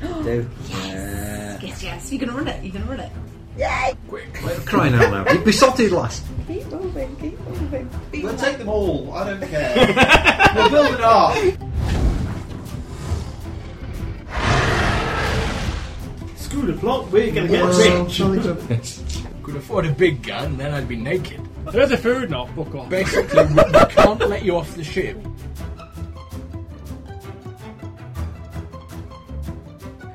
go. Yes, yes, yes. You can run it. You can run it. Quick. We're crying out loud. You besotted last. Keep moving. Keep moving. Keep We'll moving. take them all. I don't care. we'll build an ark. School of plot, we're gonna get Well, rich. Charlie Chaplin. Could afford a big gun, then I'd be naked. Throw the food off, book off. Basically, we we can't let you off the ship.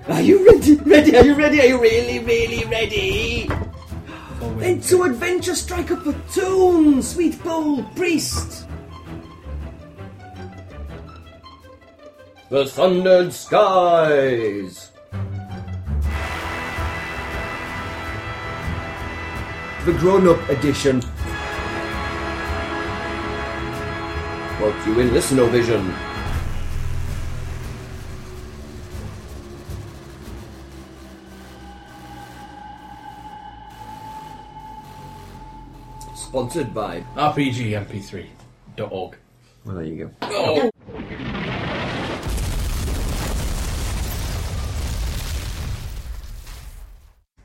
Are you ready? Ready? Are you ready? Are you really, really ready? Then to adventure, strike a platoon, sweet bold priest. The Thundered Skies! The grown up edition. Brought to you in Listen-O-Vision. Sponsored by RPGMP3.org. Well, there you go.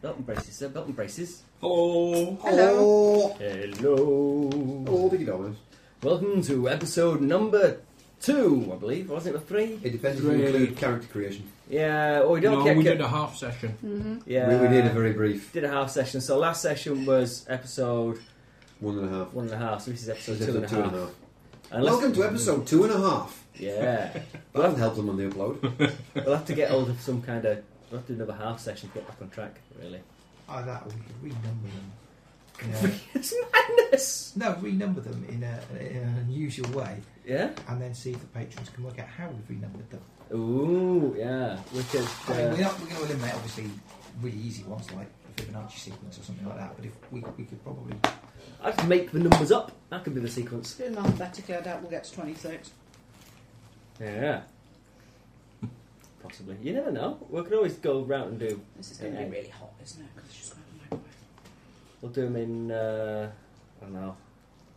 Belt and braces, sir. Belt and braces. Hello. Hello. Hello. All the dollars. Welcome to episode number two, I believe. Wasn't it the three? It depends if you Really? include character creation. Yeah. Oh, we don't No, get we did a half session. yeah. We, we did a very brief did a half session. So last session was episode one and a half. one and a half. So this is episode Episode two and a half. And let's- Welcome to episode two and a half. Yeah, That hasn't helped them on the upload. we'll have to get hold of some kind of. We'll have to do another half session to get back on track. Really, Oh, that we could renumber them. In a, it's madness. no, renumber them in, a, in an unusual way, Yeah. and then see if the patrons can work out how we've renumbered them. Ooh, yeah. We could. I mean, we're Uh, not we're going to eliminate obviously really easy ones like the Fibonacci sequence or something like that. But if we, we could probably I'd make the numbers up. That could be the sequence. Do it in alphabetically. I doubt we'll get to twenty-six. Yeah. Possibly. You never know. We could always go round and do. This is going to Yeah. be really hot, isn't it? 'Cause it's just going to be microwave. We'll do them in. Uh, I don't know.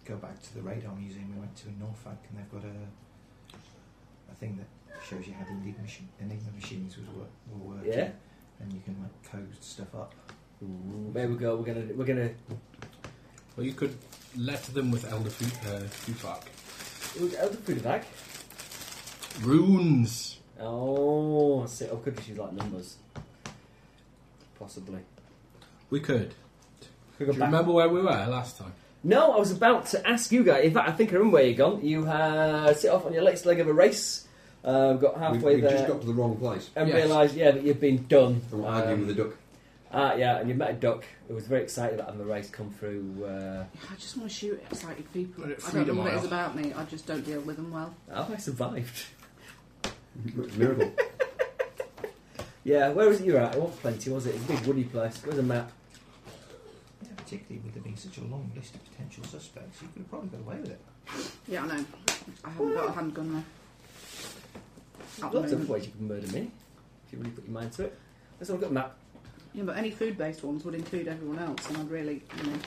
go back to the radar museum we went to in Norfolk, and they've got a a thing that shows you how the Enigma, machi- Enigma machines was work, were working. Yeah. And you can like code stuff up. There we go. We're gonna. We're gonna. Well, you could letter them with Elder Fu- uh, Fufak. We'll get out the food bag. Runes. Oh, that's it. Oh, could she like numbers? Possibly. We could. Could go Do you back- remember where we were last time? No, I was about to ask you guys. In fact, I think I remember where you're gone. You had set off on your latest leg of a race. Uh, got halfway we, we there Um, just got to the wrong place. and Yes. realised, yeah, that you've been done. And we're arguing with the duck. Ah, yeah, and you met a duck who was very excited about having the race come through. Uh, I just want to shoot excited people. Put it I don't know freedom what it aisle. is about me. I just don't deal with them well. have oh, I survived? Miracle. Yeah, where was it you were at? It wasn't plenty, was it? It's a big woody place. Where's a map? Yeah, particularly with there being such a long list of potential suspects, you could have probably got away with it. Yeah, I know. I haven't got a handgun though. At the Lots of moment. ways you can murder me if you really put your mind to it. Let's have a look at a map. Yeah, but any food-based ones would include everyone else, and I'd really, you know,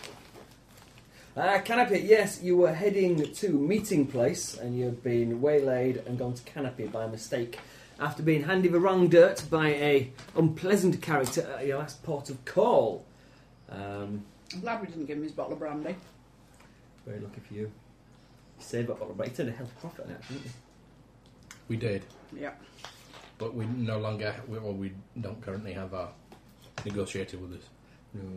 Uh, Canopy, yes, you were heading to Meeting Place and you've been waylaid and gone to Canopy by mistake after being handed the wrong dirt by a unpleasant character at your last port of call. Um, I'm glad we didn't give him his bottle of brandy. very lucky for you. Save up, but you turned a hell of a profit on it, didn't you? We did, Yeah. but we no longer, we, well, we don't currently have our negotiator with us. No.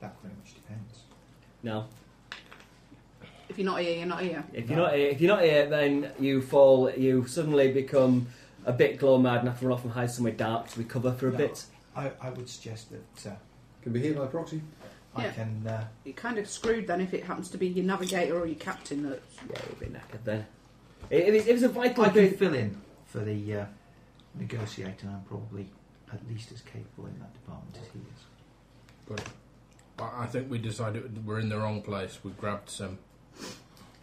That very much depends. No. If you're not here, you're not here. If you're not here, if you're not here, then you fall. You suddenly become a bit glow mad and have to run off and hide somewhere dark to recover for a No. bit. I, I would suggest that uh, Can be here by proxy. I Yeah. can. Uh, You're kind of screwed then if it happens to be your navigator or your captain that. Yeah, you'll be knackered then. It, it, was, it was a vital I bit. can fill in for the uh, negotiator. I'm probably at least as capable in that department as he is. But I think we decided we're in the wrong place. We grabbed some.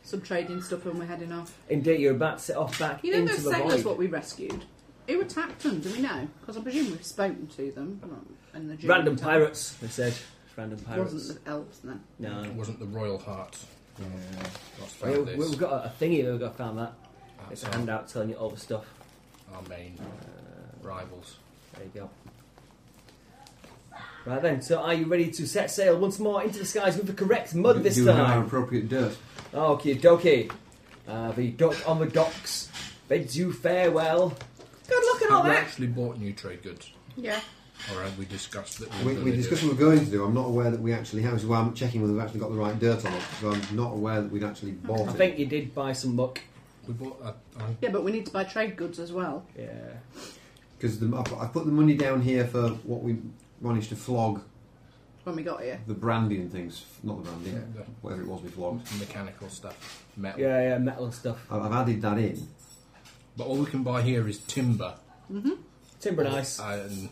Some trading stuff and we're heading off. Indeed, you're about to set off back You know into those the sailors void. what we rescued? Who attacked them? Do we know? Because I presume we've spoken to them. um, In the during Random the time. pirates, they said. It's Random It pirates. wasn't the elves then. No. It wasn't the Royal Hearts. Let's We, find this. have got a, a thingy we've got found that. That's It's a our- handout telling you all the stuff. our main Uh, rivals. There you go. Right then, so are you ready to set sail once more into the skies with the correct mud this Doing our time? appropriate dirt. Okie dokie. Uh, the duck on the docks bids you farewell. Good luck at all Have we that. actually bought new trade goods? Yeah. Or have we discussed that We, were we gonna discussed do what we're going to do. I'm not aware that we actually have. So I'm checking whether we've actually got the right dirt on it. So I'm not aware that we'd actually bought I it. think you did buy some muck. it? We bought a, a Yeah, but we need to buy trade goods as well. Yeah. Because I put- I put the money down here for what we managed to flog When we got here. the brandy and things. Not the brandy, the whatever it was we flogged. mechanical stuff, metal. Yeah, yeah, metal and stuff. I- I've added that in. But all we can buy here is timber Timber and ice. and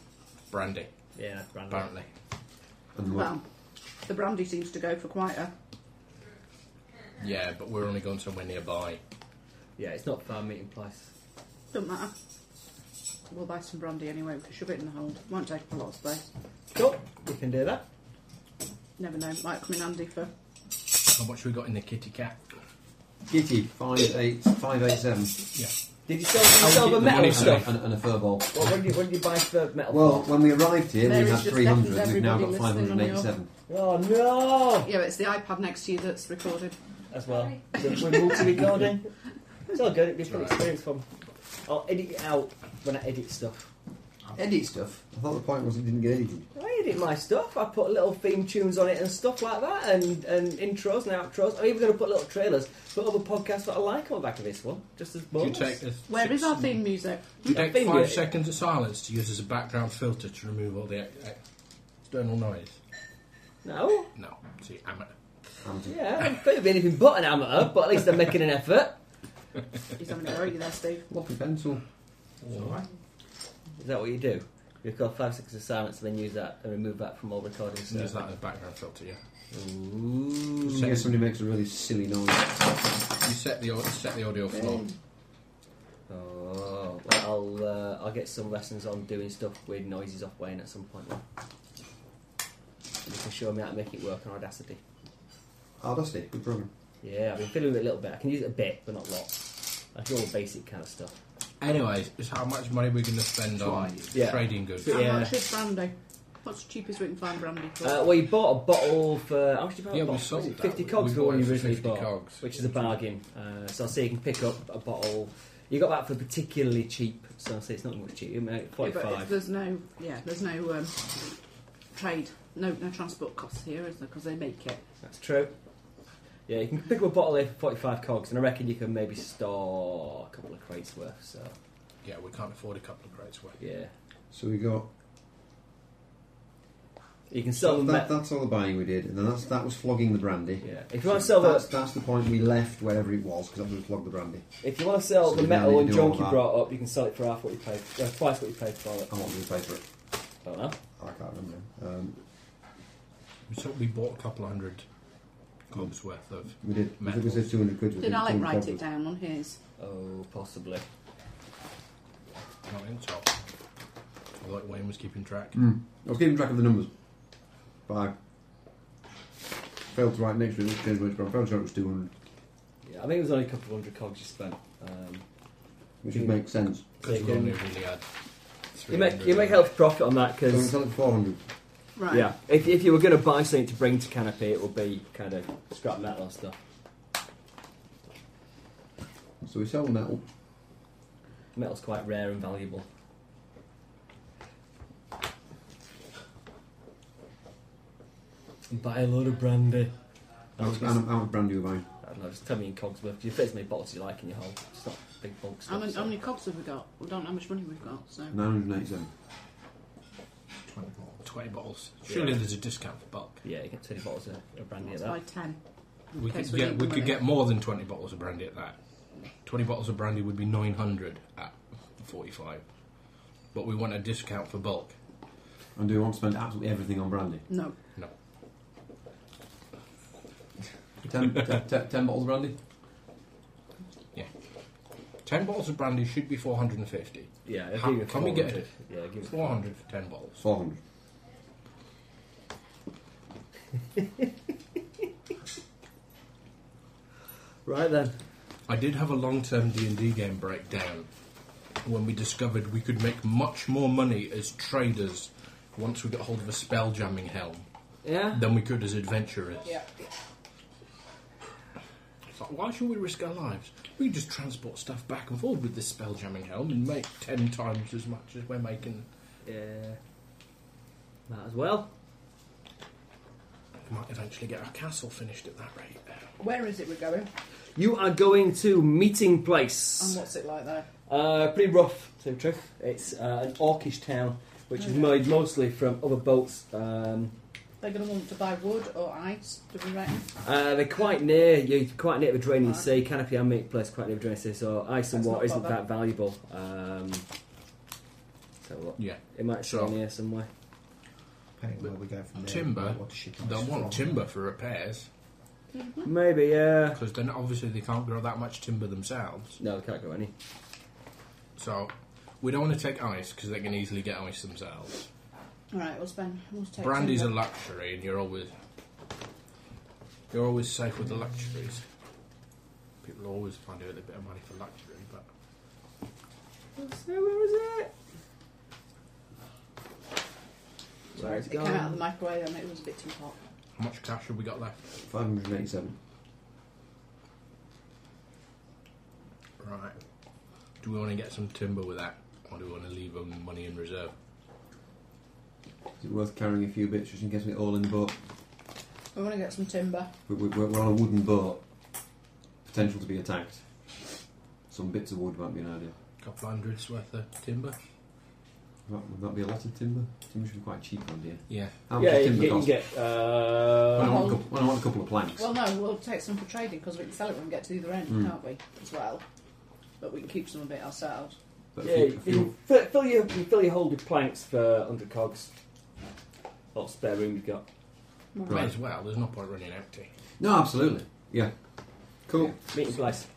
brandy, Yeah, brand new. Uh, apparently. And mud. Well, the brandy seems to go for quite a. Yeah, but we're only going somewhere nearby. Yeah, it's not far meeting place. Doesn't matter. We'll buy some brandy anyway. We can shove it in the hold. Won't take up a lot of space. Cool, we can do that. Never know. Might come in handy for. How much we got in the kitty cat? Gitty, five eight five eight seven. Did you sell, did you sell the the money metal for stuff? And, and a fur ball. What, what, did you, what did you buy for metal? Well, when we arrived here, There we is had just 300. definitely We've now got everybody listening on 587. oh no! Yeah, but it's the iPad next to you that's recorded. As well. So We're multi-recording. It's all good, it gives good Right. experience from. I'll edit it out when I edit stuff. Edit stuff. I thought the point was it didn't get edited. I edit my stuff. I put little theme tunes on it and stuff like that, and, and intros and outros. I'm even going to put little trailers for other podcasts that I like on the back of this one, just as Do you bonus. take a Where six- is our theme music? do you take Thing five it. seconds of silence to use as a background filter to remove all the ex- external noise? No, No. See, amateur. yeah, I'm fit to be anything but an amateur, but at least I'm making an effort. He's having a go at you there, Steve. Floppy pencil. Is that what you do? You record five seconds of silence and then use that and remove that from all recordings. so- Use that as a background filter, yeah. Ooh. I guess Mm, somebody makes a really silly noise. You set the au- set the audio flow. Mm. Oh, well, I'll, uh, I'll get some lessons on doing stuff with noises off Wayne at some point. Then. You can show me how to make it work on Audacity. Audacity, Oh, good program. Yeah, I've been fiddling with it a little bit. I can use it a bit, but not a lot. I do all the basic kind of stuff. Anyways, is how much money we're going to spend on Yeah. trading goods. How Yeah. much is brandy? What's the cheapest we can find brandy for? Uh, well, you bought a bottle for how much did you buy? Yeah, a we bottle? sold Was it that. 50 We- cogs we for bought one it you for originally 50 bought, cogs. which is a bargain. Uh, so I say you can pick up a bottle. You got that for particularly cheap. So I say it's not much cheap. You make Yeah, but 0.5. if there's no, yeah, there's no um, trade, no, no transport costs here, is there? Because they make it. That's true. Yeah, you can pick up a bottle here for 45 cogs, and I reckon you can maybe store a couple of crates worth, so Yeah, we can't afford a couple of crates worth. yeah. So we got. You can sell them. that, that's all the buying we did, and then that's, that was flogging the brandy. yeah. If you want to sell that's, the, that's the point we left wherever it was, because I was flogged the brandy. if you want to sell So the you now need metal to and do junk all you that. brought up, you can sell it for half what you paid, uh, twice what you paid for it. I want to pay for it. Oh. Don't know. I can't remember. Um, So we bought a couple of hundred cogs worth of. we did. I think we said 200 quid. Did Alec write it down on his? Oh, possibly. I think so. I like Wayne was keeping track. I was keeping track of the numbers, but I failed to write next to it. Changed which, but I'm fairly sure it was 200, Yeah, I think it was only a couple of hundred cogs you spent. Um, which would make sense. so Because you, we only can, really had. you make 300 you make health profit on that So we because sell it for 400. Right. yeah, if, if you were going to buy something to bring to Canopy, it would be kind of scrap metal and stuff, So we sell the metal. Metal's quite rare and valuable. Buy a load of brandy. How much how much brandy we buying? I don't know, just tell me in cogs worth. You fit as many bottles you like in your hole. It's not big bulk How stuff. many, so- how many cops have we got? We don't know how much money we've got, so. 987. 20 bottles. Surely there's a discount for bulk. Yeah, you get 20 bottles of, of brandy at Let's that. buy 10. We Okay, could, so we get, need we the could money. get more than 20 bottles of brandy at that. 20 bottles of brandy would be 900 at 45. But we want a discount for bulk. And do we want to spend absolutely everything on brandy? No. No. Ten, te- te- ten bottles of brandy? 10 bottles of brandy should be 450. Yeah, I'll How- give you can we get 400. it? Yeah, give us 400 for 10 bottles. 400. Right then. I did have a long-term D&D game breakdown when we discovered we could make much more money as traders once we got hold of a spell jamming helm Yeah? than we could as adventurers. Yeah. It's like, why should we risk our lives? We can just transport stuff back and forth with this spell jamming helm and make ten times as much as we're making. Yeah. Might as well. We might eventually get our castle finished at that rate. Where is it we're going? You are going to Meeting And Place. what's it like there? Uh, pretty rough, to the truth. It's uh, an orcish town, which is made mostly from other boats. Um, They're going to want to buy wood or ice, do we reckon? uh, they're quite near. You're quite near the draining sea. Canopy and Meeting Place quite near the draining sea, so ice and That's water not isn't bad, that valuable. Um, so what? Yeah. It might show Sure. near somewhere. Depending on where we go from there. Timber. What the shit They'll comes want from. timber for repairs Maybe, yeah. because then obviously they can't grow that much timber themselves. No, can't go any. So we don't want to take ice because they can easily get ice themselves. Alright, we'll spend. We'll take Brandy's a timber. luxury, and you're always you're always safe with the luxuries. People always find a little bit of money for luxury, but So where is it? Where Sorry, it's it came out of gone? the microwave and it was a bit too hot. how much cash have we got left? 587. Right. Do we want to get some timber with that, or do we want to leave um, money in reserve? Is it worth carrying a few bits just in case we get all in the boat? We want to get some timber. We- we- We're, we're on a wooden boat. Potential to be attacked. Some bits of wood might be an idea. A couple hundreds worth of timber. That would that be a lot of timber? Timber should be quite cheap on here. Yeah. How much Yeah, does you timber get, you cost? get uh, Well, I, want a Well- couple, well, I want a couple of planks. Well, no, we'll take some for trading because we can sell it when we get to the other end, Mm. can't we? As well. But we can keep some of it ourselves. but Yeah, you, you fill, fill your you fill your hole with planks for hundred cogs. What spare room you've got? May Right. as well. There's no point running empty. No, absolutely. Yeah. Cool. Meeting place.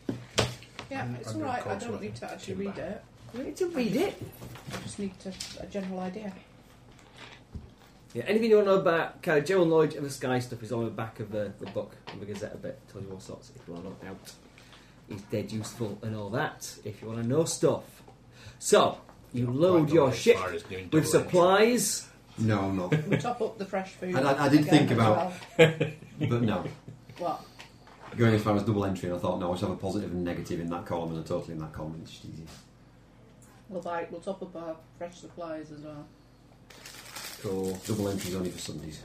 Yeah, Mm, it's I've got alright. I cogs don't with need to actually read timber. it. You need to read it. I just need to, a general idea. Yeah, anything you want to know about uh, kind of general knowledge of the sky stuff is on the back of the, the book and the Gazette a bit. Tells you all sorts if you want to know out. It's dead useful and all that if you want to know stuff. So you Not load quite your gone as ship far as doing with doorings. supplies. No, I'm not. We top up the fresh food. And I- I did again think as about- but no. well. Going as far as double entry, and I thought, no, I just have a positive and negative in that column and a total in that column. It's just easy. what we'll buy. We'll top up our fresh supplies as well. Cool. Double entries only for Sundays.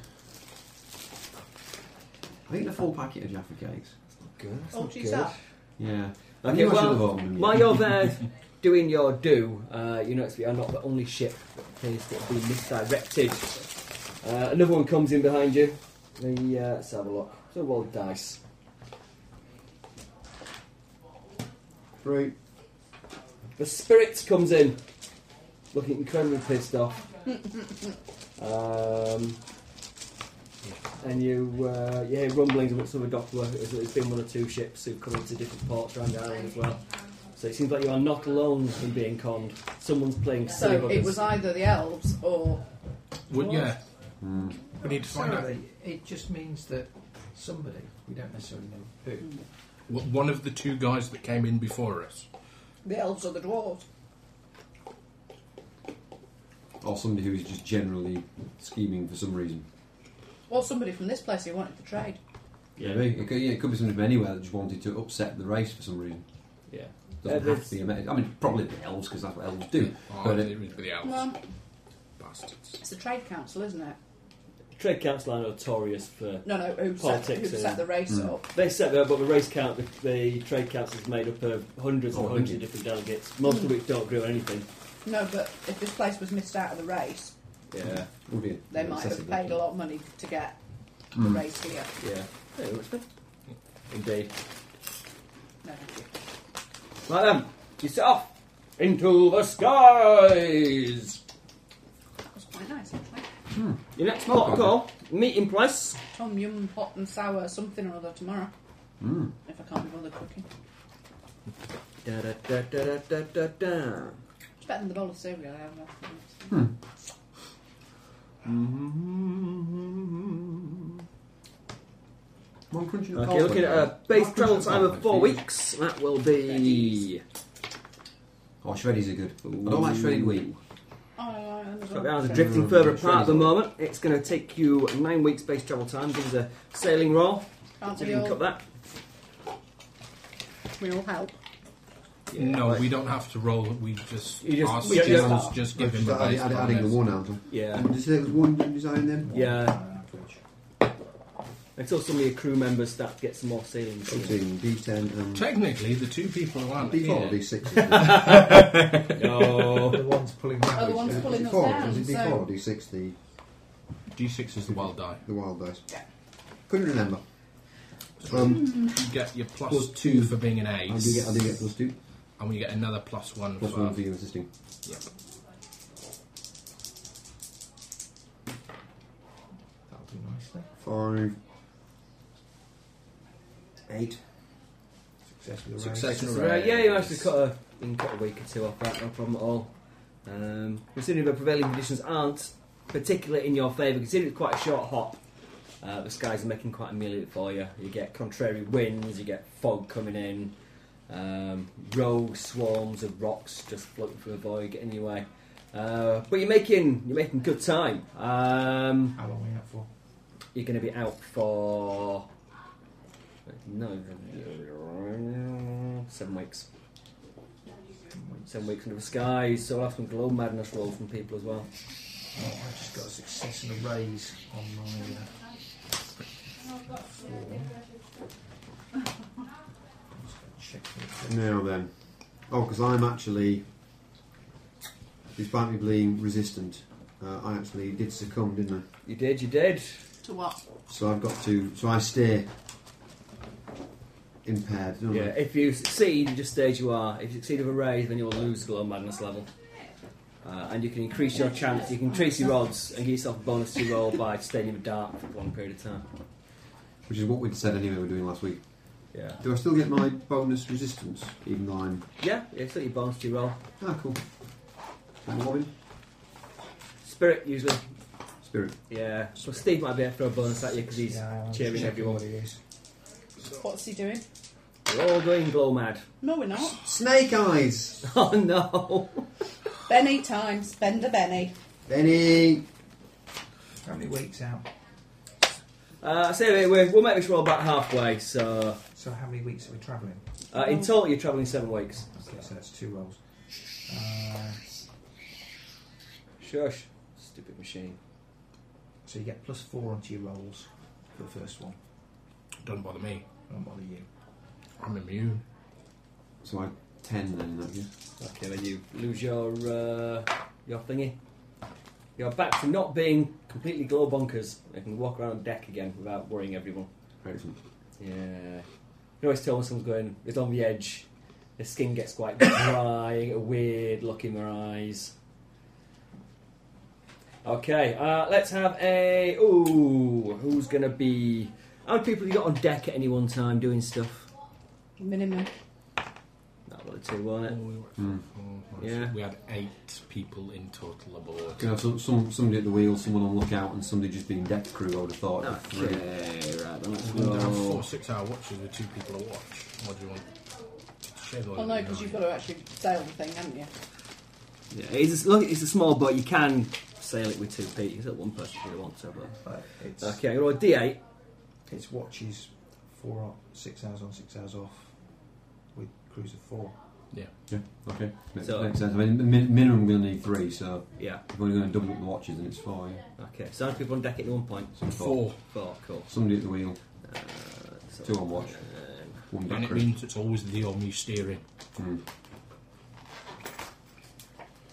I think the full packet of Jaffa cakes. Good. Oh, she's up. Yeah. I Okay, knew I should well, have opened them, yeah. While you're there doing your do, uh, you notice we are not the only ship that appears to have been misdirected. Uh, another one comes in behind you. The, uh, let's have a look. So roll dice. Three. The spirit comes in, looking incredibly pissed off. um, and you, uh, you hear rumblings about some of the dock workers. There's been one or two ships who've come into different ports around the island as well. So it seems like you are not alone in being conned. Someone's playing silly So it buggers. was either the elves or Well, yeah. Mm. We need to find out. Sorry, It just means that somebody, we don't necessarily know who, W- One of the two guys that came in before us. the elves or the dwarves. Or somebody who is just generally scheming for some reason. Or somebody from this place who wanted to trade. Yeah, maybe. It could, yeah, it could be somebody from anywhere that just wanted to upset the race for some reason. Yeah. Doesn't Uh, have to be a meta. I mean, probably the elves, because that's what elves do. Oh, But it- it was the elves. Well, Bastards. it's the trade council, isn't it? Trade council are notorious for. No, no, who set, who Politics set and- the race Mm. up? They set that, but the race count, the, the trade council is made up of hundreds Oh, and hundreds of indeed. different delegates, most of which don't agree on anything. No, but if this place was missed out of the race, Yeah, would be they might have excessive, paid yeah. a lot of money to get the Mm. race here. yeah. Very much so. Indeed. No, thank you. Right then, you set off into the skies. That was quite nice, actually. Your next port Okay. of call, meeting place. Tom Yum hot and sour something or other tomorrow. Mm. If I can't be bothered cooking. Da, da, da, da, da, da, da, da. It's better than the bowl of cereal I have last night. One crunching the Mm-hmm. Okay, coals looking at went a down. base One travel crunching time the of coals four went down. weeks. That will be Oh, shreddies are good. I don't like shredded wheat. Oh, I am as So well. the islands are drifting further apart at the moment. It's going to take you nine weeks base travel time. Give us a sailing roll. Can't So we you can cut all, that. we all help? no, we don't have to roll. We just You just- our we just- skills just give him Just the add- base add- bonus. Adding the one out. Did Yeah. you say it was one design then? Yeah. on average. Until some of your crew members start to get some more sailing. skills. Eighteen, D10, and Technically, the two people who aren't D4 or here, D6. isn't it? No. The ones pulling down. Oh, the one's Is it pulling us D4? down. Is it D4 so or D6, the, D6 is the wild die. the wild dice? Couldn't remember. So Um, you get your plus, Plus plus two. two for being an ace, I do get, I do get plus two, and we get another plus one plus for one for you assisting. Yeah. That'll do nicely. Five, eight. Success with the Success raise. with the Right, uh, yeah, you managed to Right. cut a, you can cut a week or two off that, no problem at all. Um, considering the prevailing conditions aren't particularly in your favour, considering it's quite a short hop, uh, the skies are making quite a meal of it for you. You get contrary winds, you get fog coming in, um, rogue swarms of rocks just floating through the void getting in your way. Uh, but you're making you're making good time. Um, How long are we out for? you're going to be out for no seven weeks. Seven weeks under the skies, so I'll have some glow madness rolls from people as well. Oh, I just got a success and a raise on my. Uh, four. I'm just gonna check the- Now then. Oh, because I'm actually, despite me being resistant, uh, I actually did succumb, didn't You did, you did. to what? I? So I've got to. So I stay impaired, don't Yeah, I? if you succeed, you just stay as you are. If you succeed with a raise, then you'll lose glow madness level. Uh, and you can increase your chance, you can increase your odds and give yourself a bonus to your roll by staying in the dark for a long period of time. Which is what we'd said anyway we were doing last week. Yeah. Do I still get my bonus resistance, even though I'm. Yeah, yeah, so your bonus to your roll. Ah, cool. I'm Robin? Spirit, usually. Spirit. Yeah. So Steve might be able to throw a bonus at you because he's Yeah, I'm cheering checking everyone. what it is. What's he doing? We're all going glow mad. No, we're not. Snake Eyes! Oh no! Benny time. Spend a Benny. Benny! How many weeks out? Uh, so anyway, we're, we'll make this roll about halfway. So So how many weeks are we travelling? uh, in total, you're travelling seven weeks. Okay, so that's two rolls. Uh, Shush! Stupid machine. so you get plus four onto your rolls for the first one. Don't bother me. Don't bother you. I'm immune. So I 10 then, in that case. Okay, then you lose your uh, your thingy. You're back to not being completely glow bonkers. You can walk around the deck again without worrying everyone. Excellent. Yeah. You can always tell when someone's going, it's on the edge. Their skin gets quite dry, you get a weird look in their eyes. Okay, uh, let's have a. Ooh, who's going to be. How many people you got on deck at any one time doing stuff? Minimum. That was two, wasn't it? Oh, we were- Mm. oh, Yeah. We had eight people in total aboard. Can have some, some, somebody at the wheel, someone on lookout, and somebody just being deck crew, I would have thought. with three. Okay, right, then let's We need to have roll. four six-hour watches with two people a watch. What do you want? Shave Well, Oh, no, because you've got to actually sail the thing, haven't you? Yeah, it's, look, it's a small boat, you can sail it with two people. You can sail one person if you want to, but. But it's Okay, I'm going to roll a d8. it's watches four on, six hours on, six hours off, with crews of four. Yeah, okay. Makes, So- makes sense. I mean, the min- minimum we'll need three, so Yeah, if we're going to double up the watches, then it's four. Yeah. okay. So, how many people on deck at one point? So four. Four, cool. Somebody at the wheel, Uh, so- Two on watch. one And deck it crew. means it's always the on me steering. Mm.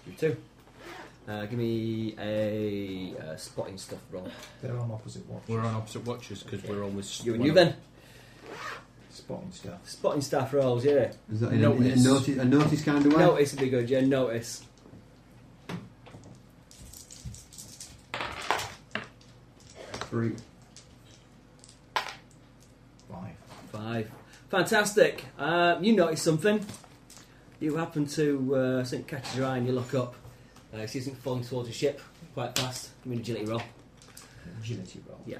You too. Uh, give me a uh, spotting stuff roll. They're on opposite watches. We're on opposite watches because we're always You and you then. spotting stuff. Spotting stuff rolls, yeah. Is that in a, in a, Notice. notice, a notice kind of way? Notice would be good, yeah, notice. Three. Five. Five. Fantastic. Uh, you notice something. You happen to, uh, something catches your eye and you look up. Uh, you see something falling towards your ship quite fast. Give me an agility roll. Agility roll. Yeah.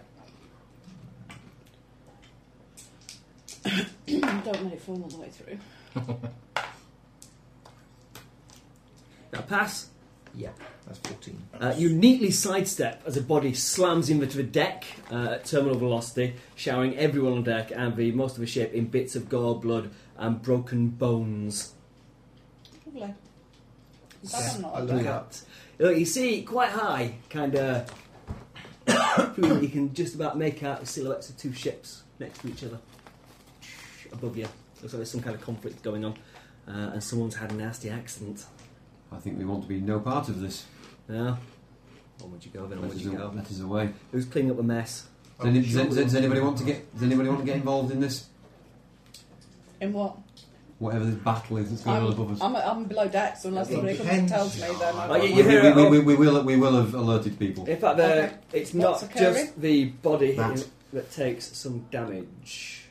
Don't let it fall all the way through. That pass. That's 14. Uh, you neatly sidestep as a body slams into the deck uh, at terminal velocity, showering everyone on deck and the most of the ship in bits of gore, blood, and broken bones. Lovely. Glad I'm not I on look that. up. Look, you see, quite high, kind of. you can just about make out the silhouettes of two ships next to each other above you. Looks like there's some kind of conflict going on, uh, and someone's had a nasty accident. I think we want to be no part of this. Yeah. On would you go? Then on That would is, you a, go? that is a way. Who's cleaning up the mess? Oh, Does, any, does, does anybody want to get? Does anybody want to get involved in this? In what? Whatever this battle is that's going I'm, on above us. I'm, I'm below decks unless It somebody comes and tells depends. me then. Oh, you, I- you we, hear we, it we, all. we, we will. We will have alerted people. In fact, the, Okay. it's What's not occurring? just the body That. in- that takes some damage.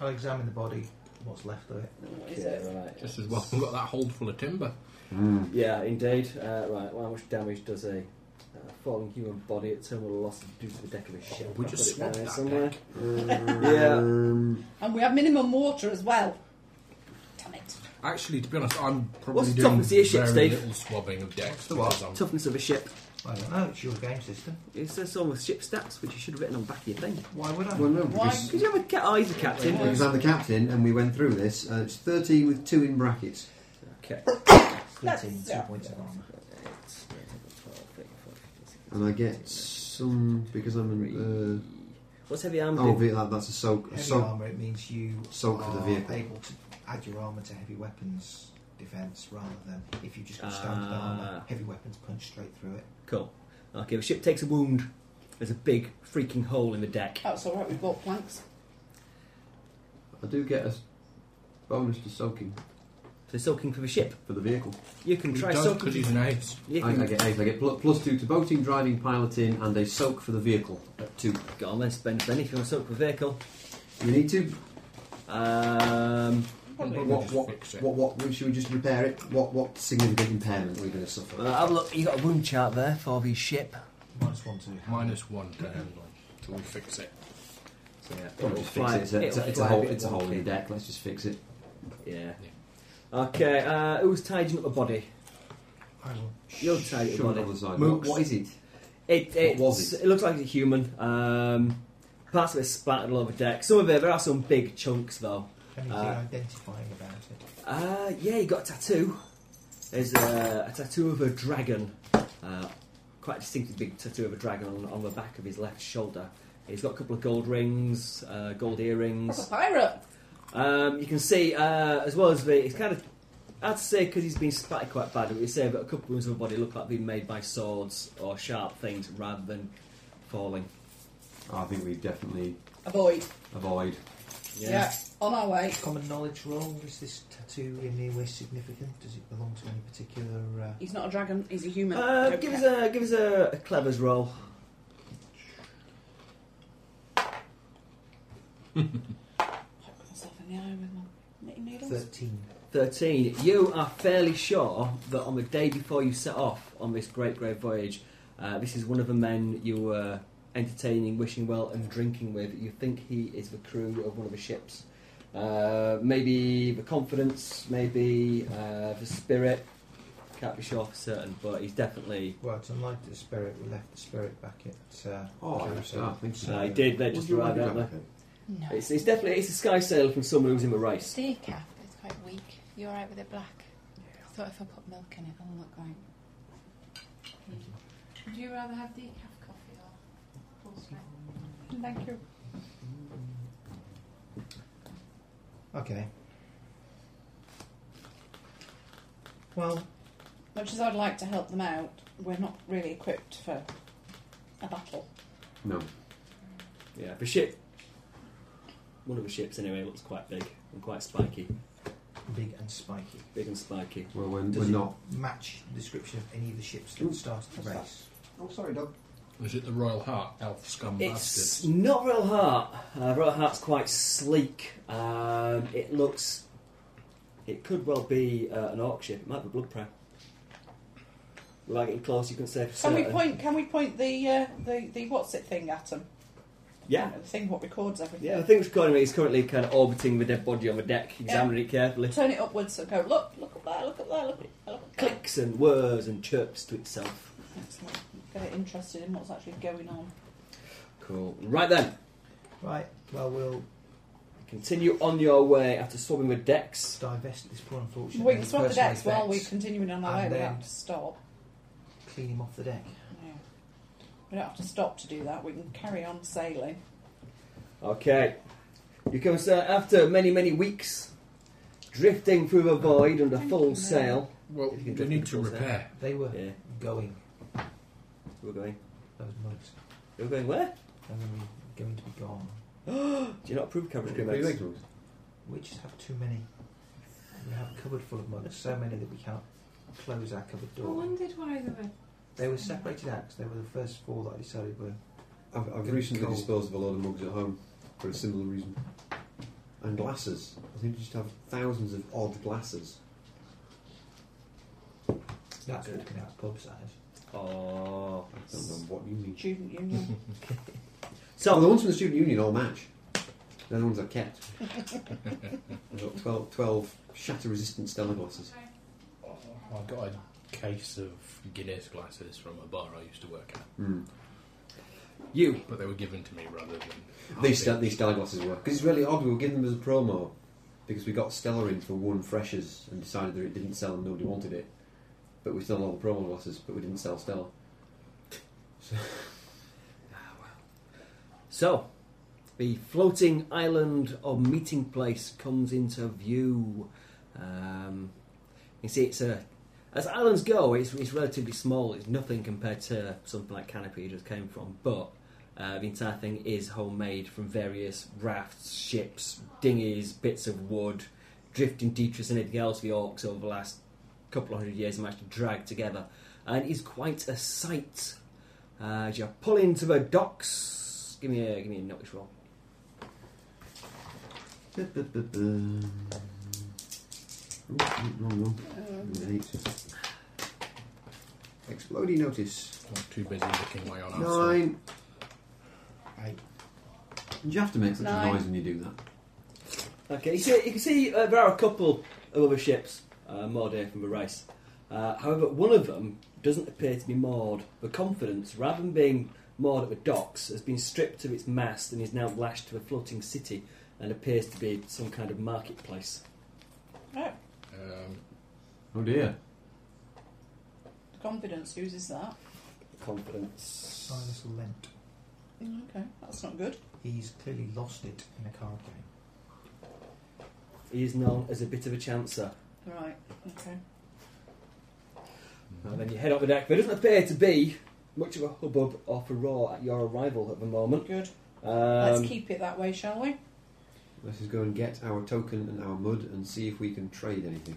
I'll examine the body, what's left of it. What is yeah, it? right. Just as well. We've got that hold full of timber. Hmm. Mm. Yeah, indeed. Uh, right, well, how much damage does a uh, falling human body at terminal loss do to the deck of a ship? We I've just got it down swabbed here that somewhere. deck. Um, And we have minimum water as well. Damn it. Actually, to be honest, I'm probably What's the doing toughness of your ship, very Steve? little swabbing of decks. The what? because I'm- Toughness of a ship. I don't know, it's your game system. It says so with ship stats, which you should have written on the back of your thing. Why would I? Well, no, Why? because, Because you have a cat eyes, a captain. because I'm the captain and we went through this. Uh, it's 13 with 2 in brackets. Okay. 13, That's- two points of armour. And I get some. Because I'm an. What's heavy Uh, armor oh, do? ve- that, that's a soak. A Heavy soak. armour, it means you Soak for are the vehicle. able to add your armour to heavy weapons defence rather than if you just got standard Ah. armour, heavy weapons punch straight through it. Cool. Okay, the ship takes a wound. There's a big freaking hole in the deck. That's alright, we've got planks. I do get a s- bonus to soaking So soaking for the ship. for the vehicle. You can We try don't soaking. because he's an ace. You I, can I get eight. I get pl- plus two to boating, driving, piloting, and a soak for the vehicle at two. go on then, spend a penny if you want to soak the vehicle. We need to. Um, Probably What, just what, fix it. what, what, Should we just repair it? What, what significant impairment are we going to suffer? uh, have a look. You got a wound chart there for the ship. Minus one to Minus one to handle till we fix it. So yeah, Probably it'll just fix fly- it. It's a, it's it'll a, it's a fly hole. bit It's a hole in the wonky. deck. Let's just fix it. Yeah. Yeah. Okay. Uh, who's tidying up the body? I will. You'll tidy up the Shove it body. on the side. Mooks. What is it? It, it, was it? looks like it's a human. Um, parts of it splattered all over the deck. Some of it, there are some big chunks though. Anything Uh, identifying about it? Uh, yeah, you got a tattoo. There's a, a tattoo of a dragon. Uh, quite a distinctive big tattoo of a dragon on, on the back of his left shoulder. He's got a couple of gold rings, uh, gold Proper earrings. pirate. Um, you can see, uh, as well as the, it's kind of hard to say because he's been splattered quite bad. But you say, but a couple of wounds on the body look like they've been made by swords or sharp things rather than falling. I think we definitely Avoid. avoid. Yeah. On our way. Common knowledge role? Is this tattoo in any way significant? Does it belong to any particular? Uh, He's not a dragon, he's a human. Uh, Don't give care. us a give us a, a clever's roll. I put myself in the eye with my knitting needles. Thirteen. Thirteen. You are fairly sure that on the day before you set off on this great great voyage, uh, this is one of the men you were entertaining, wishing well, and drinking with. You think he is the crew of one of the ships. Uh, maybe the confidence, maybe uh, the spirit. Can't be sure for certain, but he's definitely. Well, it's unlike the spirit. We left the spirit back at. Uh, Oh, Carousel. I understand. Thank you. Uh, he did. They just arrived, aren't they? It's, it's definitely it's a sky sailor from someone who's in the race. Steer calf is quite weak. You're right with it black. I thought if I put milk in it, it'll look right. Would you rather have decaf coffee or full strength? Thank you. Okay. Well, Much as I'd like to help them out, we're not really equipped for a battle. No. Yeah, the ship. One of the ships, anyway, looks quite big and quite spiky. big and spiky. Big and spiky. Well, we're, we're Does it not. match the description of any of the ships that started the race? Oh, sorry, Doug. Was it the Royal Heart elf scum It's bastards? not Royal Heart. Uh, Royal Heart's quite sleek. Um, it looks. It could well be uh, an orc ship. It might be Blood Prayer. Without getting close, you can say for Can we certain. point? Can we point the uh, the the what's it thing at them? Yeah. The thing what records everything. Yeah, the thing's recording me is currently kind of orbiting the dead body on the deck, examining it carefully. Turn it upwards and go, look, look up there, look up there, look up there. Look up there. Clicks and whirs and chirps to itself. Excellent. Get it interested in what's actually going on. Cool. Right then, Right, well, we'll continue on your way after swabbing the decks. divest this poor unfortunate. man We can of swap the personal decks while we're effects, continuing on our way. And We then- don't have to stop. Clean him off the deck. No. We don't have to stop to do that. We can carry on sailing. Okay. You come sir, after many, many weeks, drifting through the void under Thank full you, sail. Well, If you we can need drift to the balls out. repair. They were Yeah, going, we're going. those mugs. We're going where? They were going to be gone. Do you not approve coverage What do you mates? think, Thomas? We just have too many. We have a cupboard full of mugs, so many that we can't close our cupboard I door. wondered why they were. They were separated out because they were the first four that I decided were. I've, I've Good recently call. disposed of a load of mugs at home for a similar reason. And glasses. I think you just have thousands of odd glasses. That's walking out pub size. Oh. I don't know what you mean. Student union. Oh, So, the ones from the student union all match. They're the ones I've kept. I've got 12, 12 shatter resistant Stella glasses. Oh, I got a case of Guinness glasses from a bar I used to work at, Hmm. you. but they were given to me rather than. These, sta- these Stella glasses were. Because it's really odd, we were giving them as a promo because we got Stella in for one freshers and decided that it didn't sell and nobody wanted it. But we still had all the promo glasses, but we didn't sell Stella. So, the floating island or meeting place comes into view. Um, you see, it's a as islands go, it's, it's relatively small. It's nothing compared to something like Canopy you just came from. But uh, the entire thing is homemade from various rafts, ships, dinghies, bits of wood, drifting detritus, and anything else the orcs over the last couple of hundred years have managed to drag together, and it's quite a sight. Uh, as you pull into the docks, give me a give me a notice roll. Ba-ba-ba-bum. Ooh, wrong one. Eight. Exploding notice. I'm too busy looking my own arse. Nine. Eight. Did you have to make such a Nine. noise when you do that? Okay, you, see, you can see uh, there are a couple of other ships uh, moored here from the race. Uh, however, one of them doesn't appear to be moored. The Confidence, rather than being moored at the docks, has been stripped of its mast and is now lashed to a floating city and appears to be some kind of marketplace. Right. Um, Oh dear. The confidence uses that. Confidence. Silas Lent. Mm, Okay, that's not good. He's clearly lost it in a card game. He is known as a bit of a chancer. Right. Okay. And Uh, then you head up the deck. There doesn't appear to be much of a hubbub or furore at your arrival at the moment. Good. Let's Um, keep it that way, shall we? Let's just go and get our token and our mud and see if we can trade anything.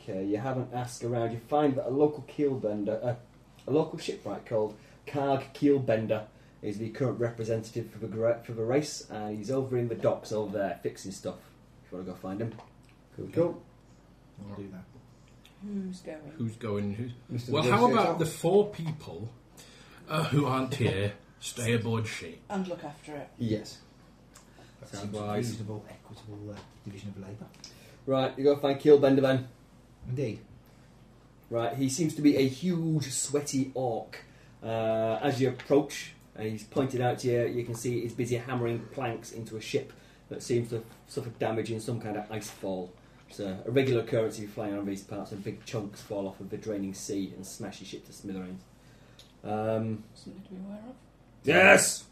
Okay, you haven't asked around. You find that a local keelbender, uh, a local shipwright called Karg Keelbender, is the current representative for the gra- for the race, and he's over in the docks over there fixing stuff. If you want to go find him, Cool, cool. We'll do that. Who's going? who's going? Who's Mr. Well, how Negotiator. about the four people uh, who aren't here stay aboard ship? And look after it. Yes. That Sounds seems a wise. reasonable, equitable uh, division of labour. right? You go find Keelbender then. Indeed. Right, he seems to be a huge, sweaty orc. Uh, as you approach, and he's pointed out to you, you can see he's busy hammering planks into a ship that seems to have suffered damage in some kind of ice fall. It's a, a regular occurrence if you fly around these parts when big chunks fall off of the draining sea and smash your ship to smithereens. Um, Something to be aware of. yes!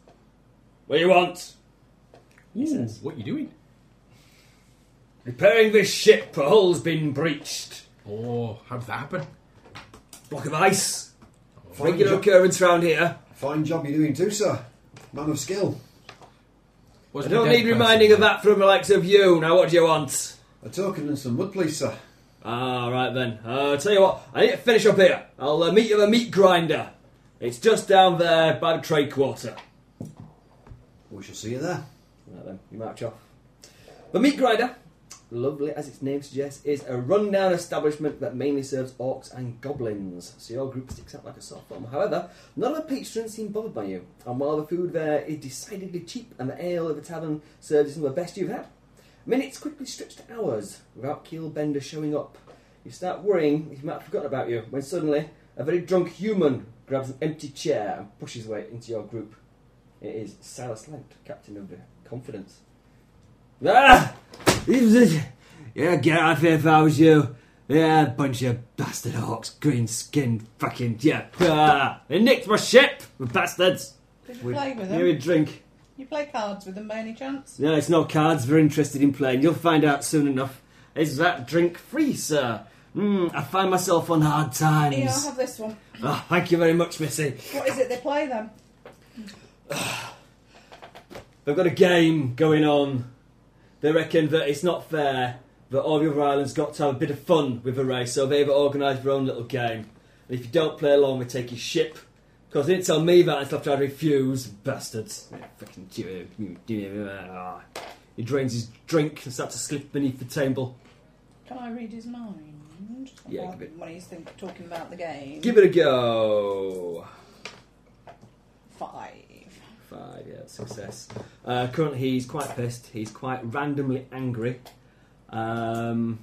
What do you want? He Ooh, says. What are you doing? Repairing this ship, a hull's been breached. Oh, how'd that happen? Block of ice. Fine Regular job, occurrence round here. fine job you're doing too, sir. Man of skill. Was I the don't dead need person reminding of there? that from the likes of you. Now, what do you want? A token and some mud, please, sir. Ah, right then. Uh, tell you what, I need to finish up here. I'll uh, meet you at a meat grinder. It's just down there by the trade quarter. We shall see you there. Right then, you march off. The meat grinder lovely as its name suggests, is a rundown establishment that mainly serves orcs and goblins. So your group sticks out like a sore thumb. However, none of the patrons seem bothered by you, and while the food there is decidedly cheap and the ale of the tavern serves some of the best you've had, minutes quickly stretch to hours without Keelbender showing up. You start worrying he might have forgotten about you when suddenly a very drunk human grabs an empty chair and pushes his way into your group. It is Silas Lent, captain of the Confidence. Ah! Even this- Yeah, get out of here if I was you. Yeah, bunch of bastard hawks, green skinned fucking. Yeah. Ah, they nicked my ship, the bastards. Did you We- play with Here we them? drink. You play cards with them by any chance? No, it's not cards we're interested in playing. You'll find out soon enough. Is that drink free, sir? Mmm, I find myself on hard Here, I'll times. have this one. Ah, thank you very much, Missy. What is it they play then? They've got a game going on. They reckon that it's not fair that all the other islands got to have a bit of fun with the race, so they've organised their own little game. And if you don't play along, we take your ship. Because they didn't tell me that until after I refused, bastards. Yeah, fucking ah. He drains his drink and starts to slip beneath the table. Can I read his mind? Yeah, While- give it- When he's think, talking about the game. Give it a go. Five. Five, yeah, success. Uh, currently, he's quite pissed. He's quite randomly angry, um,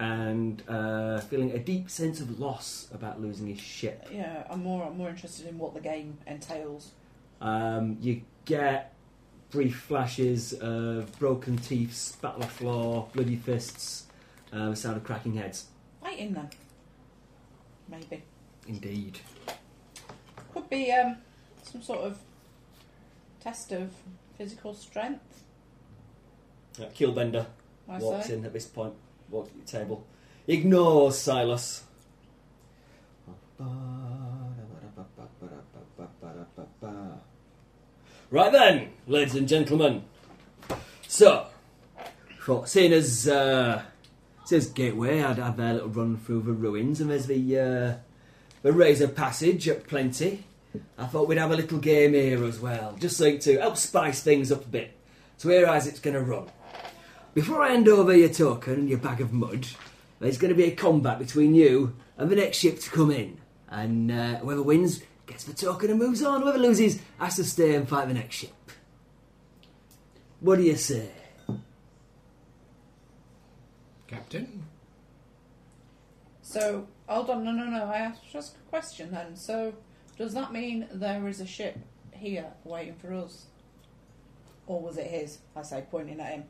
and uh, feeling a deep sense of loss about losing his ship. Yeah, I'm more I'm more interested in what the game entails. Um, you get brief flashes of broken teeth, spat on the floor, bloody fists, uh, the sound of cracking heads. Fighting them. Maybe. Indeed. Could be um, some sort of test of physical strength, Uh, Keelbender I walks say. in at this point, walks to the table, ignores Silas. Right then, ladies and gentlemen. So, for, seeing as uh, seeing as Gateway had had their little run through the ruins, and there's the uh, the Razor Passage at Plenty, I thought we'd have a little game here as well, just so to help spice things up a bit. So here as it's going to run. Before I hand over your token and your bag of mud, there's going to be a combat between you and the next ship to come in. And uh, whoever wins gets the token and moves on. Whoever loses has to stay and fight the next ship. What do you say? Captain? So hold on, no, no, no. I asked just a question then. So does that mean there is a ship here waiting for us, or was it his? I say, pointing at him.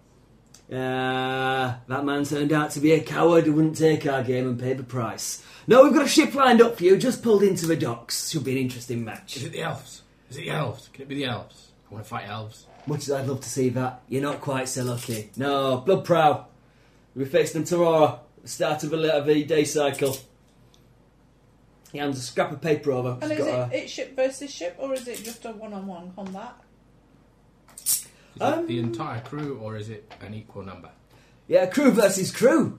Uh, that man turned out to be a coward who wouldn't take our game and pay the price. No, we've got a ship lined up for you, just pulled into the docks. Should be an interesting match. Is it the elves? Is it the elves? Can it be the elves? I want to fight elves. Much as I'd love to see that, you're not quite so lucky. No, blood prow. We face them tomorrow. Start of the letter V day cycle. He hands a scrap of paper over. And He's Oh, is got it, it ship versus ship, or is it just a one-on-one combat? Is Um, it the entire crew or is it an equal number? a- yeah, crew versus crew.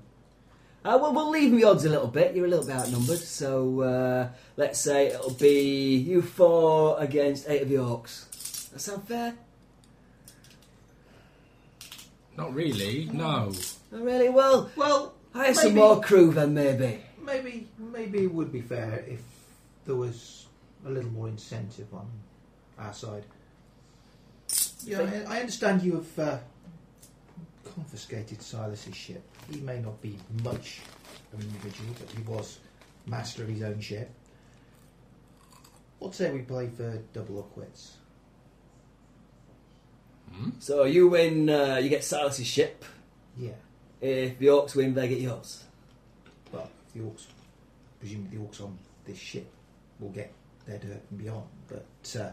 Uh, well, we'll leave the odds a little bit. You're a little bit outnumbered, so uh, let's say it'll be you four against eight of the orcs. That sound fair? Not really, no. Not really. Well, Well, hire some Maybe. more crew then, maybe. maybe maybe it would be fair if there was a little more incentive on our side. Yeah, I, I understand you have uh, confiscated Silas's ship. He may not be much of an individual, but he was master of his own ship. What say we play for double or quits? So you win. Uh, you get Silas's ship. Yeah, If the orcs win, they get yours. but the orcs, presumably the orcs on this ship, will get their dirt and beyond. But uh,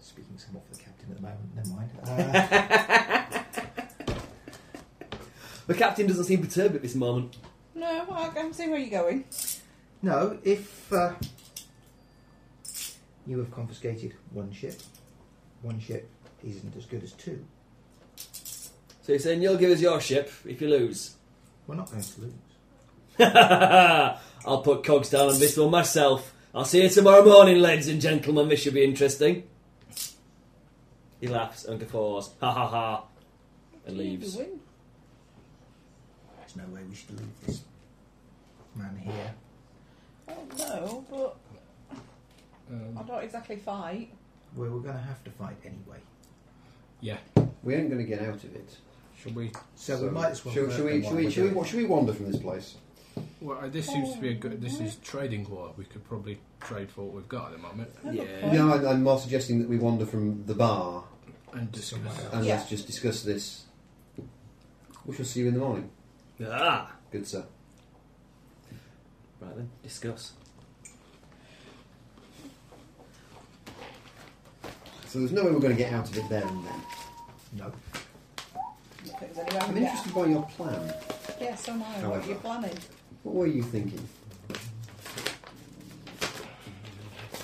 speaking somewhat for the captain at the moment, never mind. Uh, The captain doesn't seem perturbed at this moment. No, I can see where you're going. no, if uh, you have confiscated one ship, one ship isn't as good as two. So he's saying, You'll give us your ship if you lose. We're not going to lose. I'll put cogs down on this one myself. I'll see you tomorrow morning, ladies and gentlemen. This should be interesting. He laughs and guffaws. Ha ha ha. and leaves. You win. There's no way we should leave this man here. I don't know, but I Um, don't exactly fight. Well, we're going to have to fight anyway. We ain't going to get out of it. should we? So, we might as well. Should, work should, on we, what should, we, we're should, we, doing. should we wander from this place? Well, uh, this seems to be a good. This is trading war. We could probably trade for what we've got at the moment Yeah. No, I, I'm more suggesting that we wander from the bar and discuss. and Yeah. let's just discuss this. We shall see you in the morning, Ah! good sir. Right then, discuss. So there's no way we're going to get out of it there and then. No. If there's any way we I'm can get interested by your plan. out. Yeah, so am I. What are you However. planning? What were you thinking?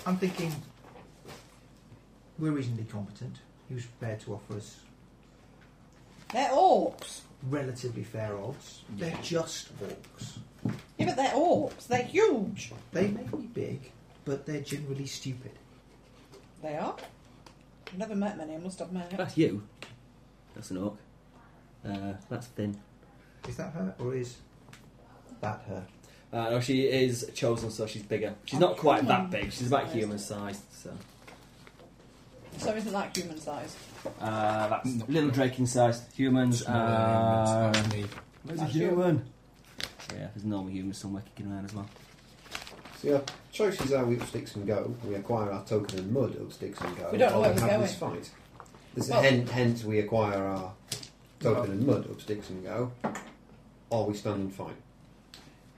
I'm thinking we're reasonably competent. He was prepared to offer us They're orcs. relatively fair odds. They're just orcs. Yeah, but they're orcs. They're huge. They may be big, but they're generally stupid. They are. I've never met many. I must have met. That's you. That's an orc. Uh, that's thin. Is that her, or is that her? Uh, no, she is chosen, so she's bigger. She's not quite that big. She's about human sized. So So isn't that human sized? uh, that's little draking sized. Humans Uh, are. Um, Where's a That's you. human? Yeah, there's normal humans somewhere kicking around as well. So your choices are we up sticks and go, we acquire our token and mud up sticks and go, We don't know or where we we're have this fight. This, Well- hen- hence we acquire our token and mud up sticks and go, or we stand and fight.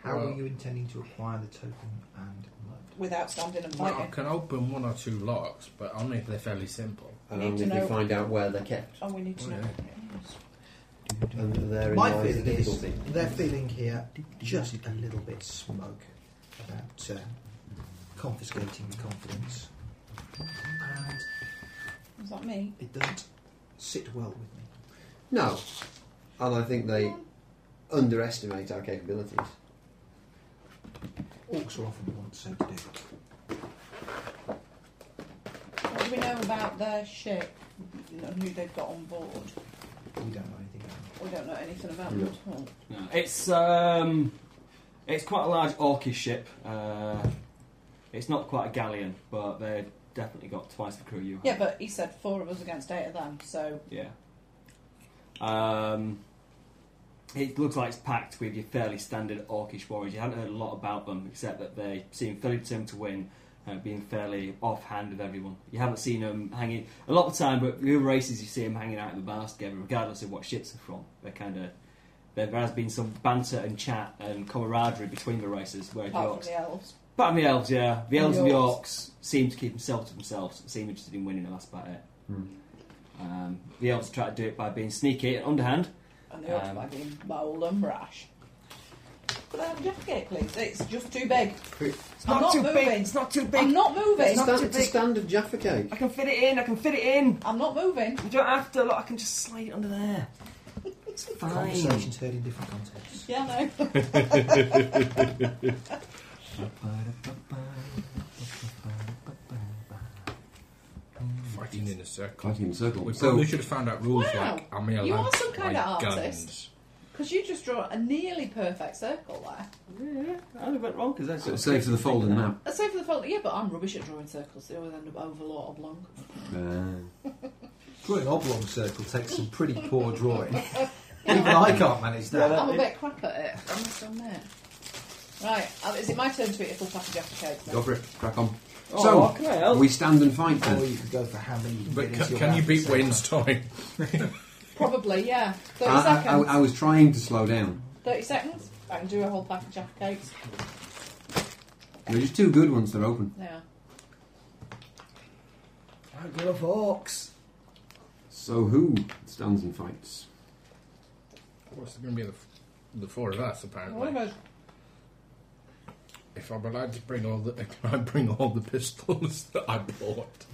How Well- are you intending to acquire the token and mud? Without standing and Well, I fighting. can open one or two locks, but only if they're fairly simple. And Need only to if we know- find out where they're kept. Oh, we need to Oh, know. And therein My lies the feeling is difficulty. they're feeling here just a little bit smug about uh, confiscating the confidence, and Is that me? it doesn't sit well with me. No. And I think they underestimate our capabilities. Orcs are often want so to do. What do we know about their ship and who they've got on board? We don't know anything about them. We don't know anything about No. them at all. No, it's um, it's quite a large orcish ship. Uh, it's not quite a galleon, but they definitely got twice the crew you have. Yeah, but he said four of us against eight of them, so Yeah. Um, it looks like it's packed with your fairly standard orcish warriors. You haven't heard a lot about them, except that they seem fairly determined to win, uh, being fairly offhand with everyone. You haven't seen them hanging a lot of the time, but the other races you see them hanging out in the bars together, regardless of what ships they're from. They're kind of there there has been some banter and chat and camaraderie between the races. Where the apart orcs, from the elves. apart from the elves, yeah, the And elves the and the orcs. orcs seem to keep themselves to themselves. Seem interested in winning, and that's about it. Hmm. Um, the elves try to do it by being sneaky and underhand. And the orcs Um, might be bold and rash. Could I have a jacket, please? It's just too big. It's I'm not moving. not too I'm not moving. It's, too stand, it's a big. standard Jaffa cake. I can fit it in. I can fit it in. I'm not moving. You don't have to. Look, I can just slide it under there. It's fine. Conversations heard in different contexts. Yeah, no. Fighting in a circle. Fighting in a circle. We So- probably should have found out rules Wow. like I'm allowed You are some to kind buy of guns. artist. Because you just draw a nearly perfect circle there. Yeah, I only went wrong because So it saves the folding map. Let's say for the fact that, yeah, but I'm rubbish at drawing circles. They always end up oval or oblong. Uh, Drawing an oblong circle takes some pretty poor drawing. Even I can't manage Uh, that. I'm a bit crap at it. I must admit. Right, uh, is it my turn to eat a full package after cake then? Go for it, crack on. Oh, so, okay, I'll- we stand and fight then. Or you could go for how many. you But get ca- into your can mouth you at beat the same Wayne's time? Probably, yeah. 30 I, I, seconds. I, I was trying to slow down. 30 seconds. I can do a whole package after cakes. They're just two good ones. They're open. Yeah. I love orcs. So who stands and fights? What's going to be the, f- the four of us apparently? What about If I'm allowed to bring all the, can I bring all the pistols that I bought?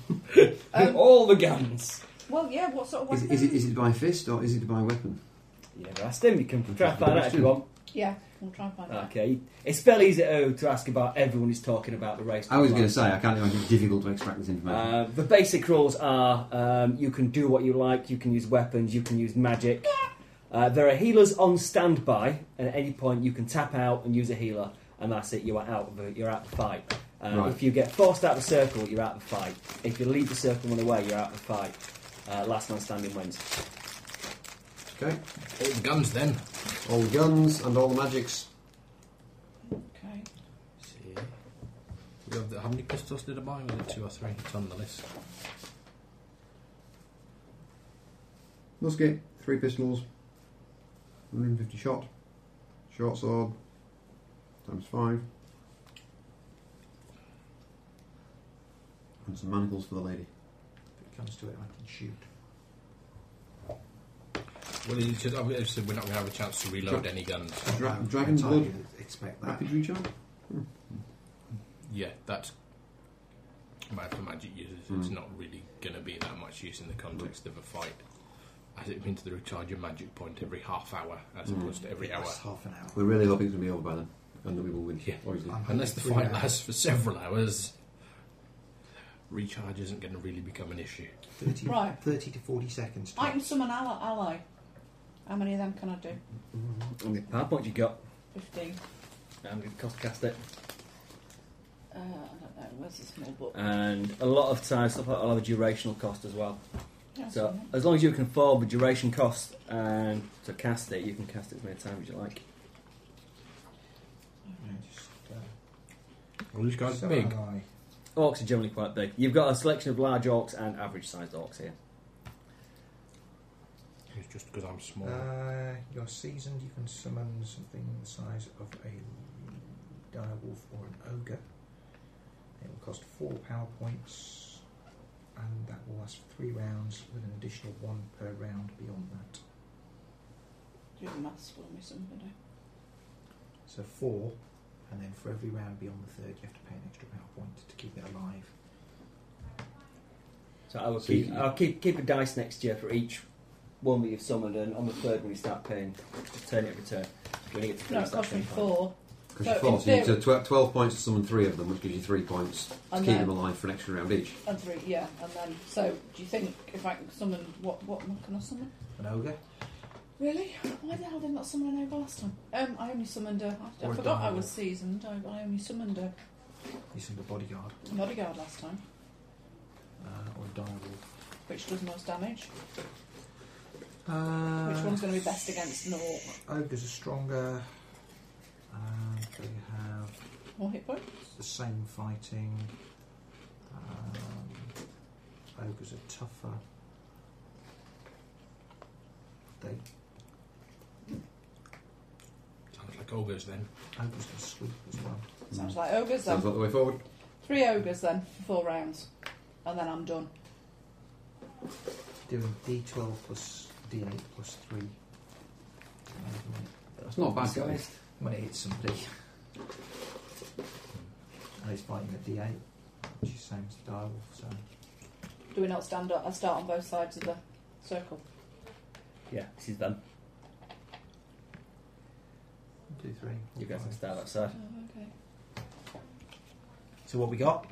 all the guns. Well, yeah, what sort of Is, weapon? is, it, is it by fist or is it by weapon? Yeah, but I still you can try to find out if you want. Yeah. We'll try and find out. Okay, it's fairly easy to, to ask about everyone who's talking about the race. I was going to say, I can't imagine it's difficult to extract this information. Uh, the basic rules are um, you can do what you like, you can use weapons, you can use magic. Uh, there are healers on standby, and at any point you can tap out and use a healer, and that's it, you are out of the, you're out of the fight. Uh, Right. If you get forced out of the circle, you're out of the fight. If you leave the circle and run away, you're out of the fight. Uh, last man standing wins. okay. All the guns then. All the guns and all the magics. Okay. See. We have the, how many pistols did I buy? Was it two or three? It's on the list. Musket, three pistols, 150 shot, short sword, times five. And some manacles for the lady. If it comes to it, I can shoot. Well, you said, obviously we're not going to have a chance to reload any guns. Dra- I dragon entirely blood, Expect that. rapid recharge? Yeah, that's bad for magic users. It's not really going to be that much use in the context of a fight. As it means to recharge your magic point every half hour as opposed to every hour. That's half an hour. We're really hoping it's going to be over by then. And that we will win. Yeah. Obviously. I'm Unless the three fight hours. lasts for several hours, recharge isn't going to really become an issue. 30, Right. 30 to 40 seconds. I Time. can summon ally. ally. How many of them can I do? How many power points you got? 15. I'm going to cost cast it. Uh, I don't know. Where's the small Uh, book? And a lot of times, stuff like that will have a durational cost as well. Yeah, So something. as long as you can afford the duration cost and to cast it, you can cast it as many times as you like. Just, uh, Well, these guys so are big. am I. Orcs are generally quite big. You've got a selection of large orcs and average-sized orcs here. It's just because I'm small. Uh, you're seasoned, you can summon something the size of a dire wolf or an ogre. It will cost four power points, and that will last for three rounds with an additional one per round beyond that. Do the maths for me, somebody. So four, and then for every round beyond the third, you have to pay an extra power point to keep it alive. So I will So you keep, can- I'll keep keep a dice next year for each one that you've summoned, and on the third one you start paying, turn it every turn. When you get to three, No, it start costs me paying five. four. Because So you're forced, in you need to theory- tw- 12 points to summon three of them, which gives you three points to And keep then- them alive for an extra round each. And three, yeah, and then so do you think if I can summon what what can I summon? An ogre? Really? Why the hell did I not summon an ogre last time? Um, I only summoned a. I, Or I a forgot I dire was wolf. seasoned. I, I only summoned a You send a bodyguard, bodyguard last time, uh, or a dire wolf. which does most damage. Uh, Which one's going to be best against an orc? Ogres are stronger, and they have More hit points. the same fighting. Um, ogres are tougher. They Sounds like ogres then. ogres can sweep as well. Sounds like ogres then. Sounds like the way forward. Three ogres then for four rounds, and then I'm done. Doing D12 plus D8 plus three. Um, That's not bad, guys. When it hits somebody, and it's fighting a D8, which is same as the direwolf. So Do we not stand up? I start on both sides of the circle. Yeah, this is them. two, three. four, You guys can five. start outside. Oh, okay. So what we got?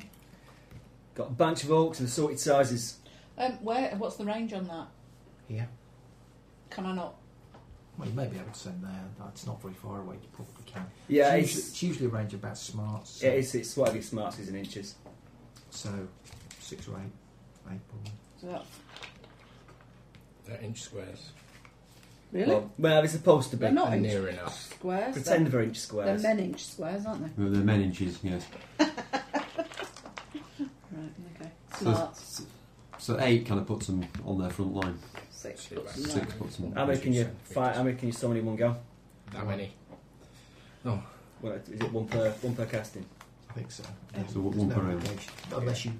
Got a bunch of orcs and assorted sizes. Um, where? What's the range on that? Here. Can I not? Well, you may be able to send there. It's not very far away. You probably can. Yeah, it's usually, it's, usually a range of about smarts. so- it is, it's whatever your smarts is in inches. So, six or eight, eight probably. So that, They're inch squares. really? Well, well, they're supposed to be. They're not They're inch near enough. squares. they're- Pretend they're inch They're squares. men inch squares, aren't they? The the men inches, yes. Right, okay. So, Smart. s- so eight kind of puts them on their front line. Six. Six. plus Six nine. puts them. How many can you fight? How many can you summon in one go? That many. Well, is it one per one per casting? I think so. So one- one There's per round. obligation. Unless you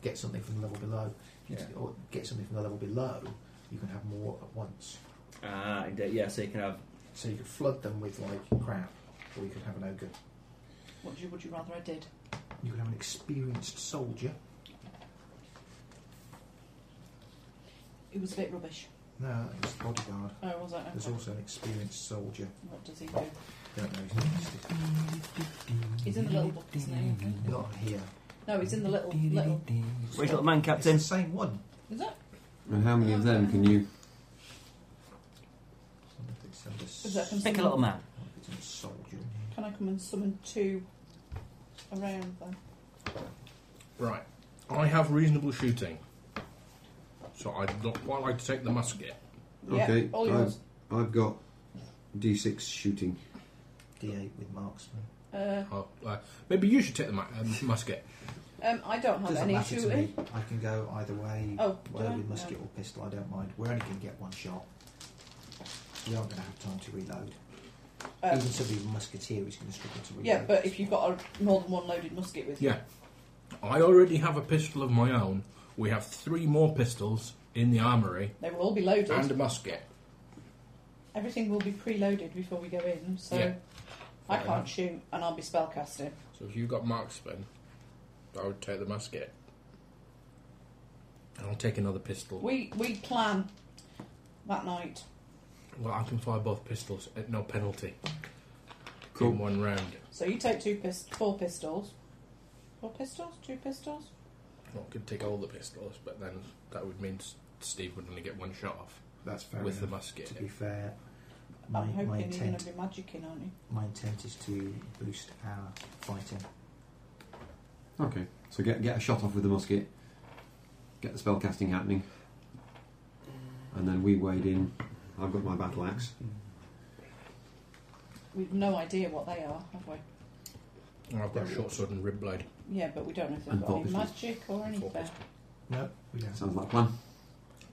get something from the level below, You Yeah. t- or get something from the level below, you can have more at once. Ah, indeed. Yeah, so you can have So you could flood them with like crap, or you could have an ogre. What would you, would you rather I did? You could have an experienced soldier. It was a bit rubbish. No, it's bodyguard. Oh, was it? There's Okay. also an experienced soldier. What does he do? don't know his name. He's in the little book, isn't he? I think. Not here. No, he's in the little little. Where's little man, It's the Captain? same one. Is it? And how many of them can you? I wonder if it's under s- Is that I from Pick a little man. wonder if it's under soldier. Can I come and summon two around then? Right. I have reasonable shooting. So I'd not quite like to take the musket. Okay, Yeah, all I've, yours. I've got D6 shooting. D8 with marksman. Uh, Uh, uh, maybe you should take the mu- um, musket. um, I don't have Doesn't any matter to me. shooting. I can go either way. Oh, do whether I? with musket No. or pistol, I don't mind. We're only going to get one shot. We aren't going to have time to reload. Um, Even somebody with musketeer is going to struggle to reload. yeah, but if you've got a, more than one loaded musket with you, Yeah. I already have a pistol of my own. We have three more pistols in the armoury they will all be loaded. and a musket. Everything will be preloaded before we go in, so Yeah. I Fair can't enough. shoot and I'll be spellcasting. So if you've got marksman, I would take the musket. And I'll take another pistol. We we plan that night. Well, I can fire both pistols at no penalty. Cool. In one round. So you take two pist- four pistols. Four pistols? Two pistols? Well, I could take all the pistols, but then that would mean S- Steve would only get one shot off That's fair with the enough. musket. To be fair, my, I'm my hoping you're going intent to be magicking, aren't you? my intent is to boost our fighting. Okay, so get get a shot off with the musket, get the spell casting happening, and then we wade in. I've got my battle axe. We've no idea what they are, have we? And I've got a short sword and rib blade. Yeah, but we don't know if they've And got four any pistols. magic or and four anything. pistols. No, we don't. Sounds like a plan.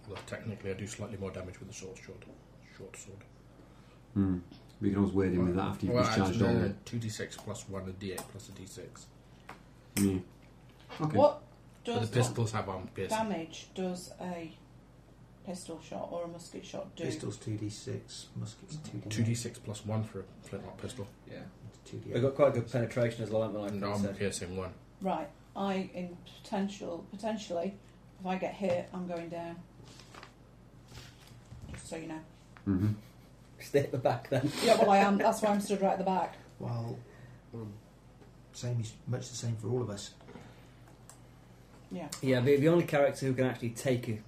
Although technically, I do slightly more damage with a short sword. Short sword. Hmm. We can always wade in with that after you've Well, discharged actually, all no, the. Two d6 plus one, a d8 plus a d6. Yeah. Okay. What But the does what pistols have arm piercing. damage does a pistol shot or a musket shot do? Pistols 2d6, muskets 2d8. Two d6 plus one for a flintlock pistol, Yeah. 2d8. They've got quite good penetration as well, haven't they? and Like I arm said. piercing one. Right. I in potential potentially, if I get hit, I'm going down. Just so you know. Mm-hmm. Stay at the back then. Yeah, well I am. That's why I'm stood right at the back. Well, same is much the same for all of us. Yeah. Yeah, the, the only character who can actually take a,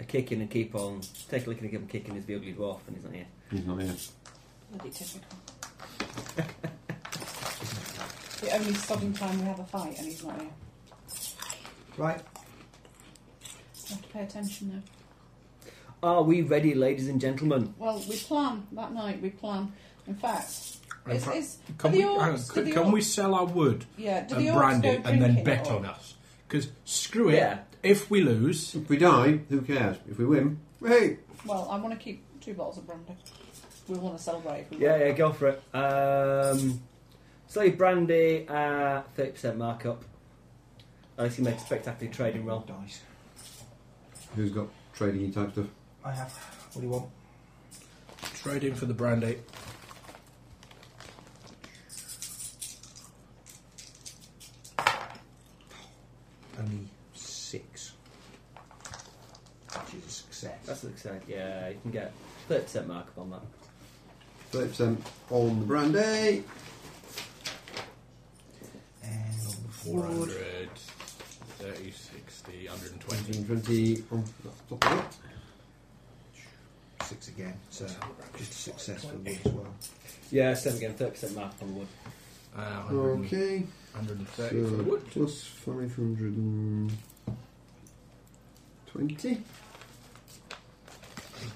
a kick in and keep on take a look and keep on kicking is the ugly dwarf, and he's not here. He's not here. Bloody typical. the only sudden time we have a fight and he's not here. Right, You have to pay attention though. Are we ready, ladies and gentlemen? Well, we plan that night. We plan. In fact, In is, fact, is, Can, do we, the hang on, orcs, do can, the can orcs, we sell our wood yeah, do the and orcs brand go it and then drinking bet or- on us? Because screw it, Yeah. if we lose, If we die, who cares? If we win, hey. Well, I want to keep two bottles of brandy. We want to celebrate. if we Yeah, win. yeah, go for it. Um, Slave Brandy at thirty percent markup. Unless you make a spectacular trading roll. dice. Who's got trading type stuff? I have. What do you want? trade in for the brandy. Only six. Which is a success. That's exciting. Yeah, you can get thirty percent markup on that. Thirty percent on the brandy. and on the board, 400, 30, 60, 120. 120 on the top of that. six again. So just a success for wood as well. Yeah, seven again, thirty percent markup on the wood. Uh, 100, Okay. 130 for the So wood. plus 520.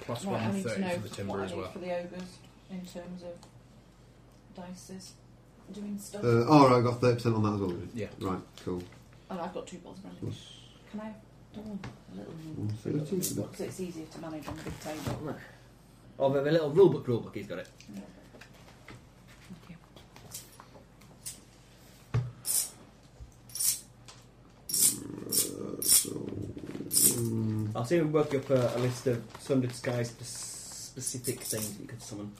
Plus Right, I need to 130 know for the timber what I as need well. for the ogres in terms of dices doing stuff. Uh, oh, right, I got 30% on that as well. did Yeah. you? Right, cool. and I've got two bottles of brandy. Plus Can I have oh, a little? 130 for that. Because it's easier to manage on the big table. Oh, the the little rulebook, rulebook, he's got it. Thank Uh, so, um, I'll see if we work up a, a list of some disguise sp- specific things that you could summon.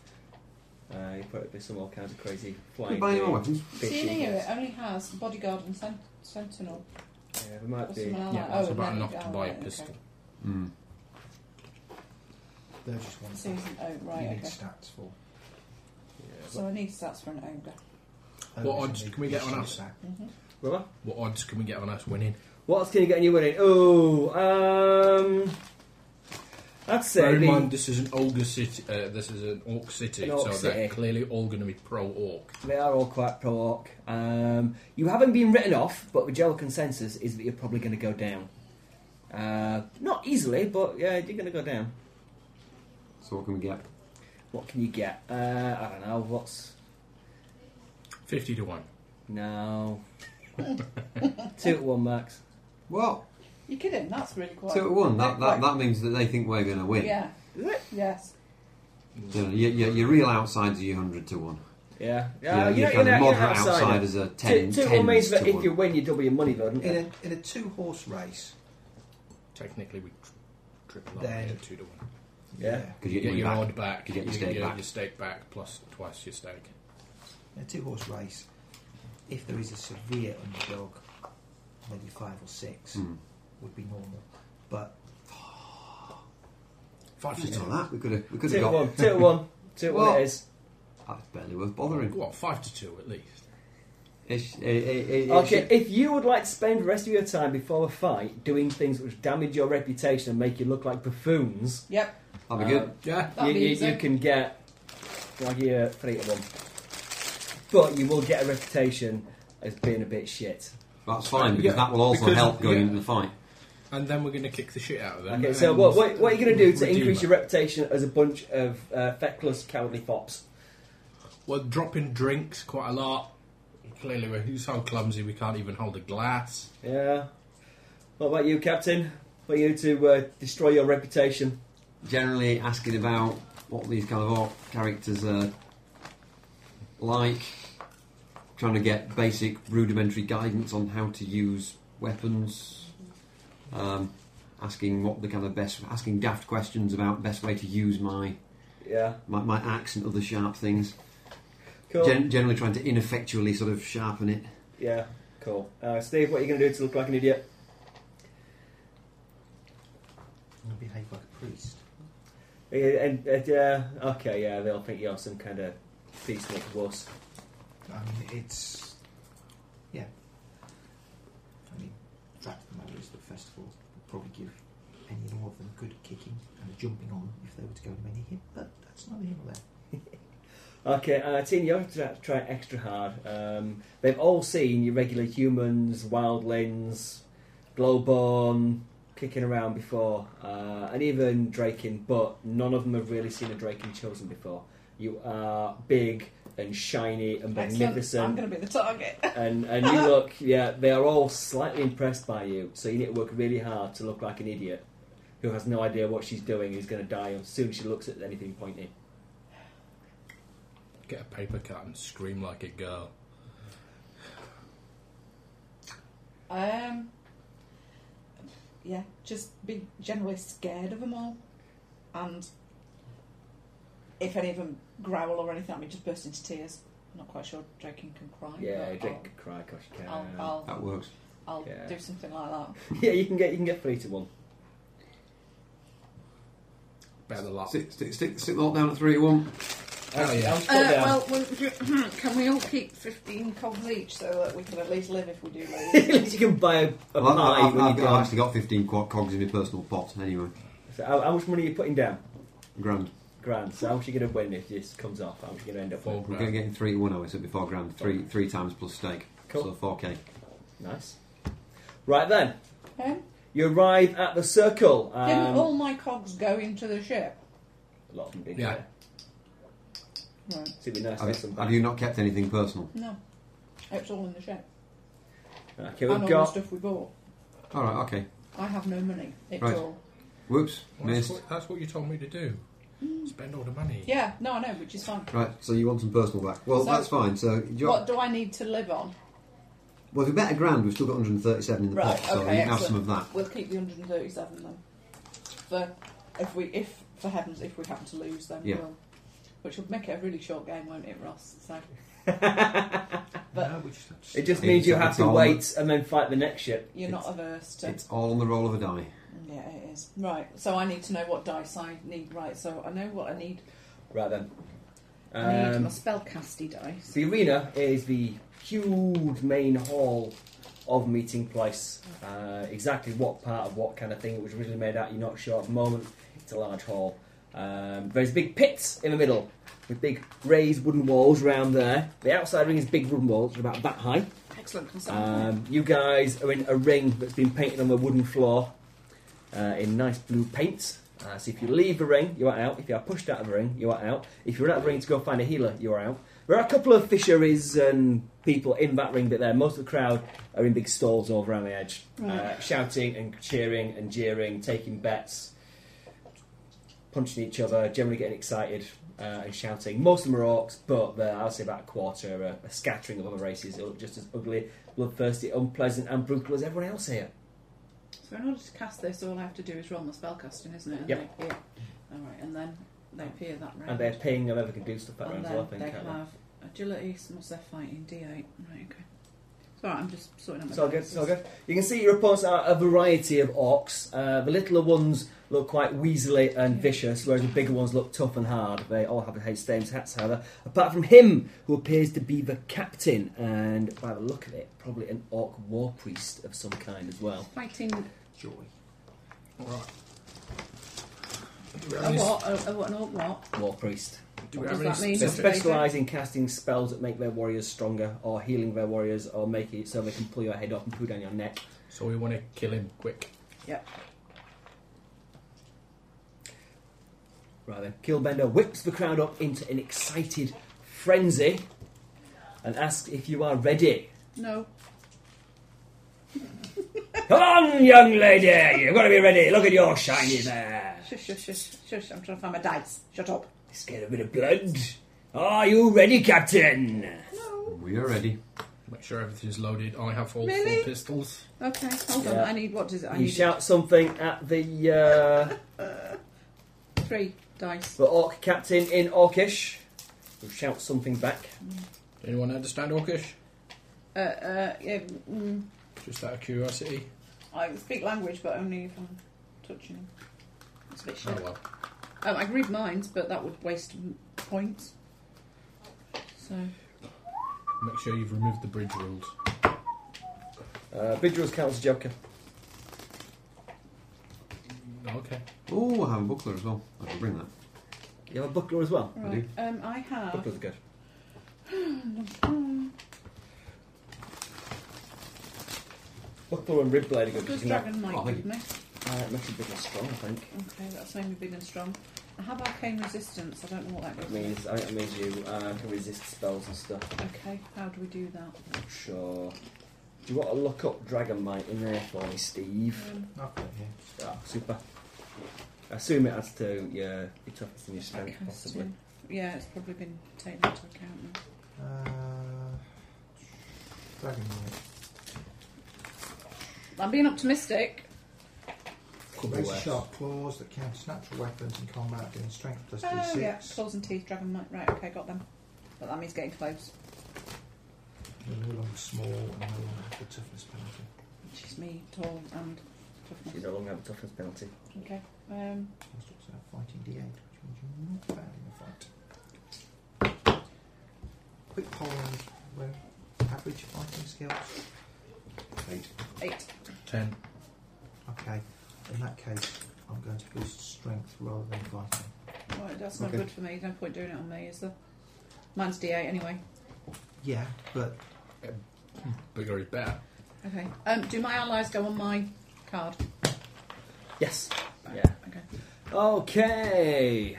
Uh, you probably be some all kinds of crazy we flying. buy any more thing, weapons? you. See, fishing near it things. only has bodyguard and sen- sentinel. Yeah, there Or might something be. like Yeah, that. that's oh, about and enough then- to oh, buy right, a pistol. Mm. They're just one. Okay. Susan, oh, you right, need okay. stats for. Yeah, So I need stats for an ogre. What odds can we get on us? Rubber? What odds can we get on us winning? What else can you get in your wedding? Oh, um, I'd say Bear in the- mind, this is an ogre city. Uh, this is an orc city, An orc so city. they're clearly all going to be pro orc. they are all quite pro orc. Um, you haven't been written off, but the general consensus is that you're probably going to go down. Uh, not easily, but yeah, you're going to go down. So what can we get? What can you get? Uh, I don't know. What's Fifty to one. no two to one max? Well, You kidding? That's really quite. two at one. That, that, quite- that means that they think we're going to win. Yeah. Is it? Yes. You know, your, your, your real outsiders are your hundred to one. Yeah, Uh, Yeah, yeah. your You're, kind you're, of you're moderate outsider. outsiders are Two, ten, two to one tens means to that if one. you win, you double your money, though, don't you? In a, in a two horse race, Technically, we tr- triple up Then- yeah, two to one. Yeah. Could You you get get your money odd back? back. You get your can stake back. Your stake back plus twice your stake. in a two horse race, if there is a severe underdog, maybe five or six Hmm. would be normal. But Five to Just on two. that, we could have we could Two have to got. one. Two to one. Two to one. Well- It is. That's barely worth bothering. eh, What? Five to two at least. It's- it- it- it- Okay, it's- if you would like to spend the rest of your time before a fight doing things which damage your reputation and make you look like buffoons, uh, Yep. that'd be good. Yeah. you, That'd be you, easy. you can get like your three to one. But you will get a reputation as being a bit shit. That's fine Yeah, because that will also because- help going yeah. into the fight. And then we're going to kick the shit out of them. Okay, so and what, what, what are you going to do to redeem increase it. your reputation as a bunch of uh, feckless, cowardly fops? Well, dropping drinks quite a lot. Clearly, we're so clumsy we can't even hold a glass. Yeah. What about you, Captain? For you to uh, destroy your reputation? Generally, asking about what these kind of orc characters are like, trying to get basic rudimentary guidance on how to use weapons, um, asking what the kind of best, asking daft questions about best way to use my Yeah. my, my axe and other sharp things. Cool. Gen- generally, trying to ineffectually sort of sharpen it. yeah. Cool. Uh, Steve, what are you going to do to look like an idiot? I'm going to behave like a priest. Uh, And uh, uh, okay, yeah, they'll think you're some kind of beastly wuss. I mean, Um, it's yeah. I mean, that matters. The festival would probably give any and all of them good kicking and a jumping on if they were to go to many hit, but that's not here nor there. Okay, uh, team, you have to try- try extra hard. Um, they've all seen your regular humans, wildlings, glowborn kicking around before, uh, and even draken, but none of them have really seen a draken chosen before. You are big and shiny and Excellent. I'm magnificent, going to be the target. and, and you look, yeah, they are all slightly impressed by you, so you need to work really hard to look like an idiot who has no idea what she's doing, who's going to die as soon as she looks at anything pointy. Get a paper cut and scream like a girl. Um. Yeah, just be generally scared of them all, and if any of them growl or anything, I mean, just burst into tears. I'm not quite sure Draken can cry. Yeah, but Drake could cry because she can. Oh I'll, I'll, I'll, That works. I'll Yeah. do something like that. Yeah, you can get you can get three to one. Better than lot. Stick, stick, stick, stick the lot down at three to one. Oh, yeah. Put Uh, down. well, we- can we all keep 15 cogs each so that we can at least live if we do At lose? least you can buy a, a Well, pie I've, I've, when you I've, got- I've die. actually got 15 co- cogs in my personal pot anyway. So how, how much money are you putting down? Grand. Grand. So how much are you going to win if this comes off? How much are you going to end up Four with? We're getting, grand. getting three to one, hours, so it'd be four grand. Three, three times plus steak. Cool. So 4k. Nice. Right then, um, you arrive at the circle. Um, didn't all my cogs go into the ship? a lot of them did. Yeah. Right. So it'd be nice to have Have, some. you- back. have you not kept anything personal? No, it's all in the ship. Okay, and we've all the got. stuff we bought. Alright, okay. I have no money. It's Right. all. Whoops, Well, that's, missed. what, that's what you told me to do. Spend all the money. Yeah, no, I know, which is fine. Right, so you want some personal back. Well, So- that's fine. So, do you What do I need to live on? well, if we bet a grand, we've still got 137 in the Right, pot, so okay, you can have excellent. some of that. We'll keep the 137 then. For if we, if for heavens, if we happen to lose, then Yeah. we'll. Which will make it a really short game, won't it, Ross? So But- no, we just have to It just Yeah, means you so have it's to all- wait and then fight the next ship. you're not It's- averse to. Mm, It's all on the roll of a die. Yeah, it is. Right, so I need to know what dice I need. Right, so I know what I need. Right then. I need Um, my spellcasty dice. The arena is the huge main hall of meeting place. Uh, exactly what part of what kind of thing it was originally made out, you're not sure at the moment. It's a large hall. Um, there's big pits in the middle with big raised wooden walls round there. The outside ring is big wooden walls, about that high. Excellent. Can I start with Um, you guys are in a ring that's been painted on the wooden floor uh, in nice blue paint. Uh, so if you leave the ring, you are out. If you are pushed out of the ring, you are out. If you're out of the ring to go find a healer, you are out. There are a couple of fisheries and people in that ring, but there, most of the crowd are in big stalls all around the edge, uh, shouting and cheering and jeering, taking bets, punching each other, generally getting excited uh, and shouting. Most of them are orcs, but there, I'd say about a quarter are a scattering of other races. They look just as ugly, bloodthirsty, unpleasant, and brutal as everyone else here. So in order to cast this, all I have to do is roll my spellcasting, isn't it? And Yep. they appear. All right, and then they appear that round. And they're paying whoever can do stuff that And round as then well, I think. they can't they? have agility, what's their fighting? D8. Right, okay. So I'm just sorting out my It's all good, dice. it's all good. You can see your opponents are a variety of orcs. Uh, the littler ones look quite weaselly and vicious, whereas the bigger ones look tough and hard. They all have the same hats, however, apart from him, who appears to be the captain, and by the look of it, probably an orc war priest of some kind as well. Fighting Joy. Alright. Do we a have any- what? A, a what? An orc what? War priest. do we What have does that any mean? They Is it bigger? specialise in casting spells that make their warriors stronger, or healing their warriors, or making it so they can pull your head off and pull down your neck. So we want to kill him quick. Yep. Right then, Killbender whips the crowd up into an excited frenzy and asks if you are ready. No. Come on, young lady, you've got to be ready. Look at your shiny there. Shush, shush, shush, shush. I'm trying to find my dice. Shut up. Scared a bit of blood. Are you ready, Captain? We are ready. Make sure everything's loaded. I have all Really? four pistols. Okay, hold Yeah. on. I need what is it? I you need shout something at the uh, three dice. the orc captain in Orcish. Who shouts something back. Anyone understand Orcish? Uh, uh, yeah, mm, Just out of curiosity. I speak language, but only if I'm touching them. It's a bit shit. Oh well. Um, I can read minds, but that would waste m- points. So Make sure you've removed the bridge rules. Uh, Bidril's counts as Joker. Okay. Oh, I have a buckler as well. I should bring that. You have a buckler as well. right, um, I have Bucklers are good. Buckler and Ribblade are good. 'cause does you can dragon might Oh, thank give me. Uh, it makes you big and strong, I think. Okay, that's made me big and strong. I have arcane resistance. I don't know what that It does. means, I think it means you uh, can resist spells and stuff. Okay, how do we do that? Not sure. Do you want to look up Dragonmite in there for me, Steve? Um, I've got it here. Ah, super. I assume it adds to your, your toughness and your strength, possibly. casting. Yeah, it's probably been taken into account. now. Uh, Dragon I'm being Knight. optimistic. Raise worse. sharp claws that counters natural weapons in combat, doing strength plus Oh d6. yeah, claws and teeth, dragon might. Right, okay, got them. But that means getting close. They're no longer small and no longer have the toughness penalty. She's me, tall and You toughness. no longer have a toughness penalty. Okay. Um, Must also have fighting d8, which means you're not bad in a fight. Quick poll on well, average fighting skills. eight. Ten. Okay, in that case, I'm going to boost strength rather than fighting. Right, that's not Okay. good for me. There's no point doing it on me, is there? Mine's D8 anyway. Yeah, but Bigger is better. Okay. Um, do my allies go on my card? Yes. Yeah. Okay. Okay.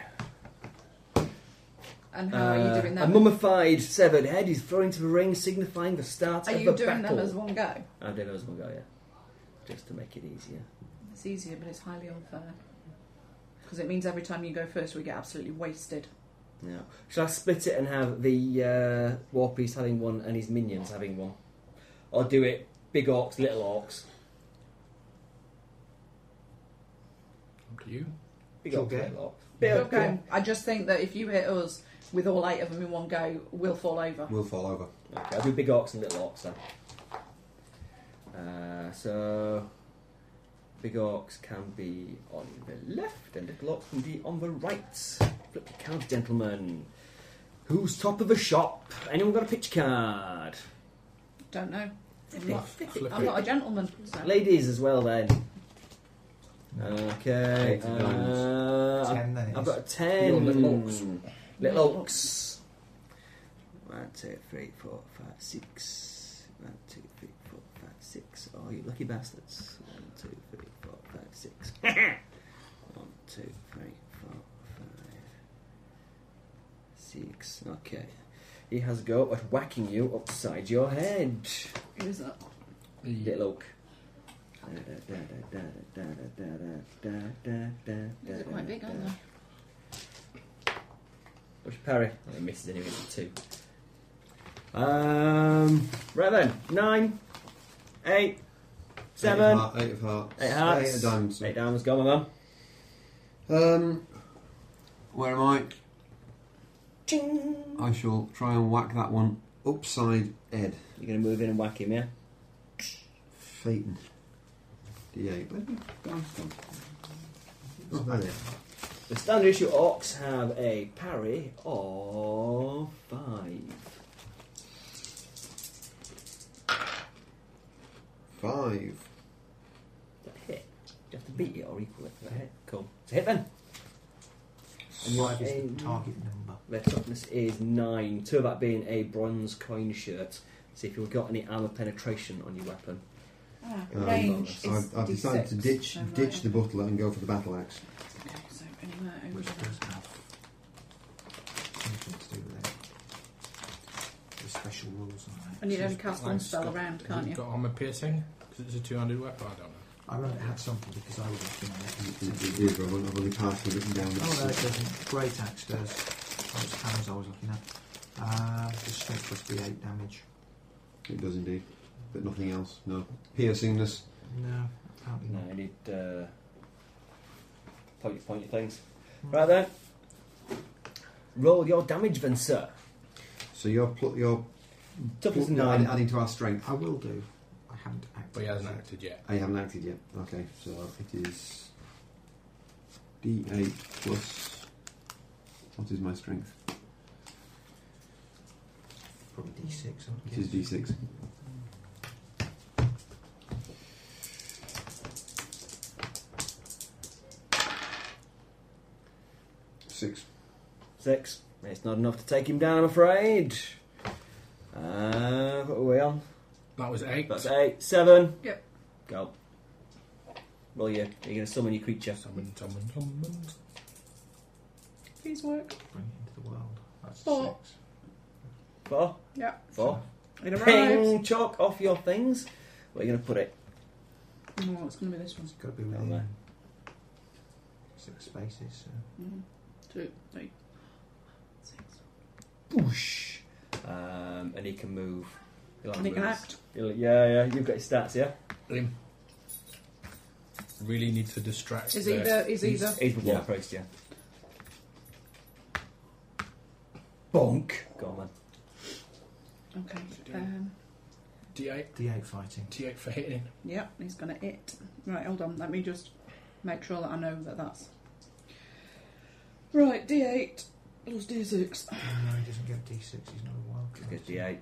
And how are Uh, you doing A that? mummified severed head is thrown to the ring, signifying the start Are of you the doing battle. them as one go? I did as one go, yeah. Just to make it easier. It's easier, but it's highly unfair. Because it means every time you go first, we get absolutely wasted. No. Should I split it and have the uh, War Priest having one and his minions having one? Or do it big orcs, little orcs? Up to you. Big Sure, orcs, okay. little orcs. Bit of- Okay. um, I just think that if you hit us with all eight of them in one go, we'll fall over. We'll fall over. Okay, I'll do big orcs and little orcs then. Uh, so, big orcs can be on the left and little orcs can be on the right. Flip the card, gentlemen. Who's top of the shop? Anyone got a pitch card? Don't know. I'm not, Flip I'm it. not a gentleman. So. Ladies as well then. Okay. Eight Uh, I've- Ten then it I've is. got a ten. Little oaks. Little oaks. One, two, three, four, five, six. One, two, three, four, five, six. Oh, you lucky bastards. One, two, three, four, five, six. One, two, three, four, five, six. Okay. He has a go at whacking you upside your head. Who is that? Little oak. These These are quite big, aren't they? What's your parry? Oh, it misses anyway, it's a two. Um, right then, nine, eight, Eight of, seven, heart, eight of hearts. eight hearts, Eight of diamonds. Eight diamonds, go, my man. Um, where am I? I shall try and whack that one upside Ed. You're going to move in and whack him, yeah? Phaeton. D8. Where did it bounce from? Oh, there they are. The standard issue orcs have a parry of five. Five. Is that a hit? You have to beat it or equal it for a hit. Cool. It's a hit then. And what is Um, the target number? Their toughness is nine. Two of that being a bronze coin shirt. See if you've got any armor penetration on your weapon. Ah, Um, range so is I've, I've decided to D6. ditch Oh, right. ditch the butler and go for the battle axe. Okay, so anywhere over Which there. does have something to do with it. The special rules on that. And you only cast one Mine's spell got- around, can't you? Got armor piercing because it's a two-handed weapon. I don't know. I remember it had something because I would have been It's there. in the ear drum, I've only partially written down the Oh no, it doesn't. Great axe does. Oh, it's hammers I was looking at. Um, the strength must be 8 damage. It does indeed. But nothing else, no. Piercingness. No, apparently No, not. you need uh, pointy pointy things. Right then. Roll your damage then, sir. So you're pl- you're Toughness pl- nine. adding to our strength. I will do. I haven't acted. But he hasn't acted yet. I haven't acted yet. Okay, so it is D8 plus. What is my strength? Probably D6. I It is D6. Six. Six. It's not enough to take him down, I'm afraid. Uh, what are we on? That was eight. That's eight. Seven. Yep. Go. Roll your. You're going to summon your creature. Summon, summon, summon. Please work. Bring it into the world. That's Four. six. Four. Yeah. Four. It arrives. Ping! Chalk off your things. Where are you going to put it? Oh, it's going to be this one. It's got to be Down within there. six spaces. So. One, two, three, six. Whoosh. Um, and he can move. He'll have And it can moves. act. He'll- yeah, yeah. You've got his stats, yeah? Him. Really need to distract. Is the- either is either He's with Yeah. one price, yeah. Bonk. Go on, man. okay. Um, D8, D8 fighting. D8 for hitting. yep, he's gonna it. Right, hold on. Let me just make sure that I know that that's right. D eight plus D six. Oh, no, he doesn't get D6. He's not a wild Just card. gets D8.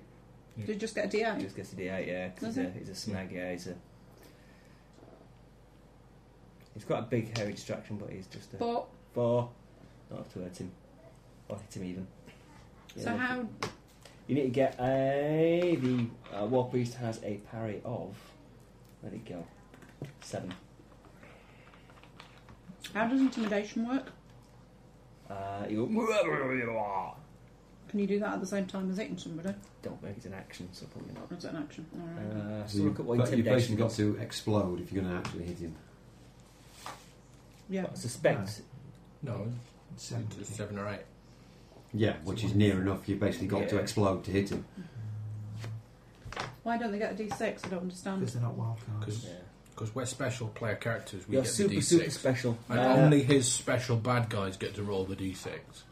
Did you just get a D eight? Just gets a D8, yeah. 'cause he's, a, he's a snag, yeah. He's a. He's quite a big, hairy distraction, but he's just a. But Four. Not enough to hurt him. Or hit him even. Yeah, so look, how? You need to get a. The uh, War Priest has a parry of. Where'd it go? Seven. How does intimidation work? Uh, you go. Can you do that at the same time as hitting somebody? Don't make it an action, so probably not. Or is it an action? All right. Uh, so So look at what you've got- you've intimidation basically got got. to explode if you're going to actually hit him. yeah. I suspect No, Seven. it's seven or eight. Yeah, which is near enough. You've basically got to Yeah. explode to hit him. Why don't they get a D six? I don't Because understand. they're not wild cards. Because we're special player characters. We you're get super, the D6. super special. And Uh, only his special bad guys get to roll the D6.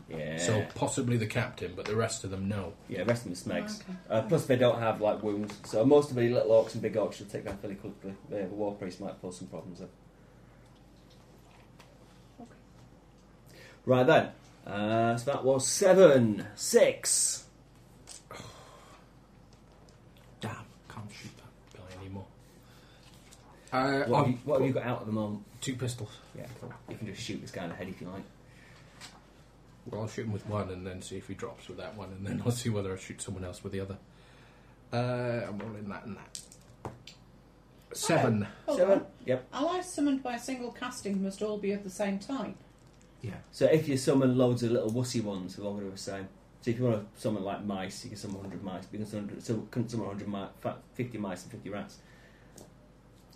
yeah. So possibly the captain, but the rest of them no. yeah, the rest of them are smegs. Oh, okay. Uh, plus, they don't have like wounds, so most of the little orcs and big orcs should take that fairly quickly. Yeah, the war priest might pose some problems. Then. Okay. Right then, Uh, so that was seven, six. Damn, can't shoot that guy anymore. What, Uh, have you, what have you got out at the moment? two pistols. Yeah, cool. You can just shoot this guy in the head if you like. Well, I'll shoot him with one and then see if he drops with that one, and then I'll see whether I shoot someone else with the other. Uh, I'm rolling that and that. Seven. Hold Seven. on. Yep. Allies summoned by a single casting must all be of the same type. So if you summon loads of little wussy ones, they're all going to be the same. So if you want to summon like mice, you can summon 100 mice. But you can summon, so can summon 100 mi- fa- 50 mice and 50 rats.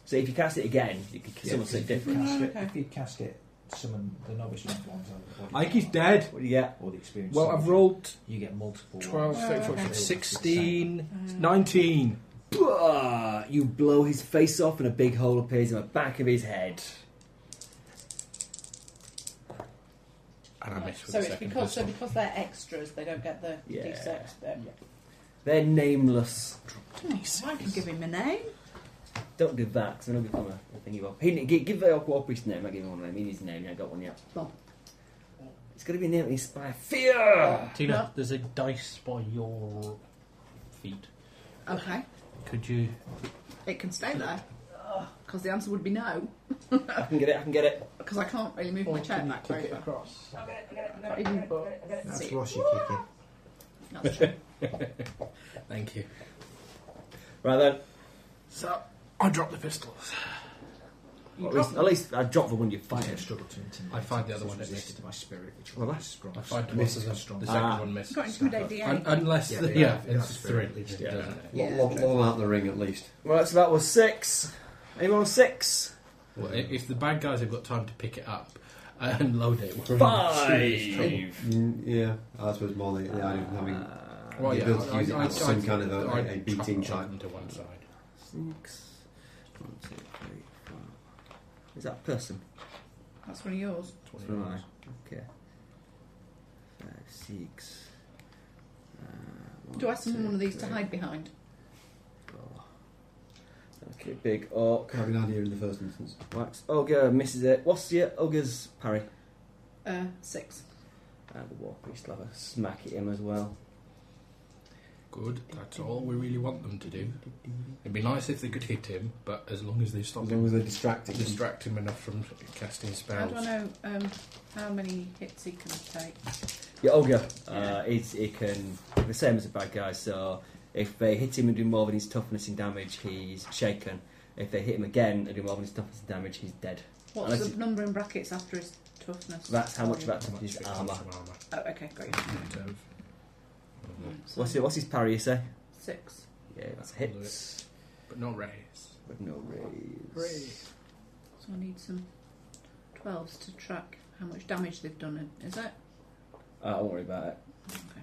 So if you cast it again, you can summon something different. Mm, Cast it. okay. If you cast it, summon the novice ones ones on the I body. think he's dead. What do you get? Or the experience. Well, I've rolled You get multiple. 12, Uh, ones. 13, They all have 14, to be the same. 16, Uh, 19. Bah! You blow his face off, and a big hole appears in the back of his head. And I miss with so the it's second because so pistol. because they're extras, they don't get the Yeah. D6. But They're nameless. Oh, I can give him a name. Don't do that, because then it'll become a, a thingy bob. He, give, give the Aqua Priest name. I gave him one name. He needs a name. Yeah, I got one yet. Bob. It's going to be named Inspire Fear! Tina, there's a dice by your feet. Okay. Could you? It can stay there. Because the answer would be no. I can get it, I can get it. Because I can't really move Oh, my chair back very far. across. Not even That's See. Rossi kicking. That's true. Thank you. Right then. So I drop the pistols. Well, at, least, at least I dropped the one you I don't fired. struggle to intimidate. I find the other one that resisted missed. by spirit, which Well, one that's- is strong. I find one Miss of is them. strong. The second Ah. one missed. Got intimidate Un- D8. unless Yeah, the, yeah, yeah, yeah, it's that's three fair. at least, Yeah. doesn't it? Yeah. Lob, lob out the ring at least. Right, so that was six. Anyone on six? Well, i- if the bad guys have got time to pick it up and load it, we're in serious trouble. Five. Mm, yeah, I suppose more the, the idea of Uh, having Well, The yeah, ability to I- use it I- as I- some I- kind of a- I a- a beating chucked type. them to one side. Six. One, two, three, four. Is that a person? That's one of yours. Right. Okay. Five, Uh, six. Uh, one, Do I summon two, one of these to three, hide behind? four. Okay, big orc. having an idea in the first instance. Wax ogre misses it. What's your ogre's parry? Uh, six. And the war priest lover smack at him as well. Good. That's all we really want them to do. It'd be nice if they could hit him, but as long as they stop As him, long as they're distracting. distract him enough from casting How spells. do I know um, how many hits he can take? Yeah, ogre. Uh, it's, it can the same as a bad guy. So if they hit him and do more than his toughness and damage, he's shaken. If they hit him again and do more than his toughness and damage, he's dead. What's Unless the number in brackets after his toughness? Oh, That's how much of that How much toughness is fixed armor. on armour? Oh, okay, got you. Bit of- Mm. Right, so What's it? What's his parry? You say? Six. Yeah, that's hits, But not raise. but no raise. Raise. So I need some 12s to track how much damage they've done. Is that? Uh, don't worry about it. Okay.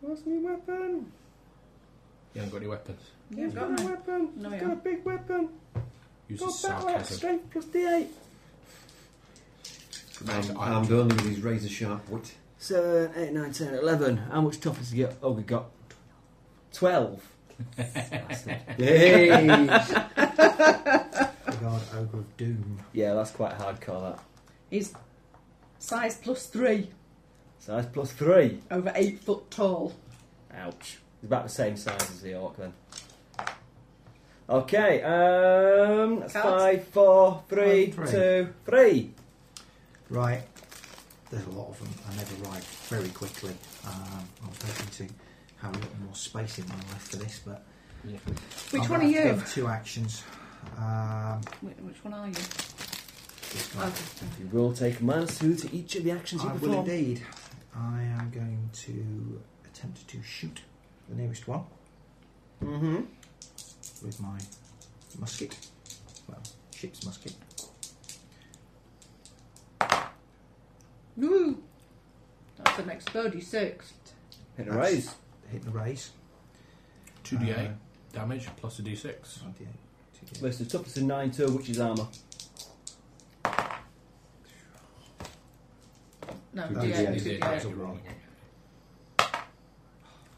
What's my weapon? You haven't got any weapons. Yeah, I've got Got a mine. weapon. No, He's yeah. got a big weapon. Use Got his battle axe, sarcasm. strength plus D8. Um, I'm, I- I'm done with his razor sharp wit. Seven, eight, nine, ten, eleven. How much toughness did you get? Ogre got twelve. Bastard. Regard Ogre of Doom. Yeah, that's quite hardcore. That He's size plus three, size plus three. over eight foot tall. Ouch. It's about the same size as the orc then. Okay. Um. That's Count. five, four, three, Five, three. two, three. Right. There's a lot of them. I never ride very quickly. Um, I was hoping to have a little more space in my life for this, but Which Oh, one I'm are gonna have you? To go for two actions. Um, Which, which one are you? this one. Okay. You will take minus two to each of the actions you I will perform. indeed. I am going to attempt to shoot the nearest one Mm-hmm. with my musket. Well, ship's musket. Woo! That's an next 36. Hit a That's- raise. Hit the raise. 2d8 Uh, damage plus a d6. 28, 2d8. List of toughness and nine two, which is armor. No, Two yeah, D8. two Is it- D8. is it rolling?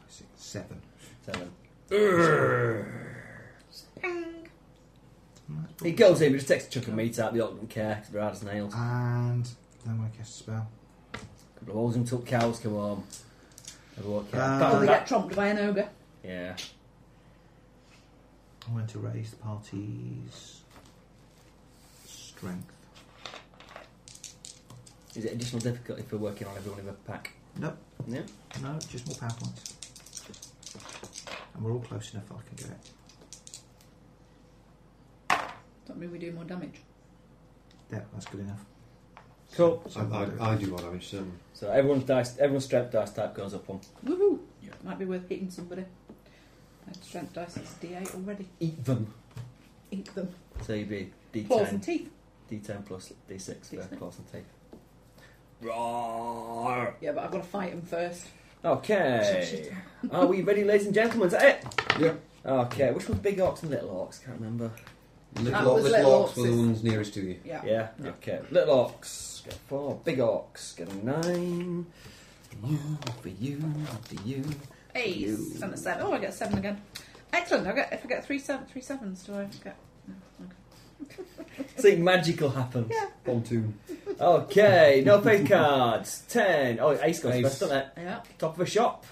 Six, seven. Seven. That's Ah. He goes in, but just takes a chunk of meat out. The orc doesn't care. 'cause They're hard as nails. And Then I'm going to cast a spell. Couple of holes until cows come home. Have a walk Uh, out. Or That- they get that- tromped by an ogre. yeah. I'm going to raise the party's strength. Is it additional difficulty for working on everyone in the pack? Nope. No? No, just more power points. And we're all close enough I can get it. That mean we do more damage. Yeah, that's good enough. Cool. I, I, I um, do what I'm interested in. So everyone's dice, everyone's strength dice type goes up one. Woohoo! Might be worth hitting somebody. My strength dice is D8 already. Eat them. Eat them. So you'd be Claws and D10, teeth. D10 plus D6 for D6. claws and teeth. Roar. Yeah, but I've got to fight them first. Okay. Are we ready, ladies and gentlemen? Is that it? Yep. Okay. Which one's big orcs and little orcs? Can't remember. That Little, orc- was little little orcs were the orcs. ones nearest to you. Yeah. Yeah. Okay. Little orcs get four. Big orcs get a nine. For you, for you, for you. Hey, You. and a seven. Oh, I get a seven again. Excellent. I get if I get three seven, three sevens, do I get? See, magical happens. Pontoon. Okay, no faith cards. Ten. Oh, ace goes Ace. first, doesn't it? Yeah. Top of a shop.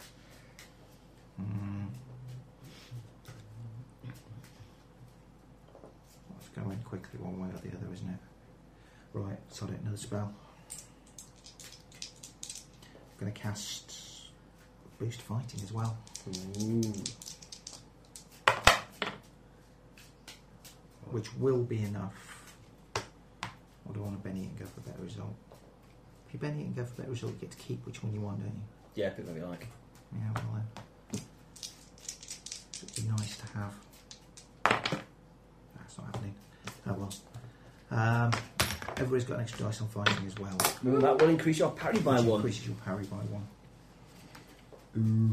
Mm. It's going quickly one way or the other, isn't it? Right, sod it, another spell. I'm going to cast Boost Fighting as well. Which will be enough. Or do I want to Benny and go for a better result? If you Benny it and go for a better result, you get to keep which one you want, don't you? Yeah, pick whatever you like. Yeah, well then. It'd be nice to have. That's not happening. Oh well. Um, everybody's got an extra dice on fighting as well. Remember that will increase your parry by which one. Increases your parry by one.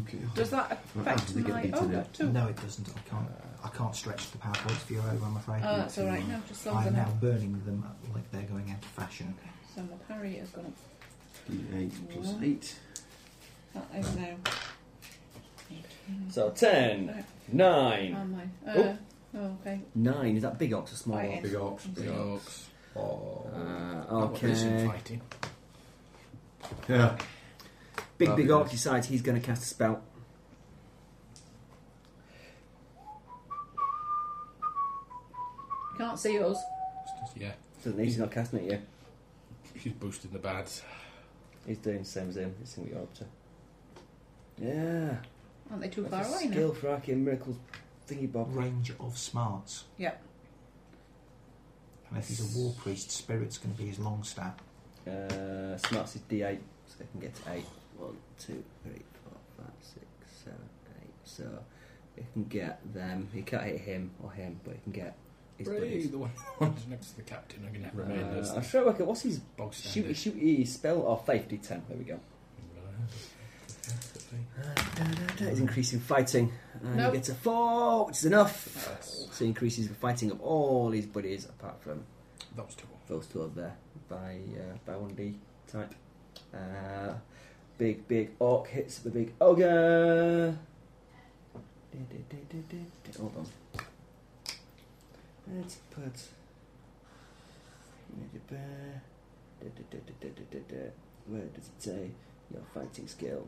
Okay. Does that Well, affect they get my beaten ogre out. too? No, it doesn't. I can't. I can't stretch the power points for your over. I'm Uh, afraid. Oh, that's all right. No, just I am something. now burning them up like they're going out of fashion. So my parry has gone up. D8 plus Yeah. 8. That is now. So ten, How nine, am I? Uh, oh, okay. nine. Is that big orcs or small Right, orcs? Big orcs, big Yeah. orcs. Oh. Uh, That one isn't okay. fighting. Yeah. Big That'd big be orc nice. decides he's going to cast a spell. Can't see us. It's just- yeah, Doesn't need. He's not casting it yet. he's boosting the bads. He's doing the same as him. He's seeing what you're up to. Yeah. Aren't they too That's a far away now? skill for Arcane Miracles thingy bob. Range of smarts. Yeah. And if he's a war priest, spirit's going to be his long staff. Uh, smarts is D8, so I can get to 8. 1, 2, 3, 4, 5, 6, 7, 8. So he can get them. He can't hit him or him, but he can get his Hooray, buddies. the one one's next to the captain. I'm going to remain Uh, I'm as sure I can, what's his bog shooty standard. shooty spell oh, or faith D10? There we go. He's increasing fighting. And Nope. he gets a 4, which is enough. Yes. So he increases the fighting of all his buddies apart from That was terrible. those two up there by uh, by one D type. Uh, big big orc hits the big ogre. Du-du-du-du-du-du. Hold on. Let's put. Du-du-du-du-du-du-du. Where does it say your fighting skill?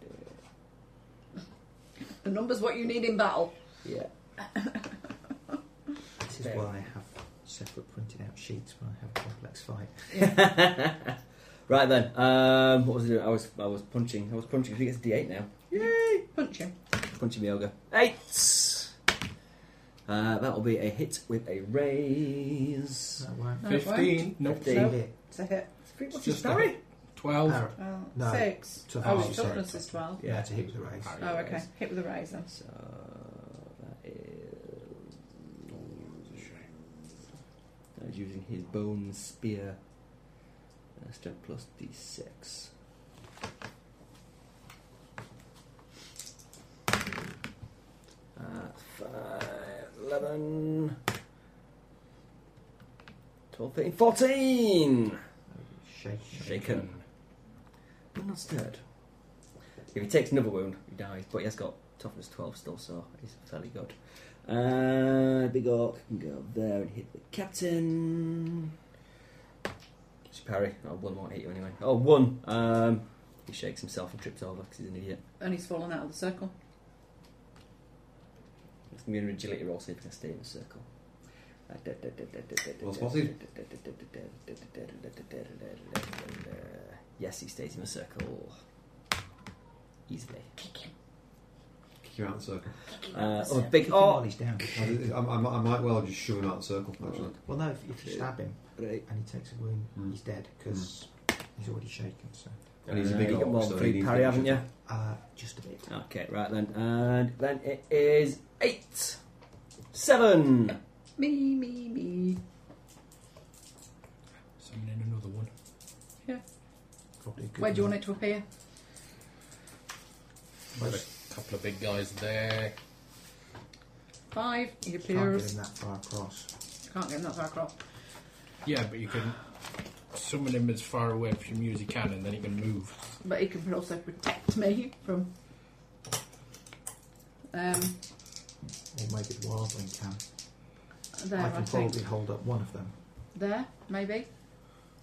Du-du-du-du-du. The number's what you need in battle. Yeah. This is Fair. why I have separate printed out sheets when I have a complex fight. right then, um, what was I doing? I was I was punching. I was punching. I think it's D eight now. Punch him. Punching the ogre. Eight. Uh, that will be a hit with a Does raise. that work? No, it won't. 15. Nope. Fifteen. Hit. It's a hit. It's just a hit. 12. Arrow. Well, No, Uh, six. to oh, half, it's sorry. toughness is twelve. Yeah, to hit with a raise. Arrow. Oh, okay. Hit with a razor. So uh, that is. That is using his bone spear. Uh, strength plus D six. Uh, five, 11, 12, 13, 14! Shake. Shaken. But not stirred. If he takes another wound, he dies, but he has got toughness 12 still, so he's fairly good. Uh, big orc can go up there and hit the captain. Just parry. Oh, one won't hit you anyway. Oh, one. Um, he shakes himself and trips over because he's an idiot. And he's fallen out of the circle. It's gonna be an agility roll, see if I can stay in a circle. Well spotted. Yes, he stays in a circle. Easily. Kick him out of the circle. Uh, That's oh, it. big Kick him while orc. he's down. I, I, I- I might well just shove him out of the circle, actually. Well, no, if, if you stab him Right. and he takes a wound, Mm. he's dead because he's already shaken. So, And he's a Uh, big you got orc, more so free he needs parry, to- haven't you? uh, just a bit. Okay, right then. And then it is eight. Seven. Me, me, me. Summon in another one. Probably a good Where do you want it to appear? Got a couple of big guys there. Five. He Can't get appears. him that far across. Can't get him that far across. Yeah, but you can summon him as far away from you as you can, and then he can move. But he can also protect me from. Um, Or maybe the wild one can. there, I I, can think. probably hold up one of them. There, maybe.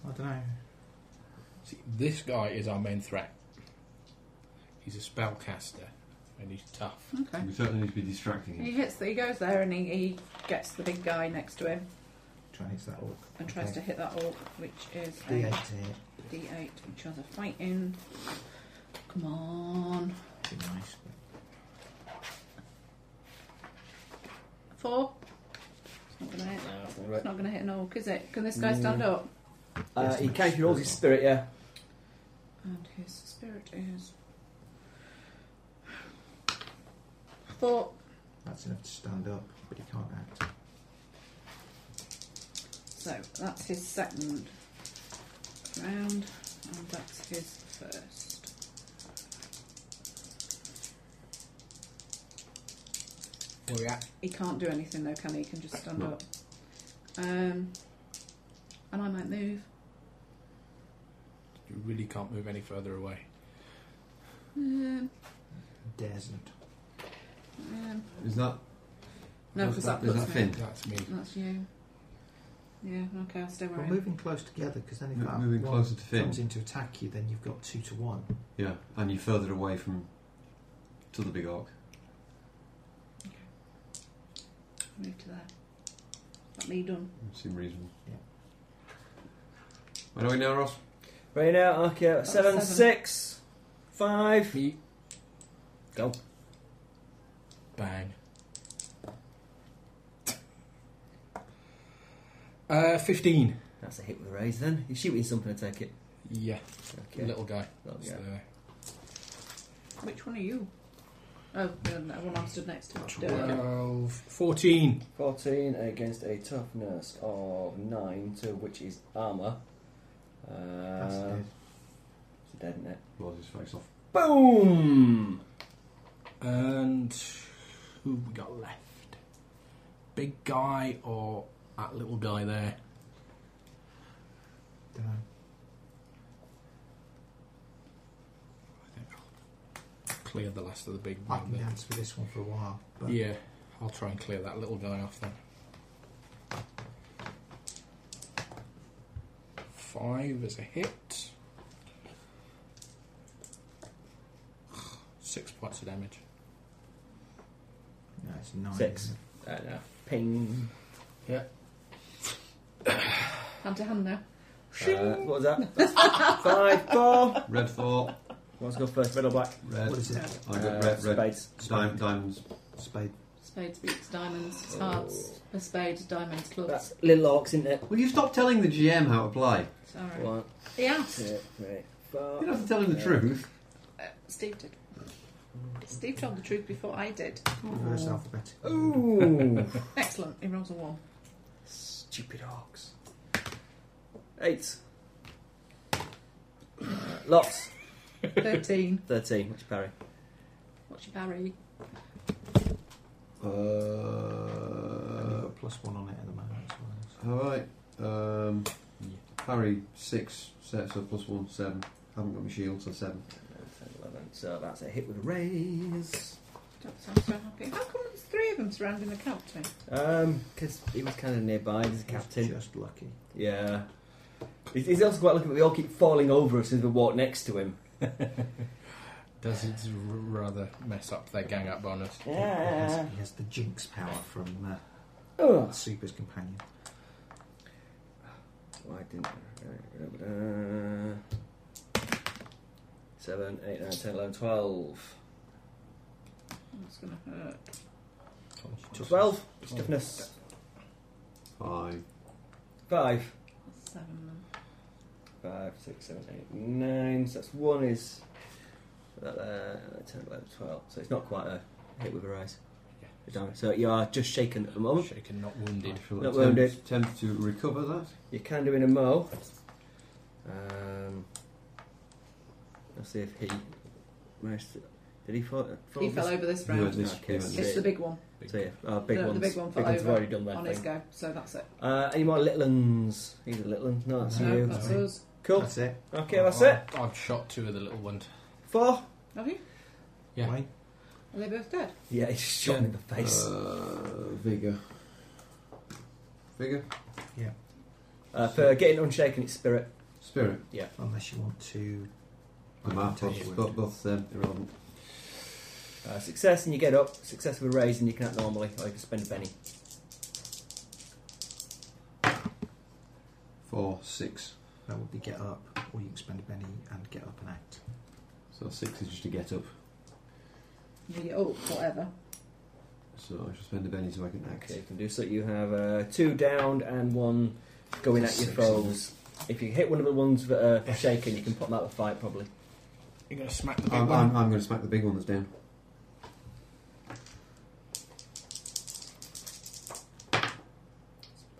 I don't know. See, this guy is our main threat. He's a spellcaster, and he's tough. Okay. We certainly need to be distracting He him. hits. The, he goes there and he, he gets the big guy next to him Try and hit that orc. and tries Okay. to hit that orc, which is a D8 to hit. D8, which has a fighting. Come on. Be nice. but- Four. It's not gonna hit. It's Right. not gonna hit an orc, is it? Can this guy stand up? Uh, he can if he rolls his spirit, yeah. And his spirit is four. That's enough to stand up, but he can't act. So that's his second round, and that's his first. Where we at? He can't do anything though, can he? He can just stand up. Um, and I might move. You really can't move any further away. Um, Dares not. um, Is that. no, is because that, is puts that me. Finn? That's me. That's you. Yeah. Okay, I'll stay where We're I am. moving close together because then if Mo- that moving one closer to Finn. comes in to attack you, then you've got two to one. Yeah, and you're further away from. to the big orc. Move to there. That me done. Would seem reasonable. Yeah. Where are we now, Ross? Right now, okay. Seven, seven. six, five. Me. Go. Bang. Uh, 15. That's a hit with a raise then. You're shooting something, I take it. Yeah, Okay. little guy. That'll be So, it. Which one are you? Oh, the the one I'm stood next to. 12, 14. 14 against a toughness of 9, to which is armour. Uh, That's it. It's dead, isn't it? Blows his face off. Boom! And who we got left? Big guy or that little guy there? Don't know. I think I'll clear the last of the big I one. can there. dance with this one for a while, but Yeah, I'll try and clear that little guy off then. Five is a hit. Six points of damage. no, it's nine. Six. isn't I don't know. Uh, Ping. Hand to hand now. Uh, what was that? That's five, four. Red four. Let's go first, red or black? it? Red. What is Uh, it? I got Uh, red, red. Spades. Dime, diamonds. Spade. Spades, beats, diamonds, hearts, a spade, diamonds, clubs. That's little orcs, isn't it? Will you stop telling the GM how to play? Sorry. One, He asked. two, three, You four. don't have to tell him the truth. Uh, Steve did. Steve told the truth before I did. Reverse alphabet. Ooh. Excellent. He rolls a one. Stupid orcs. Eight. Uh, lots. Thirteen. 13, which parry. What's your parry? You've Uh, got plus one on it at the moment. As well, so. alright. Um, Parry, six, set, so plus one, seven. Haven't got my shield, so seven. 11. So that's a hit with a raise. Don't sound so happy. How come there's three of them surrounding the captain? Um, because he was kind of nearby. He's a captain. Just lucky. Yeah. He's, he's also quite lucky. that We all keep falling over as soon as we walk next to him. Does it r- rather mess up their gang up bonus? He has, he has the jinx power from Oh, uh, Super's companion. why didn't? I- Uh, seven, eight, nine, ten, eleven, twelve. That's going to Oh, hurt. Twelve. Stiffness. Five. Five. Seven. Five, six, seven, eight, nine. So that's one is uh, about there, and ten, eleven, twelve. So it's not quite a hit with her eyes. Yeah. Damn. So you are just shaken at the moment. Shaken, not wounded. I shall Not attempt, wounded. attempt to recover that. You can do in a mo. Um, let's see if he managed to. Did he fall? fall He fell over this No, round. this Okay, given. It's the big one So yeah, uh, big The- the ones. big one fell ones have over already done their on his thing. go, so that's it. Uh, any more Littlands? He's a Littland. No, that's no, you. that's us. Cool. That's it. Okay, that's it. I've- I've shot two of the little ones. Four. Have you? Yeah. Why? Are they both dead? Yeah, he's shot him in the face. Uh, vigor. Vigor. Uh, for getting unshaken, it's spirit. Spirit. Unless you want to. The map. Take it Both, with both, you. both um, irrelevant. Uh, success and you get up. Success with a raise and you can act normally, or you can spend a penny. Four, six. That would be get up, or you can spend a penny and get up and act. So six is just a get up. Yeah, oh, whatever. So I shall spend a penny so I can act. Okay, you can do so. You have uh, two downed and one going at your Six, isn't foes. If you hit one of the ones that are shaken, you can pop them out of the fight probably. You're going to smack the big I'm, one. I'm, I'm going to smack the big one that's down.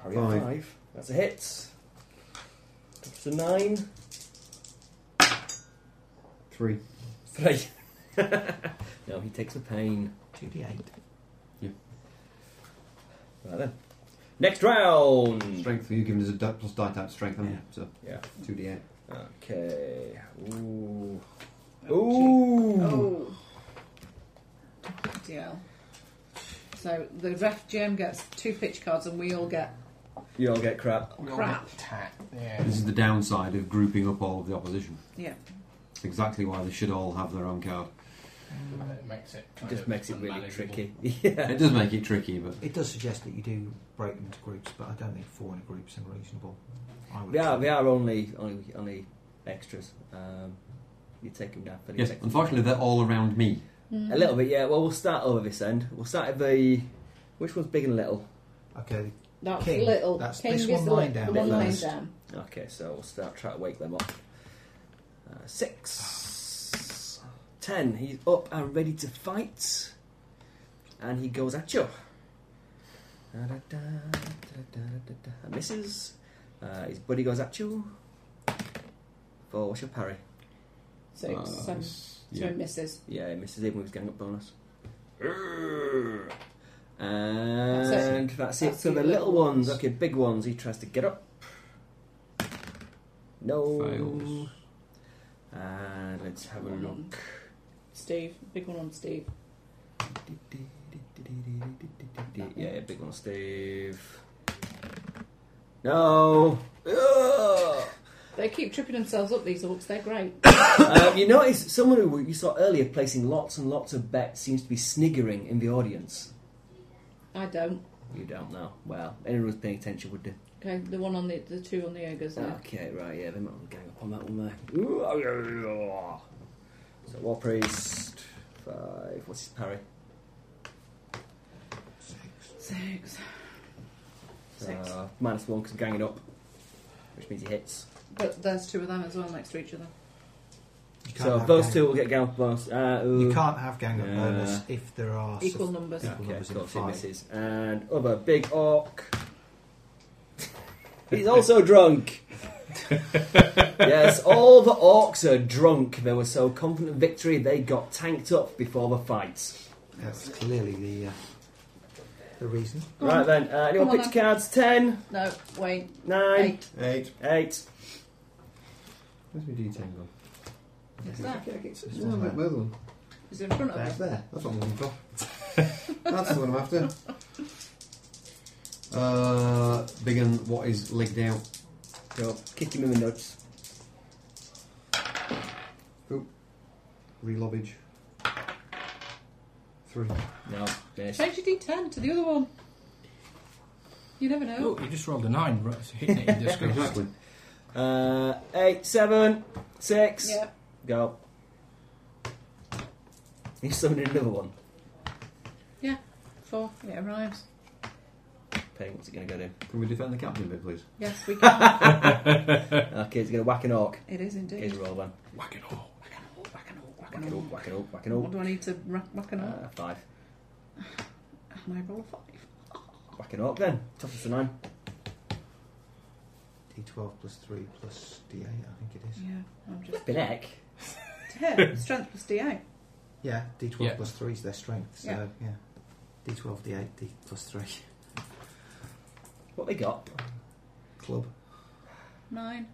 Parry of Five. five. That's a hit. That's a nine. Three. Three. no, he takes the pain. 2d8. Right then. Next round. Strength for you given as a di- plus die type strength, haven't you? So Hmm. Yeah. two d8. Okay. Ooh. Ouchie. Ooh. Oh. DL. So the ref Jim gets two pitch cards and we all get You all get crap. We all crap. get tapped, Yeah. This is the downside of grouping up all of the opposition. Yeah. It's exactly why they should all have their own card. It makes it kind Just of makes it really unmanageable. tricky. Yeah. It does make it tricky, but It does suggest that you do break them into groups, but I don't think four in a group is unreasonable. I would They are, they um, are only, only, only extras. Um, you take them down. but you yes, take them unfortunately they're all around me. down. Mm-hmm. A little bit, yeah. Well, we'll start over this end. We'll start at the. Which one's big and little? Okay, That's King. little. That's King this is one the lying down little- The one lying first. down. Okay, so we'll start trying to wake them up. Uh, six. Ten. He's up and ready to fight. And he goes at you. Da-da-da, da-da-da-da-da. Misses. Uh, his buddy goes at you. Four. What's your parry? Six, Uh, seven. So it's- yeah. it misses. Yeah, it misses even with his gang up bonus. That's And it. that's it. That's So the the little little ones. ones. okay, big ones. He tries to get up. No. Fails. And let's have a look. Steve. Big one on Steve. Yeah, big one, Steve. No. Ugh. They keep tripping themselves up, these orcs. They're great. um, you notice someone who you saw earlier placing lots and lots of bets seems to be sniggering in the audience. I don't. You don't know. Well, anyone who's paying attention would do. Okay, the one on the the two on the ogres there. Okay, right, yeah, they might want to gang up on that one there. So, War Priest, five. What's his parry? Six. Six. Uh, minus one because ganging up, which means he hits. But there's two of them as well next to each other. you can't So, have those gang- two will get gang up bonus. Uh, You ooh. can't have gang up Yeah. bonus if there are uh, Equal suff- numbers. equal Okay, of numbers in the course, he fight. misses. And other big orc. He's also drunk. yes, all the orcs are drunk. They were so confident of victory, they got tanked up before the fight. That's clearly the uh, the reason. Go right on. then, uh, any Come more on picture cards? Ten, No, wait. nine, Eight. Eight. eight. Where's my d10 gone? Is that? Okay, okay, it's- It's it's one one there. like the other one. Is it in front That's of me? there. That's what I'm looking for. That's the one I'm after. Uh, big and what is legged out? Go, kick him in the nuts. Relobbage. Three. No, yes. Change your D10 to the other one. You never know. Oh, you just rolled a nine, right? so hitting it in disgust. Exactly. Uh, eight, seven, six. Yeah. Go. He's summoning another one. Four. When it arrives. Paying, what's it going to go do? Can we defend the captain a bit, please? Yes, we can. Okay, he's going to Uh, whack an orc. it Here's is indeed. a roll then. Whack it all. Whack an orc, whack Whack an an orc. orc, whack an orc, whack an What orc. do I need to ra- whack an orc? Uh, five. Am I roll a five? Whack an orc then. Top of the nine. D12 plus 3 plus D8, I think it is. Yeah, I'm just. Binek. Ten. Strength plus D8. Yeah, D12 Yeah. plus 3 is their strength, so Yeah. yeah. D12, D8, D plus 3. What they got? Club. Nine.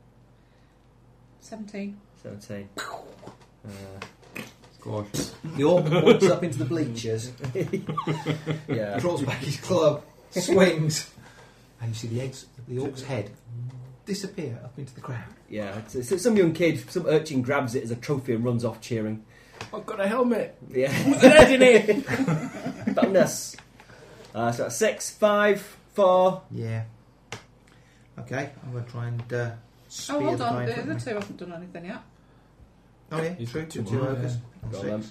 Seventeen. 17. Uh, Squash. The orb points up into the bleachers, Yeah. draws back his club, swings. And you see the eggs, the orc's head disappear up into the crowd. Yeah. It's, it's some young kid, some urchin grabs it as a trophy and runs off cheering. I've got a helmet. Yeah. An head in it. Bonus. Uh, so that's six, five, four. Yeah. Okay, I'm going to try and uh, spear Oh, hold the guy on. in The front other of me. two haven't done anything yet. Oh, yeah, He's true. got two Two, two more, ogres. and Go six. on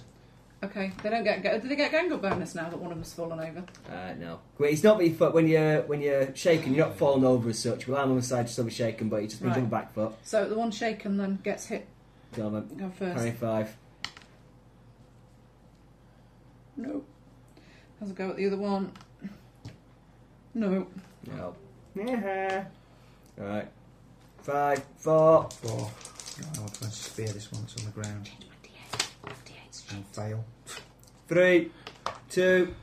Okay, they don't get. Do they get gangle bonus now that one of them's fallen over? Uh, no. Wait, it's not that you foot when you're when you're shaking. You're not falling over as such. Well, I'm on the side, just over shaken, but you just been on the Right. back foot. So the one shaken then gets hit. Go on, then. Go first. Parry five. No. Has a go at the other one. No. No. Yeah. All right. Five, four. Four. No, I'll try and spear this one that's on the ground and fail. three, two.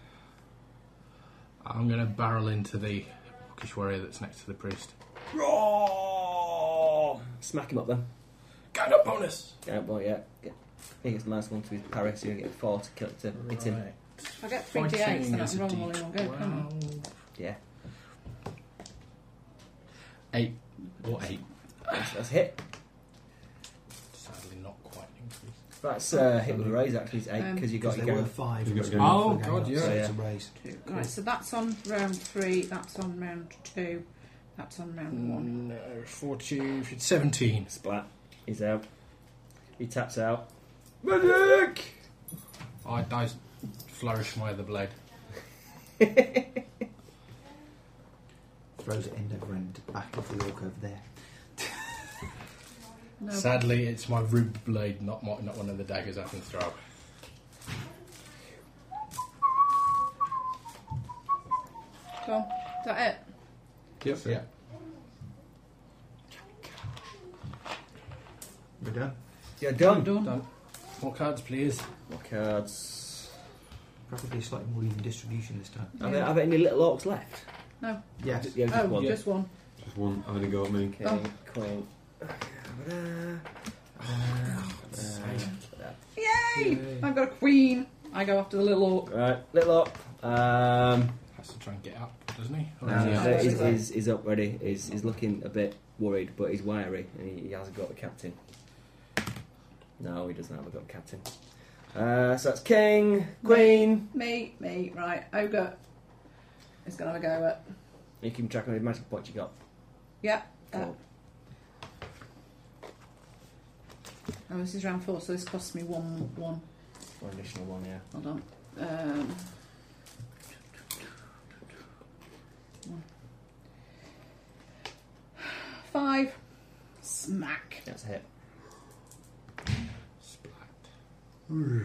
I'm going to barrel into the orcish warrior that's next to the priest. Roar! Smack him up then. Got a bonus. Yeah, well, yeah. Get, I think it's the minus one to his parry, so you get four to kill to hit him. If I get three d8s, then I can roll them all in one go, can't Yeah, Eight or eight. that's, that's a hit. Sadly, not quite an increase. That's uh, hit with a raise actually. It's eight Um, because you got Because your there were go. five. You've got as to well go. for Oh, the game, God, so yeah. It's a raise. I? Two. Right, so that's on round three, that's on round two, that's on Mm. round one. No, 14, 17. Splat. He's out. He taps out. Medic. I, I flourish my other blade. Throws it end over end back off the orc over there. No. Sadly, it's my rib blade, not my, not one of the daggers I can throw. Go on. Is that it? Yep. Yeah. We're done. You're done. Done. Done. More cards, please. What cards? Probably a slightly more even distribution this time. Are, Yeah. there, are there any little orcs left? Yes. Yeah, just Oh, one. just oh. one. Just one having a go at me. King, queen. Oh, Uh, Yay! I've got a queen. I go after the little orc. uh, Right, little orc. Um, Has to try and get up, doesn't he? Or And is he he's, up? he's- he's- he's up ready. He's, he's looking a bit worried, but he's wary and he, he hasn't got the captain. No, he doesn't have got the captain. Uh, so that's king, queen. Me, me, right. Ogre is going to have a go at. You keep track of the magic points you got. Yeah. Cool. Oh, this is round four, so this costs me one. One. One additional one, yeah. Hold on. Um, five. Smack. That's a hit. Splat.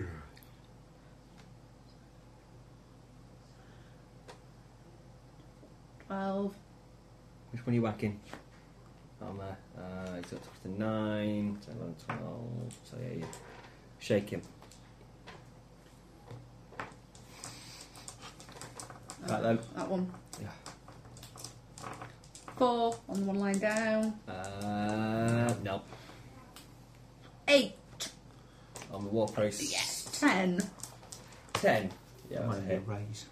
Twelve. Which one are you whacking? On there. Uh, he's up to 9, 10, 11, 12. So yeah, you shake him. Right then. Uh, That one. Yeah. Four on the one line down. Uh, no. Eight. On the war post. Yes. ten. Ten. Yeah, that's a Might be a hit. raise.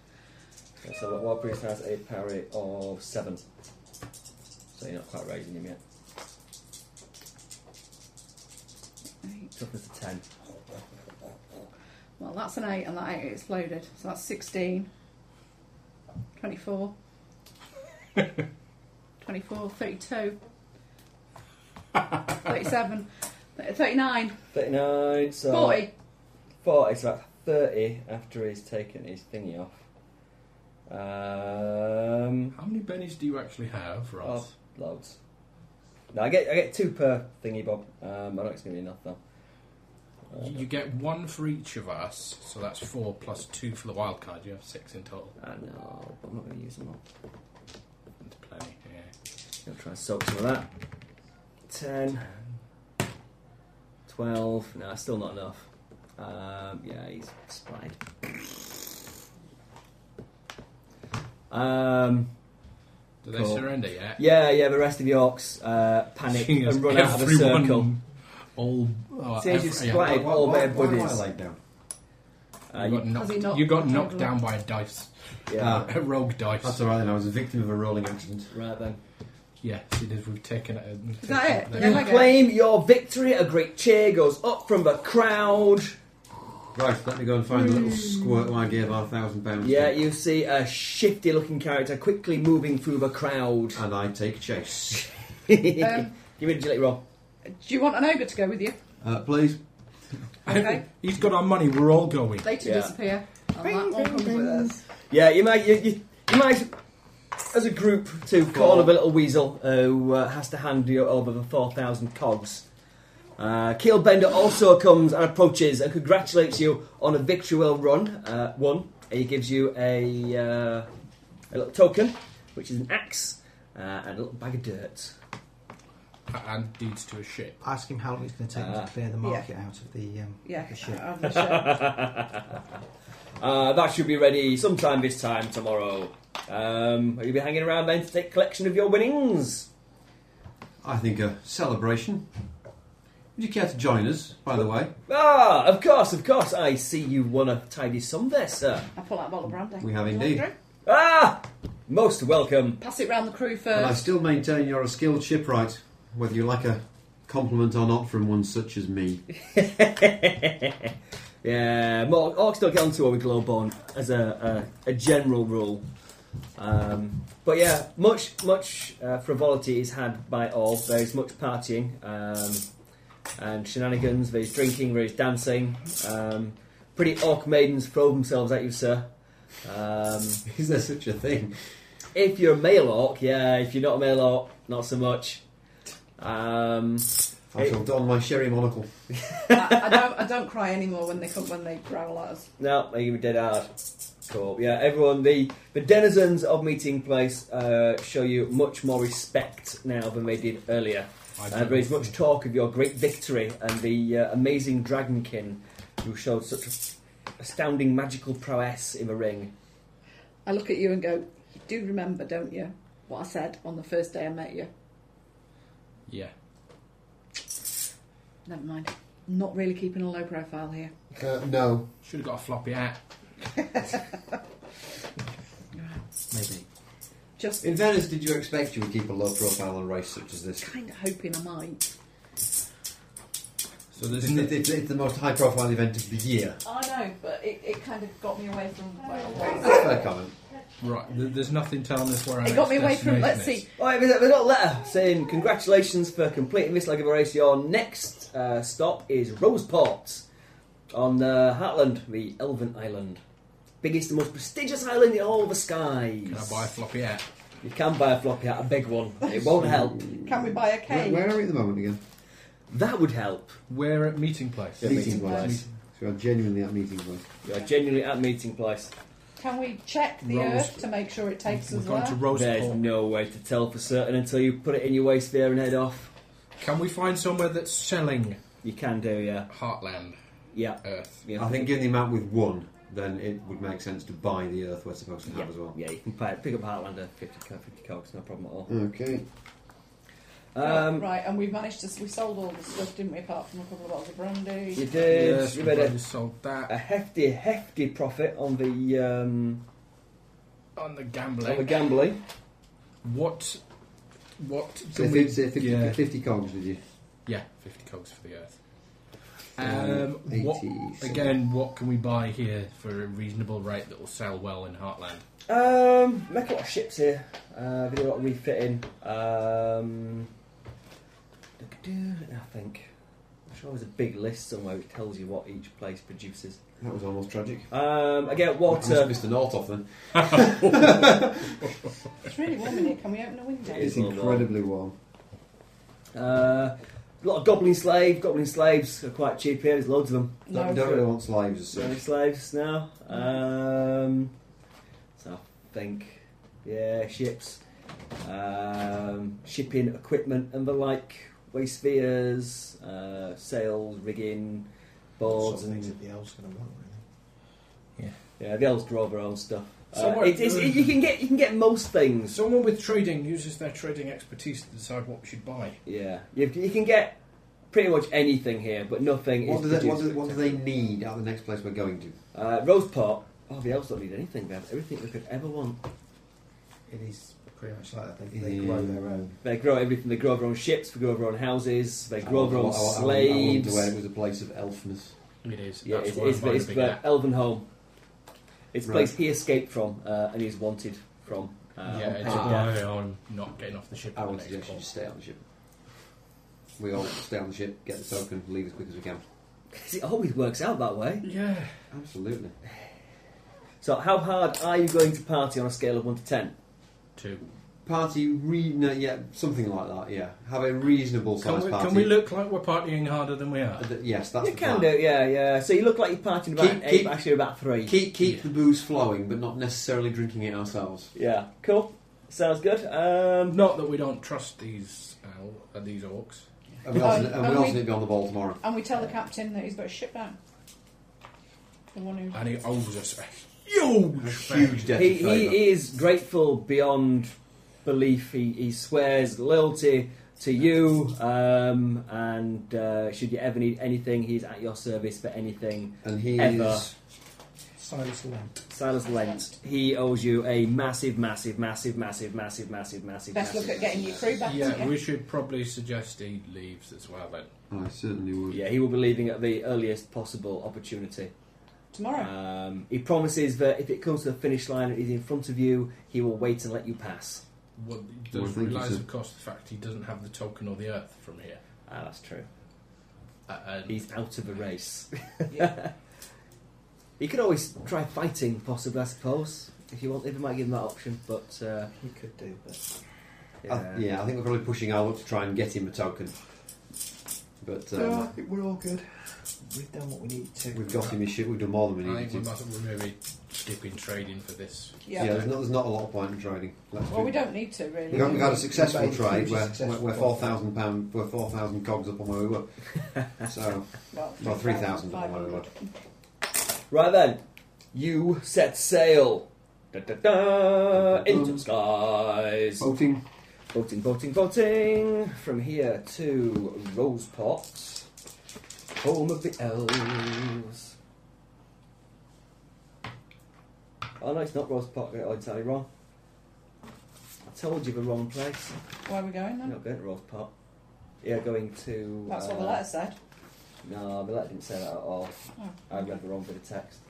So what Wild Priest has a parry of seven. So you're not quite raising him yet. Eight. Toughness of ten. Well, that's an eight, and that eight exploded. So that's 16, 24, 24, 32, 37, 39, 39, Uh, so 40. 40, so that's 30 after he's taken his thingy off. Um, How many bennies do you actually have, Ross? loads. No, I get I get two per thingy, Bob. Um, I don't think it's gonna be enough though. Uh, You get one for each of us, so that's four plus two for the wild card. You have six in total. I know, but I'm not gonna use them all. That's plenty. Yeah. Gonna try and soak some of that. 10, 12. No, still not enough. Um, yeah, he's spied. Um, Do they Cool. surrender yet? yeah, yeah, the rest of the orcs uh, panic Seeing as and run out of the everyone circle. All uh, Says you every- yeah. splatted all their why am I buddies. laid down? Uh, you got you- Has he knocked, knocked- you got knocked knocked over? down by a dice, yeah, Ah. a rogue dice. That's alright then, I was a victim of a rolling accident. right then. Yes, it is. We've taken it. We've Is that taken it? there. Yeah, You like it. claim your victory. A great cheer goes up from the crowd. Right, let me go and find the little squirt I gave our thousand pounds Yeah, to. you see a shifty looking character quickly moving through the crowd. And I take chase. Give me Um, a agility roll. Do you want an ogre to go with you? Uh, please. Okay. He's got our money. We're all going. They two Yeah. disappear. And that one comes with us. Yeah, you might, you, you, you might, as a group, to corner the little weasel who uh, has to hand you over the 4,000 cogs. Uh, Keelbender also comes and approaches and congratulates you on a victory well run. Uh, one, he gives you a, uh, a little token, which is an axe uh, and a little bag of dirt. And deeds to a ship. Ask him how long it's going to take him Ah. to clear the market out of the. Um, Yeah. The ship. I'm the ship. Uh, that should be ready sometime this time tomorrow. Um, will you be hanging around then to take collection of your winnings? I think a celebration. Would you care to join us, by the way? Ah, of course, of course. I see you won a tidy sum there, sir. I pull out a bottle of brandy. We have Do you want indeed. a drink? Ah, most welcome. Pass it round the crew Uh, And I first. still maintain you're a skilled shipwright, whether you like a compliment or not from one such as me. yeah, more, orcs don't get on too well with Glowborn as a, a, a general rule. Um, but yeah, much much uh, frivolity is had by all. There is much partying um, and shenanigans. There is drinking. There is dancing. Um, pretty orc maidens throw themselves at you, sir. Um, Is there such a thing? if you're a male orc, yeah. If you're not a male orc, not so much. Um, I shall don my sherry monocle. I, I don't. I don't cry anymore when they come when they growl at us. No, they give me dead hard. Cool. Yeah, everyone, the, the denizens of Meeting Place uh, show you much more respect now than they did earlier. Uh, there is much talk of your great victory and the uh, amazing dragonkin who showed such astounding magical prowess in the ring. I look at you and go, "You do remember, don't you, what I said on the first day I met you?" Yeah. Never mind. Not really keeping a low profile here. Uh, no. Should have got a floppy hat. Maybe. Just In fairness, did you expect you would keep a low profile on a race such as this? kind of hoping I might. So there's It's, no, it's- it's the most high profile event of the year. I know, but it, it kind of got me away from where I was. That's a fair comment. right. there- There's nothing telling us where our It got next me away from. destination Let's is. see. All right, there's a there's a little letter saying congratulations for completing this leg of a race. Your next uh, stop is Roseport on uh, Heartland, the Elven Island. Biggest and most prestigious island in all the skies. Can I buy a floppy hat? You can buy a floppy hat, a big one. It won't help. Can we buy a Where, cake? where are we at the moment again? That would help. We're at meeting place. meeting place. So we are genuinely at meeting place. You are genuinely at meeting place. Can we check the Rolls. earth to make sure it takes We're us going to there? There's Roseport. no way to tell for certain until you put it in your waist there and head off. Can we find somewhere that's selling You can do, yeah. Heartland Yeah. Earth? yeah. I think given the amount we've won, then it would make sense to buy the earth we're supposed to have Yeah, as well. yeah, you can pay, pick up Heartlander 50, co- 50 cogs, no problem at all. Okay. Um, right, and we managed to. We sold all the stuff, didn't we? Apart from a couple of bottles of brandy. You did. you Uh, made a, sold a that hefty, hefty profit on the um, on the on the gambling. gambling. What? What? So, can fif- so 50, yeah. 50 cogs, did you? Yeah, fifty cogs for the earth. Um, Um, what, 80, so- again, what can we buy here for a reasonable rate that will sell well in Heartland? Um, make a lot of ships here. Uh, we did a lot of refitting. Um, I think. I'm sure there's a big list somewhere which tells you what each place produces. That was almost tragic. Um, again, Must have water. missed the north off then. It's really warm in here. Can we open the window? It is It's a little incredibly warm. Uh, a lot of goblin slaves. Goblin slaves are quite cheap here. There's loads of them. No, don't don't really want slaves as Slave such. slaves now. Um, so I think, yeah, ships, um, shipping equipment and the like, waste spheres, uh, sails, rigging, boards, Sort of things and that the elves going to want, really. yeah, the elves draw their own stuff. So Uh, what- it is, it- you can get you can get most things. Someone with trading uses their trading expertise to decide what we should buy. Yeah, you, you can get pretty much anything here, but nothing What is do, they, what, produced. do, what do they need at the next place we're going to? Uh, Roseport. Oh, the elves don't need anything. They have everything they could ever want. It is pretty much like that. They, they grow their own. They grow everything. They grow their own ships. They grow their own houses. They grow I their own want- I want- I want- I wanted to slaves. where it was a place of elfness. It is. yeah, That's it's, why I'm it's, buying it's, a big the app. Elven home. It's the Right. place he escaped from uh, and he's wanted from. Uh, on yeah, it's pain of a death. buy on not getting off the ship. I at the would next suggest you call. just stay on the ship. We all stay on the ship, get the token, leave as quick as we can. 'Cause it always works out that way. Yeah. Absolutely. So, how hard are you going to party on a scale of one to ten? Two. Party, re- no, yeah, something like that. Yeah, have a reasonable Can size we, party. can we look like we're partying harder than we are? Uh, th- yes, that's you the can do, plan. it, yeah, yeah. So you look like you're partying about Keep- eight, keep- but actually about three. Keep keep Yeah. the booze flowing, but not necessarily drinking it ourselves. yeah, cool. Sounds good. Um, Not that we don't trust these owl, uh, these orcs. And we Oh, also, and we and also we- need to be on the ball tomorrow. And we tell the captain that he's got his ship down. The one Ah, who. And he owes us a huge, Huge favour. debt he, of favour. he is grateful beyond belief. He, he swears loyalty to you, um, and uh, should you ever need anything, he's at your service for anything. and he Ever. is Silas Lent. Silas Lent, he owes you a massive, massive, massive, massive, massive, massive, massive. Best massive look at getting your crew back Yeah, together. we should probably suggest he leaves as well then. I certainly would. Yeah, he will be leaving at the earliest possible opportunity. Tomorrow. Um, he promises that if it comes to the finish line and he's in front of you, he will wait and let you pass. Well, Well, I does think realise, it's a- of course, the fact he doesn't have the token or the earth from here. Ah, that's true. Uh, and He's out of the race. Yeah. you could always try fighting, possibly, I suppose, if you want. They might give him that option, but uh, He could do, but yeah. I, yeah, I think we're probably pushing our luck to try and get him a token. But um, I think we're all good. We've done what we need to. we've got him his ship. We've done more than we I think we needed to. must we're maybe skipping trading for this. yeah. there's, not, there's not a lot of point in trading. Let's Well, do- we don't need to We really. got, we got a We've successful made a trade huge where, successful where four profit. thousand pound, we're four thousand cogs up on where we were. So Well, Well, 3,000 or whatever. 3,500. Right then, you set sail. Da, da, da, into the skies. boating. Boating, boating, boating. From here to Roseport, home of the elves. Oh no, it's not Roseport. I entirely wrong. I told you the wrong place. Where are we going You're then? not going to Roseport. Yeah, going to. Hmm. That's uh, what the letter said. No, the letter didn't say that at all. Oh, I read the wrong bit of text.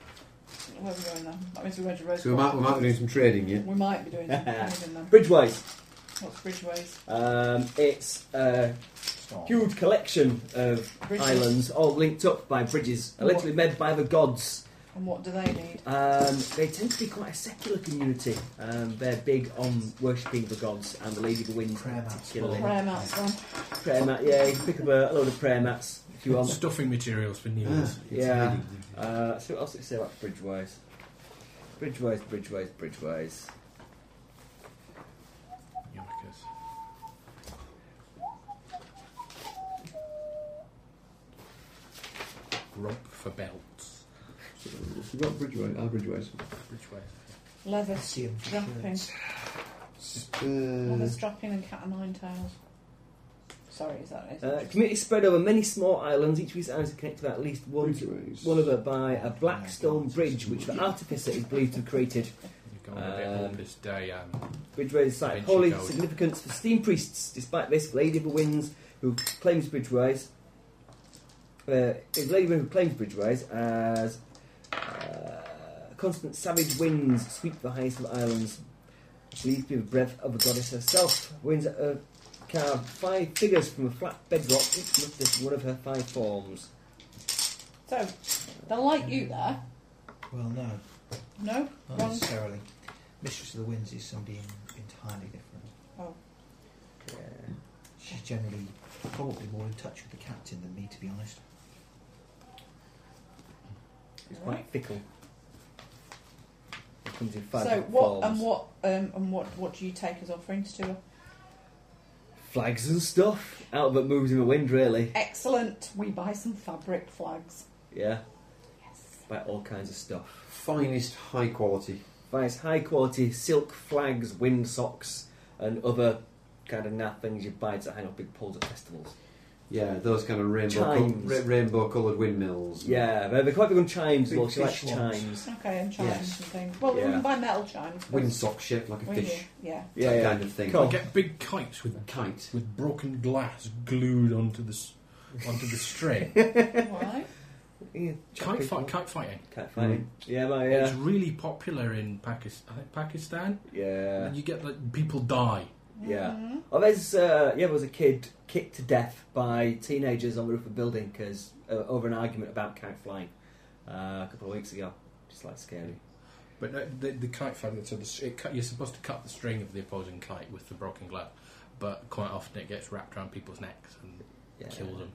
Where are we going then? That means we're going to Rose. So we might, we might be doing some trading, yeah. We might be doing something then. Bridgeways. What's Bridgeways? Um, it's a Stop. huge collection of Bridges. islands, all linked up by bridges, What? literally made by the gods. And what do they need? Um, they tend to be quite a secular community. Um, they're big on worshipping the gods and the Lady of the Wind, Prayer mats. particularly. Prayer mats then. Prayer mat, yeah, you can pick up a, a load of prayer mats if you want. Stuffing materials for Ah, needles. yeah. Uh, so what else did it say about Bridgeways? Bridgeways, Bridgeways, Bridgeways. Yarkers. Grub for belts. You got Bridgeway, our Bridgeways. Which way? Leather See 'em. strapping. Uh, Leather strapping and cat o' nine tails. Sorry, is that right? Uh, community spread over many small islands, each of these islands are connected by at least one, Bridgeways. one other by a black stone bridge, which the artificer is believed to have created. You've gone a bit on Um, this day, um, Bridgeway is a site of Vinci holy Code. significance for steam priests. Despite this, Lady of the Winds, who claims Bridgeways, uh, is Lady of the Winds who claims Bridgeways as uh, constant savage winds sweep the highest of islands, believed to be the breath of the goddess herself. Winds are carved five figures from a flat bedrock, each lifted from one of her five forms. So, they like you there. Well, no, No? not One. necessarily. Mistress of the Winds is somebody en- entirely different. Oh. Yeah. She's generally probably more in touch with the captain than me, to be honest. It's quite fickle. It comes in five So different what forms. and what um, and what what do you take as offerings to her? Flags and stuff. Albert moves in the wind, really. Excellent. We buy some fabric flags. Yeah, Yes. buy all kinds of stuff. Finest high quality. Buys high quality silk flags, wind socks, and other kind of naff things you buy to hang up big poles at festivals. Yeah, those kind of rainbow Chimes. ra- rainbow coloured windmills. Yeah, they're, they're quite big on chimes. Big Well, she likes fish ones. chimes. Okay, and chimes Yes. and things. Well, we Yeah. can buy metal chimes. but Windsock shaped like a we fish. do, Yeah. Yeah, that yeah. kind of thing. Cool. get big kites with Kite. with broken glass glued onto the s- onto the string. All right. yeah. kite fight, kite fighting. Kite Mm. fighting. Yeah, my It's yeah, really popular in Pakistan. I think Pakistan. yeah, And you get like people die. yeah. Mm-hmm. Oh, there's uh, yeah, there was a kid kicked to death by teenagers on the roof of a building because uh, over an argument about kite flying uh, a couple of weeks ago. Just like scary. But uh, the, the kite fighting, so the, s- it cut, you're supposed to cut the string of the opposing kite with the broken glass, but quite often it gets wrapped around people's necks and Yeah. kills them.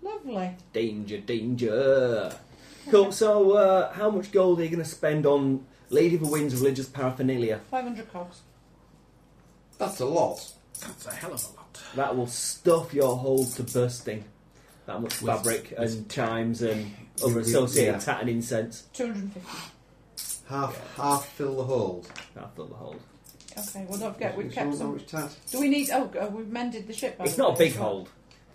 Lovely. Danger, danger. Cool. So, uh, how much gold are you going to spend on Lady of the Wind's religious paraphernalia? Five hundred cogs. That's a lot. That's a hell of a lot. That will stuff your hold to bursting. That much With- fabric with- and chimes and other with- associated yeah. tat and incense. Two hundred and fifty. Half half fill the hold. That'll fill the hold. Okay. Well, don't forget we've Which kept one- some. which tat? Do we need? Oh, uh, we've mended the ship. It's haven't not a we, big as well? hold.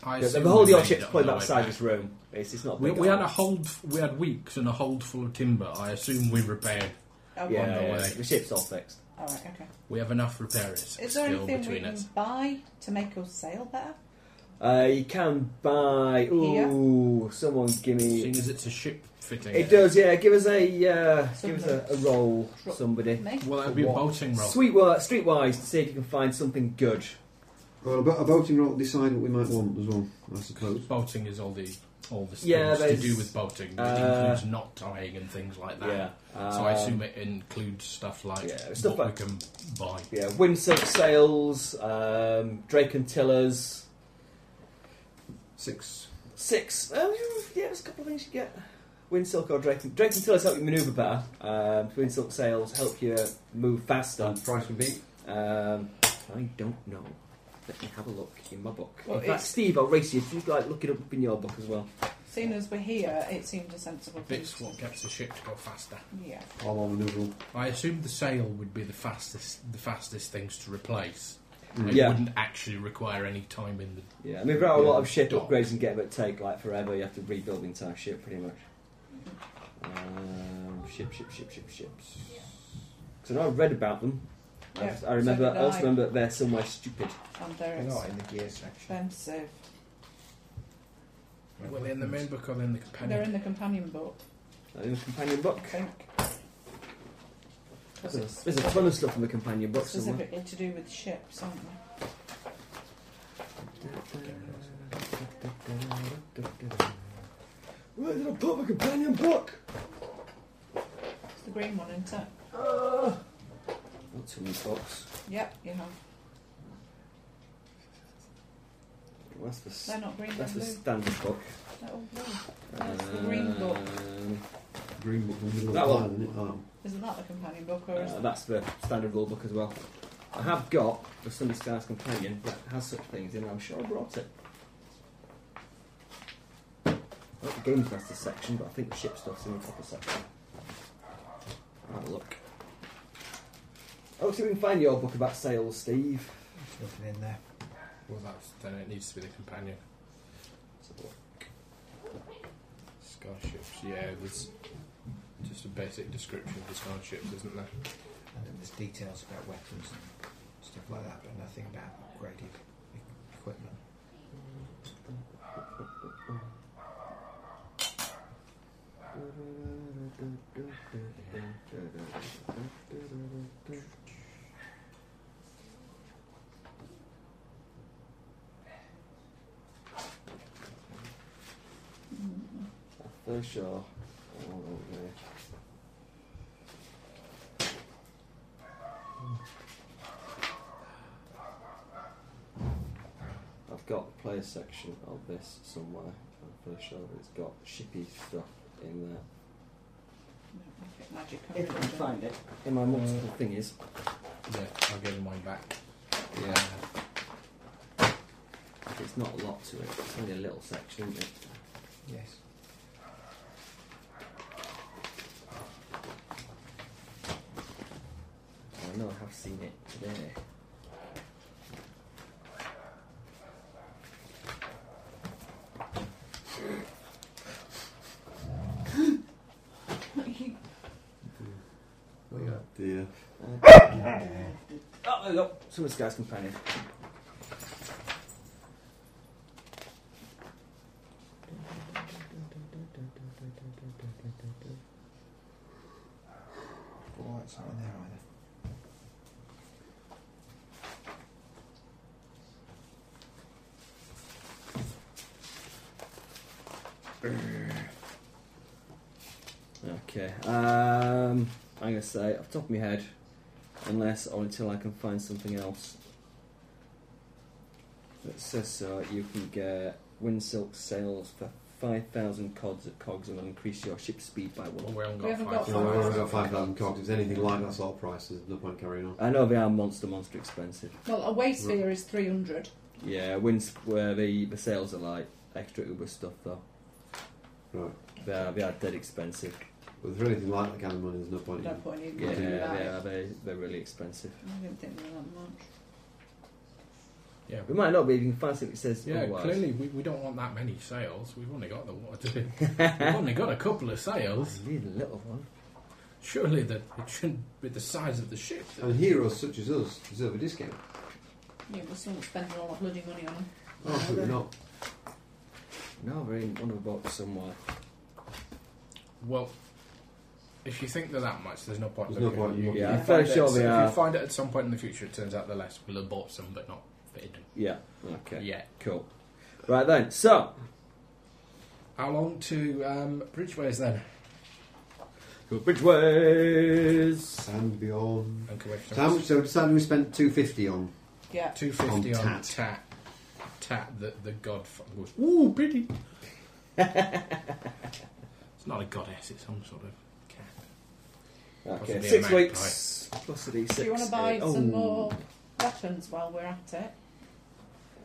I The, assume the hold of we your made ship's it on probably the way outside back. this room. It's, it's not a We, big we had hold. a hold. We had weeks and a hold full of timber. I assume we repaired. Oh, Yeah, on the yeah, way. the ship's all fixed. All right. Okay. We have enough repairers Is there still anything we between can us. buy to make us sail better? Uh, you can buy. Ooh, someone give me. Seeing as it's a ship fitting. It does, yeah. Give us a uh, give us Somebody. a, a roll, Drop somebody. Me? Well, that'd be a What? boating roll. Sweet work, streetwise, to see if you can find something good. Well, a, bo- a boating roll decide what we might want as well, I suppose. Boating is all the all the Yeah, things to there's- do with boating. It uh, includes knot tying and things like that. Yeah. So I um, assume it includes stuff like yeah, stuff what like- we can buy. Yeah, windsurf sails, um, Drake and Tillers, Six. six. Um, yeah, there's a couple of things you get. Windsilk or Drake and, Drake and Tillers help you manoeuvre better. Um, windsilk sails help you move faster. And price would be Um, I don't know. Let me have a look in my book. Well, in fact, it's- Steve, I'll race you. If you'd like, look it up in your book as well. Seeing as we're here, it seemed a sensible thing. It's what gets the ship to go faster. Yeah. all on maneuverable. I assume the sail would be the fastest the fastest things to replace. Mm. It Yeah. wouldn't actually require any time in the Yeah, I mean, there are a lot of ship Yeah. upgrades and get that take like forever. You have to rebuild the entire ship pretty much. Um, ship, ship, ship, ship, ships. Because I know I've read about them. Yeah, I, I remember. so did I also I. remember that they're somewhere stupid. And they're They're not in the gear section. expensive. Well, in the main book or in the They're companion. in the companion boat, Are they in the companion book. I think. There's a, there's a ton of stuff in the companion book somewhere. specifically to do with ships, aren't they? Where did I put my companion book? It's the green one, isn't it? Not too many books. Yep, you have. Well, That's the s- They're not green, they're that's the blue. standard book. They're all blue. That's the green book. Um, Green book in the middle That of the one. line, isn't it? Oh. Isn't that the companion book, or is Uh, that's the standard rule book as well. I have got the Sunday Stars Companion that has such things in it. I'm sure I brought it. Not the Games Master section, but I think the ship stuff's in the proper section. I'll have a look. Oh, so we can find your book about sales, Steve. There's nothing in there. Well, that's then it needs to be the companion. Starships, yeah, there's just a basic description of the starships, isn't there? And then there's details about weapons and stuff like that, but nothing about upgraded e- equipment. Mm-hmm. For sure. Oh, okay. I've got the player section of this somewhere. I'm pretty sure it's got shippy stuff in there. Magic. If I can find it. In my multiple thingies. Yeah, I'll give mine back. Yeah. It's not a lot to it. It's only a little section, isn't it? Yes. I know I have seen it today. Well, yeah. Dear. Oh, there we go. Some of this guy's companion. Well, it's not in there either. Okay. Um, I'm going to say, off the top of my head, unless or until I can find something else that says so, you can get windsilk sails for 5,000 cods at cogs and will increase your ship speed by Well, one. we haven't We got haven't five. got No, I've only got 5,000 cogs. If it's anything like that sort of price, there's no point carrying on. I know they are monster, monster expensive. Well, a waste sphere is 300. Yeah, winds where the, the sails are like extra uber stuff though. Right. They are, they are dead expensive. But if it's anything like that kind of money, there's no point At in that point, you've Yeah, got to they buy are. it. They, they're really expensive. I didn't think they were that much. Yeah, We might not be. if You can find something that says Yeah, otherwise. clearly we, we don't want that many sales. We've only got the what to do. We've only got a couple of sales. Really little one. Surely that it shouldn't be the size of the ship. And heroes such as us deserve a discount. Yeah, we're still spending all our bloody money on them. Oh, absolutely not. No, they're in one of the box somewhere. Well, if you think they're that much, there's no point. There's no looking. point in You- looking. you Yeah, I'm find fairly it- sure so they If are. you find it at some point in the future, it turns out the less we'll have bought some, but not fitted them Yeah. Okay. yet. Cool. Right then. So How long to um, Bridgeways then? bridgeways. And beyond. And correct- So, how much, so we decided we spent 250 on. Yeah. Two fifty On on, tat. tat. Tat. The the god f- goes. Ooh, pretty. it's not a goddess. It's some sort of Okay. cat. Possibly a Six magpie. weeks plus a d6. Do you want to buy eh? Oh. some more weapons while we're at it?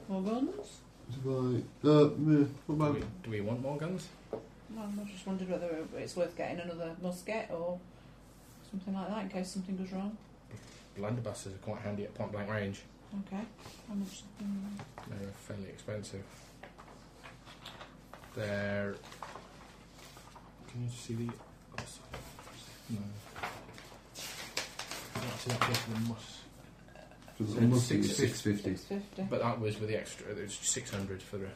More guns? Right. Uh, meh, what Do about we, do we want more guns? No, I just wondered whether it's worth getting another musket or something like that in case something goes wrong. Blunderbusses are quite handy at point blank range. Okay. How much? mm, They're fairly expensive. They're. Can you see the other side? No. Not to that bit of the mus- for the Six- month? It was six- 650. 650. But that was with the extra. It was six hundred for a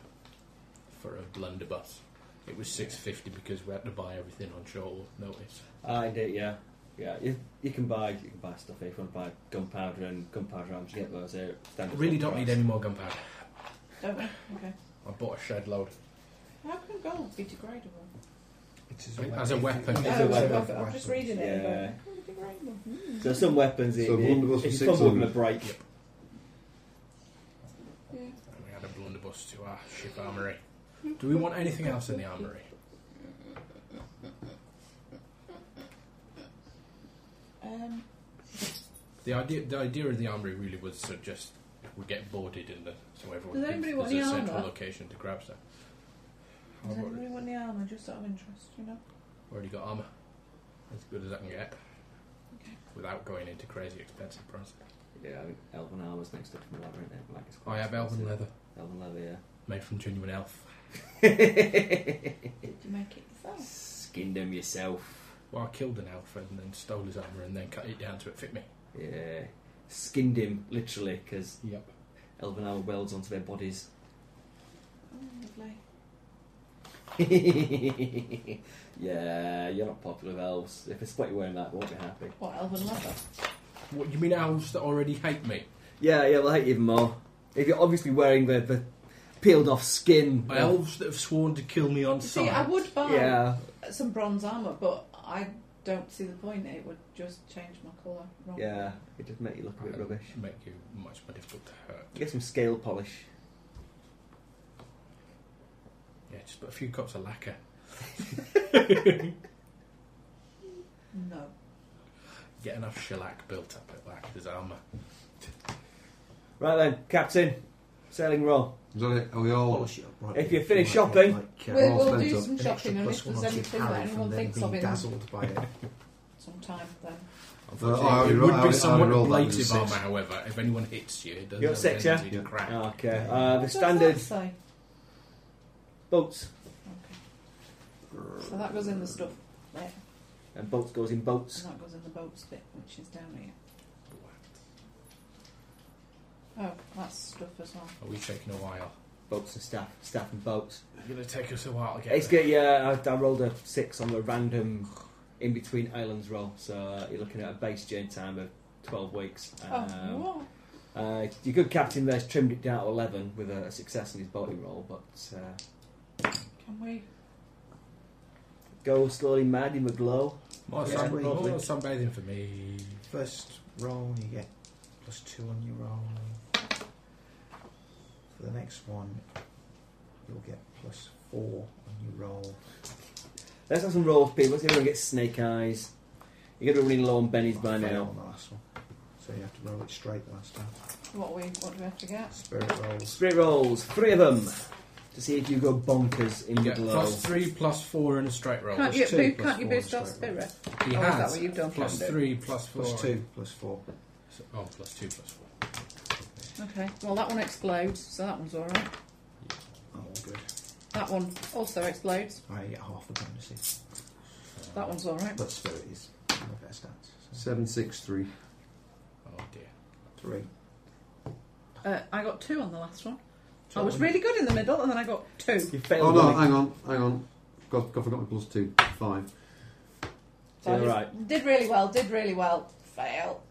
for a blunderbuss. It was six fifty because we had to buy everything on short notice. Ah, indeed. Yeah. Yeah. You, you can buy. You can buy stuff here. If you want to buy gunpowder and gunpowder arms, you get those here. I Standard really full don't need price. any more gunpowder. Don't we? Oh, Okay. I bought a shed load. How can gold be degradable? It's as, As a weapon. Oh, It's It's a it's weapon. worth it. I'm just reading it. Yeah. and going, "Oh, degradable." Hmm. So some weapons. it- So it- blunderbuss if was you fumble with a 600. break. Yeah. And we had a blunderbuss to our ship armory. Do we want anything else in the armory? Um, The idea, the idea of the armory really was so just we get boarded in the so everyone Does thinks anybody want there's a the central armour? location to grab stuff. does I've anybody already, want the armour just out of interest, you know? already got armour. As good as I can get. without going into crazy expensive prices. Yeah, I think elven armor's next up from leather, isn't it? Like it's I have elven expensive. leather Elven leather, made from genuine elf. yeah. Did you make it yourself? Skin them yourself. Well, I killed an elf and then stole his armour and then cut it down to it fit me. Yeah. Skinned him, literally, because Yep. elven armor welds onto their bodies. Oh, lovely. yeah, you're not popular with elves. If they spot you wearing that, they won't be happy. What, elven leather? What you mean elves that already hate me? Yeah, yeah, they'll hate you even more. If you're obviously wearing the, the peeled off skin. Elves that have sworn to kill me on See, sight. I would buy Yeah. some bronze armour, but I don't see the point. It would just change my colour. wrong. Yeah, it just make you look a bit rubbish. Make you much more difficult to hurt. Get some scale polish. Yeah, just put a few cups of lacquer. No. Get enough shellac built up at like his armour. Right then, Captain, sailing roll. Is that it? Are we all? polish it up right If there. you finish Like, shopping- like, uh, We'll- all we'll spent do up. some an extra shopping, and plus if one there's onto anything Harry that from anyone them thinks of being in dazzled by it. sometime, then Unfortunately, I would it roll- would I be would- I somewhat would roll that ablative as a armour, six. however. If anyone hits you, it doesn't You're have six, an yeah? energy to Yeah. crack. Okay, uh, the What does that standard say? boats. So that goes in the stuff there, And boats goes in boats. and that goes in the boats bit, which is down here. Oh, that's stuff as well. Are we taking a while? Boats and staff. Staff and boats. It's going to take us a while to get It's there. good, yeah. I, I rolled a six on the random in between islands roll, so uh, you're looking at a base journey time of 12 weeks. oh, Um, what? uh, your good captain there's trimmed it down to 11 with a, success in his boating roll, but uh, Can we? go slowly mad in the glow. More, Yeah, sun, we- more we- sunbathing for me. First roll, you get plus two on your roll. For the next one, you'll get plus four on your roll. Let's have some rolls, people. Let's see if everyone gets snake eyes. You're going to be running low on bennies by I failed now. on the last one. So you have to roll it straight the last time. What we? What do we have to get? Spirit rolls. Spirit rolls, three of them, to see if you go bonkers in the You get glow. plus three, plus four, and a straight roll. Can't Plus you, two, boo- plus can't you four, boost and our straight roll. spirit? He Oh, is has. that what you've done? Plus Can't do. three, plus four. Plus two, plus four. So- oh, plus two, plus four. Okay, well, that one explodes, so that one's alright. Oh, all good. That one also explodes, I get half the bonuses. that one's alright. But spirit is my best answer. So Seven six three. Oh dear. three. Uh, I got two on the last one. I was really good in the middle, and then I got two. You failed Oh no! one. Hang on, hang on. God, God forgot my plus two. Five. So I Yeah, just right. Did really well. Did really well. Fail.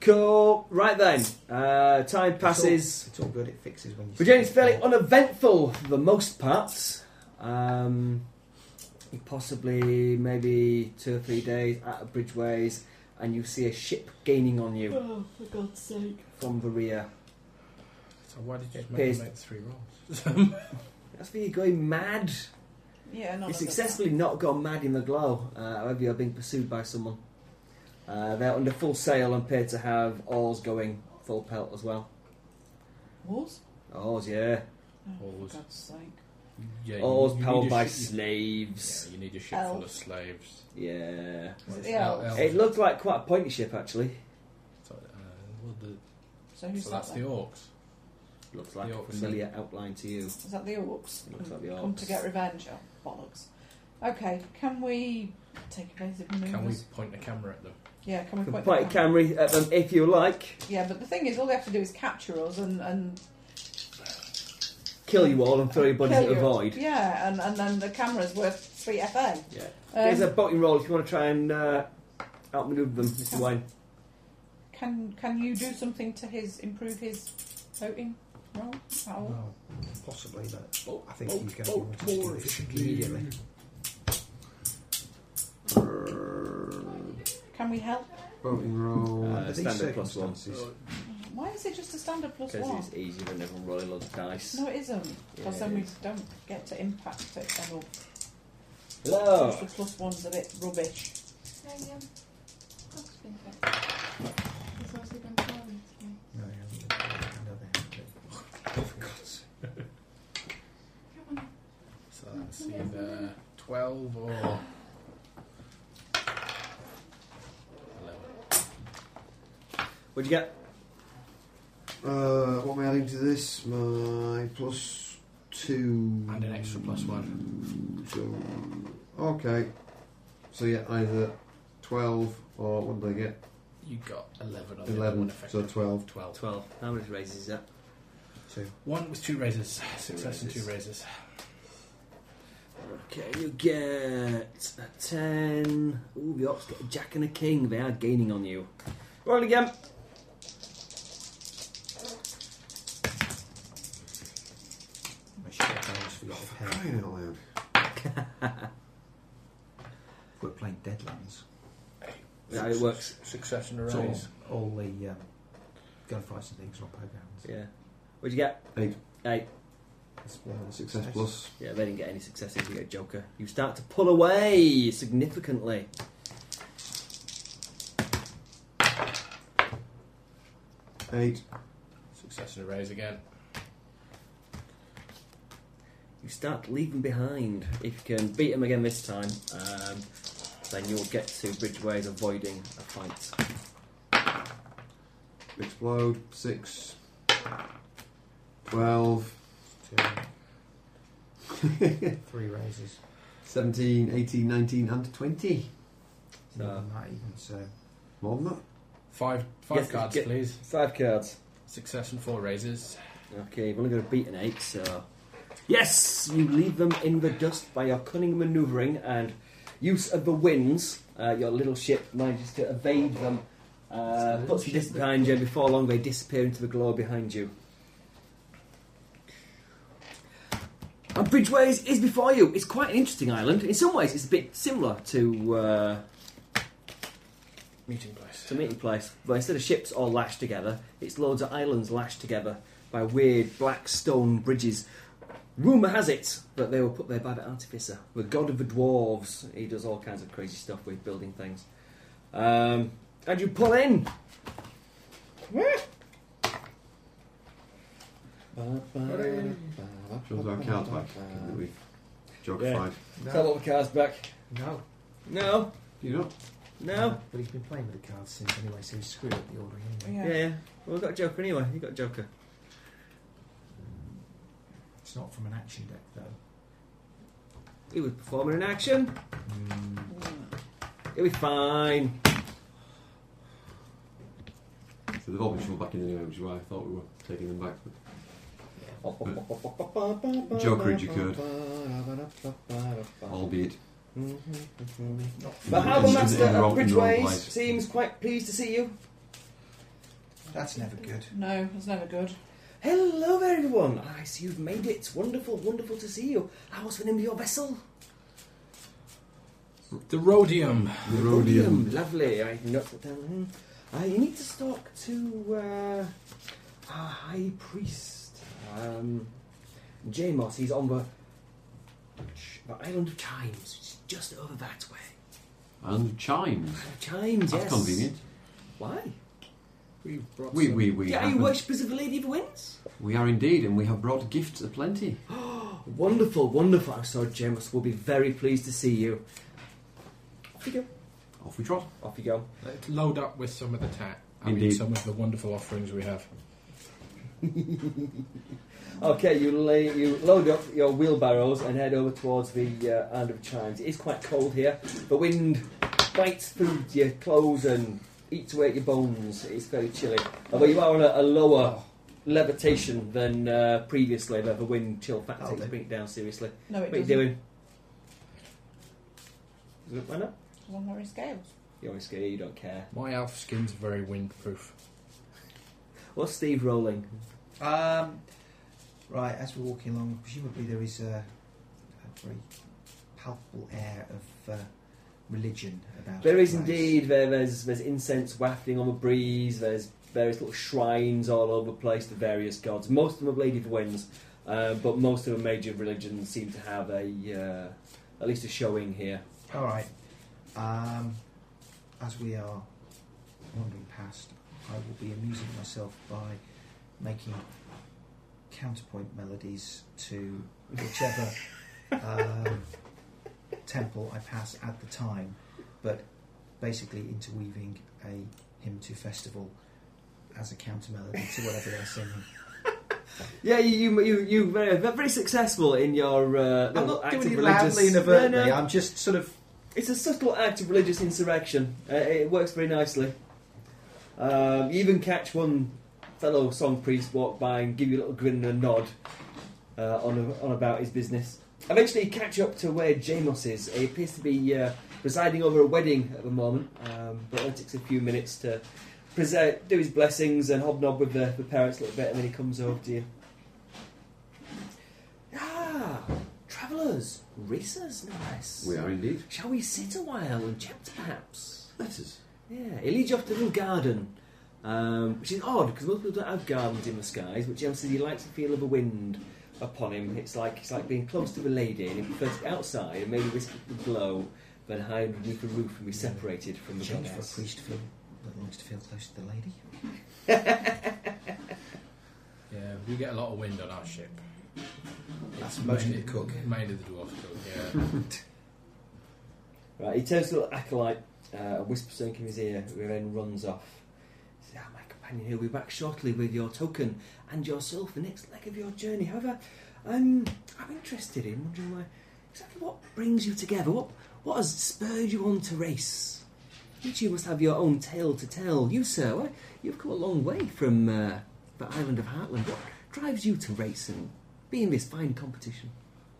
Cool. Right then. Uh, time passes. It's all good. It fixes when you. Virginia's start. fairly uneventful for the most part. Um, possibly maybe two or three days out of Bridgeways, and you see a ship gaining on you Oh, for God's sake! from the rear. So why did you just make Appears- him make three rolls? That's where you're going mad. Yeah, no. You've successfully not gone mad in the glow. Uh, however, you're being pursued by someone. Uh, they're under full sail and appear to have oars going full pelt as well. Wars. Oars, yeah. Oh, Wars. For God's sake! yeah, you- Oars you need powered a by ship- slaves. Yeah, you need a ship full of slaves. Yeah. Is it Well, the el- elves? It looked like quite a pointy ship, actually. So, uh, well, the, So who's so that? that's the then? orcs. Looks like The a orcs. familiar outline to you. Is that the orcs? It looks like the Come to orcs. get revenge. Oh, bollocks. Okay, can we take evasive manoeuvres? Can we point a camera at them? Yeah, can we Can point, point a the camera? camera at them if you like. Yeah, but the thing is, all they have to do is capture us and, and Kill you all and throw your bodies kill at the you. void. Yeah, and, and then the camera's worth three FA. Yeah. There's a Um, boating roll if you want to try and uh, outmaneuver them, Mr. Wayne. can can you do something to his improve his voting roll at Oh. all? Well, possibly, but Bolt, I think bolt, you can bolt almost more do this efficiently. immediately. Can we help? Boating roll. Uh, Under these standard plus one. circumstances, Why is it just a standard plus Because one? it's easier than everyone rolling loads of dice. No, it isn't. Because Yeah, then it we is. don't get to impact it at all. Hello! The plus one's a bit rubbish. No, he hasn't been another hand. So that's either 12 or 11. What'd you get? Uh, what am I adding to this? My plus two. And an extra plus one. So, okay. So yeah, either twelve or what did I get? You got 11 on the other Eleven. one, So effectively. twelve. 12. 12. How many raises is that? Two. One with two razors. Success and two raises. razors. Okay, you get a 10. Ooh, the Ox get a Jack and a King. They are gaining on you. Roll again. My shit, I almost forgot the pen. Crying out loud. We're playing Deadlands. That's how it works. Success and a It's all, raise. all the um, gunfights and things are on programs. Yeah. What'd you get? Eight. Eight. It's, well, Success plus. Yeah, they didn't get any successes. You get a Joker. You start to pull away significantly. Eight. Success and a raise again. You start leaving behind. If you can beat them again this time, um, then you'll get to Bridgeways avoiding a fight. Explode. Six. Twelve. Two, uh, three raises. 17, 18, 19, and 20. So- More than that even, so More than that. Five five Yes, cards, get- please. Five cards. Success and four razors. Okay, you've only got to beat an eight, so. Yes! You leave them in the dust by your cunning manoeuvring and use of the winds. Uh, your little ship manages to evade them. Uh, put some distance behind you, and before long they disappear into the glow behind you. And Bridgeways is before you. It's quite an interesting island. In some ways, it's a bit similar to uh, Meeting place. to meeting place, but instead of ships all lashed together, it's loads of islands lashed together by weird black stone bridges. Rumour has it that they were put there by the artificer, the god of the dwarves. He does all kinds of crazy stuff with building things. Um, and you pull in. Shows our cards back. didn't we? Joker Yeah. five. Tell all the cards back. no. No, You know? no. But he's been playing with the cards since anyway, so he's screwed up the ordering anyway. Yeah, yeah. Well, we've got a Joker anyway. You got a Joker. It's not from an action deck though. He was performing an action. Mm, He'll be fine. So they've all been shoved back in anyway, which is why I thought we were taking them back. But Jokerage occurred. Albeit. The in- harbour in- master in the of wrong- in the wrong Bridgeways place. seems quite pleased to see you. That's never good. No, it's never good. Hello, everyone. I see you've made it. Wonderful, wonderful to see you. How was the name of your vessel? The Rhodium. The Rhodium. Lovely. I noted that down. Hmm. Uh, you need to talk to uh, our high priest, um, Jamos. He's on the, the island of Chimes, which is just over that way. And chimes. Chimes, That's yes. convenient. Why? We brought We, some- we, we, yeah, are have you a- worshippers of the Lady of the Winds? we are indeed, and we have brought gifts aplenty. Oh, Wonderful, wonderful. I'm sorry, James. We'll be very pleased to see you. Off you go. Off we trot. Off you go. Let's load up with some of the tat. I mean, Indeed. some of the wonderful offerings we have. Okay, you lay, you load up your wheelbarrows and head over towards the uh, Island of Chimes. It is quite cold here. The wind bites through your clothes and eats away at your bones. It's very chilly. Although you are on a, a lower levitation than uh, previously, where the wind chill factor That'll takes do. beat down seriously. No, it What are you doesn't. doing? Is it- Why not? Because I'm wearing scales. You're on ski, you don't care. My elf skin's very windproof. What's Steve rolling? Um, right, as we're walking along, presumably there is a, a very palpable air of uh, religion about. There the is place. indeed. There, there's there's incense wafting on the breeze. There's various little shrines all over the place to various gods. Most of them are Lady of the Winds, uh, but most of the major religions seem to have a uh, at least a showing here. All right. Um, as we are wandering past, I will be amusing myself by making counterpoint melodies to whichever um, temple I pass at the time, but basically interweaving a hymn to festival as a counter melody to whatever they're singing. Yeah, you you you, you very very successful in your uh, I'm little not act doing of it religious. loudly and overtly. No, no. I'm just sort of It's a subtle act of religious insurrection. Uh, it works very nicely. Um, you even catch one fellow song priest walk by and give you a little grin and a nod uh, on on about his business. Eventually, you catch up to where Jamos is. He appears to be uh, presiding over a wedding at the moment, um, but it takes a few minutes to prese- do his blessings and hobnob with the, the parents a little bit, and then he comes over to you. Ah, travellers, racers, nice. We are indeed. Shall we sit a while and chat, perhaps? Let us. Yeah, it leads you off to the little garden, um, which is odd because most people don't have gardens in the skies. But James says he likes the feel of the wind upon him. It's like it's like being close to a lady, and he prefers to be outside and maybe risk the blow than hide underneath a roof and be separated from the change for a goddess. priest to feel that wants to feel close to the lady. Yeah, we get a lot of wind on our ship. That's mostly the cook. Mainly the dwarf cook, yeah. Right, he turns to the little acolyte uh, and whispers something in his ear, who then runs off. He says, Ah, my companion, he'll be back shortly with your token and yourself, the next leg of your journey. However, um, I'm interested in wondering why, exactly what brings you together, what, what has spurred you on to race? Each of you must have your own tale to tell. You, sir, why, you've come a long way from uh, the island of Heartland. What drives you to race and be in this fine competition?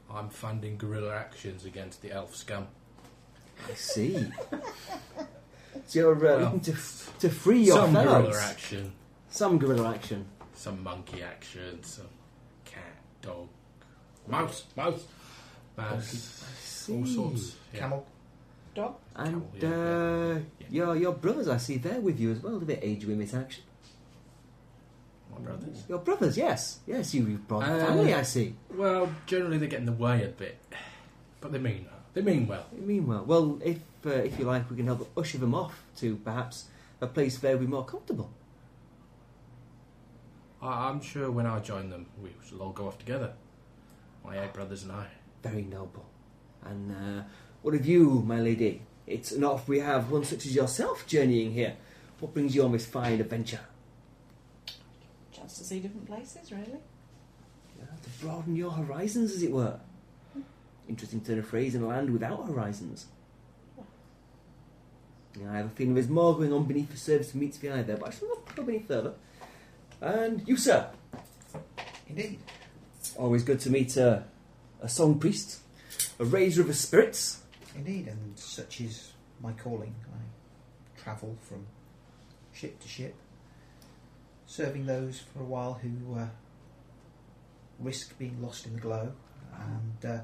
I'm funding guerrilla actions against the elf scam. I see. so you're uh, Well, looking to, f- to free your some fellows. guerrilla action, Some guerrilla action. some monkey action, some cat, dog, mouse, mouse, mouse, all sorts. Yeah. Camel. Dog. And Oh, yeah, yeah, uh, yeah. your your brothers, I see, they're with you as well. Do they aid you in this action? My brothers. Your brothers, yes, yes, you, you've brought a Uh, family. I see. Well, generally they get in the way a bit, but they mean they mean well. Meanwhile, well, if uh, if you like, we can help usher them off to perhaps a place where we're more comfortable. I, I'm sure when I join them, we shall all go off together. My eight brothers and I. Very noble. And uh, what of you, my lady? It's enough we have one such as yourself journeying here. What brings you on this fine adventure? Chance to see different places, really. Yeah, to broaden your horizons, as it were. Interesting turn of phrase in a land without horizons. Yeah, I have a feeling there's more going on beneath the surface than meets the eye there, but I shall not probe any further. And you, sir, Indeed. always good to meet a, a song priest, a raiser of the spirits. Indeed, and such is my calling. I travel from ship to ship, serving those for a while who uh, risk being lost in the glow. And uh,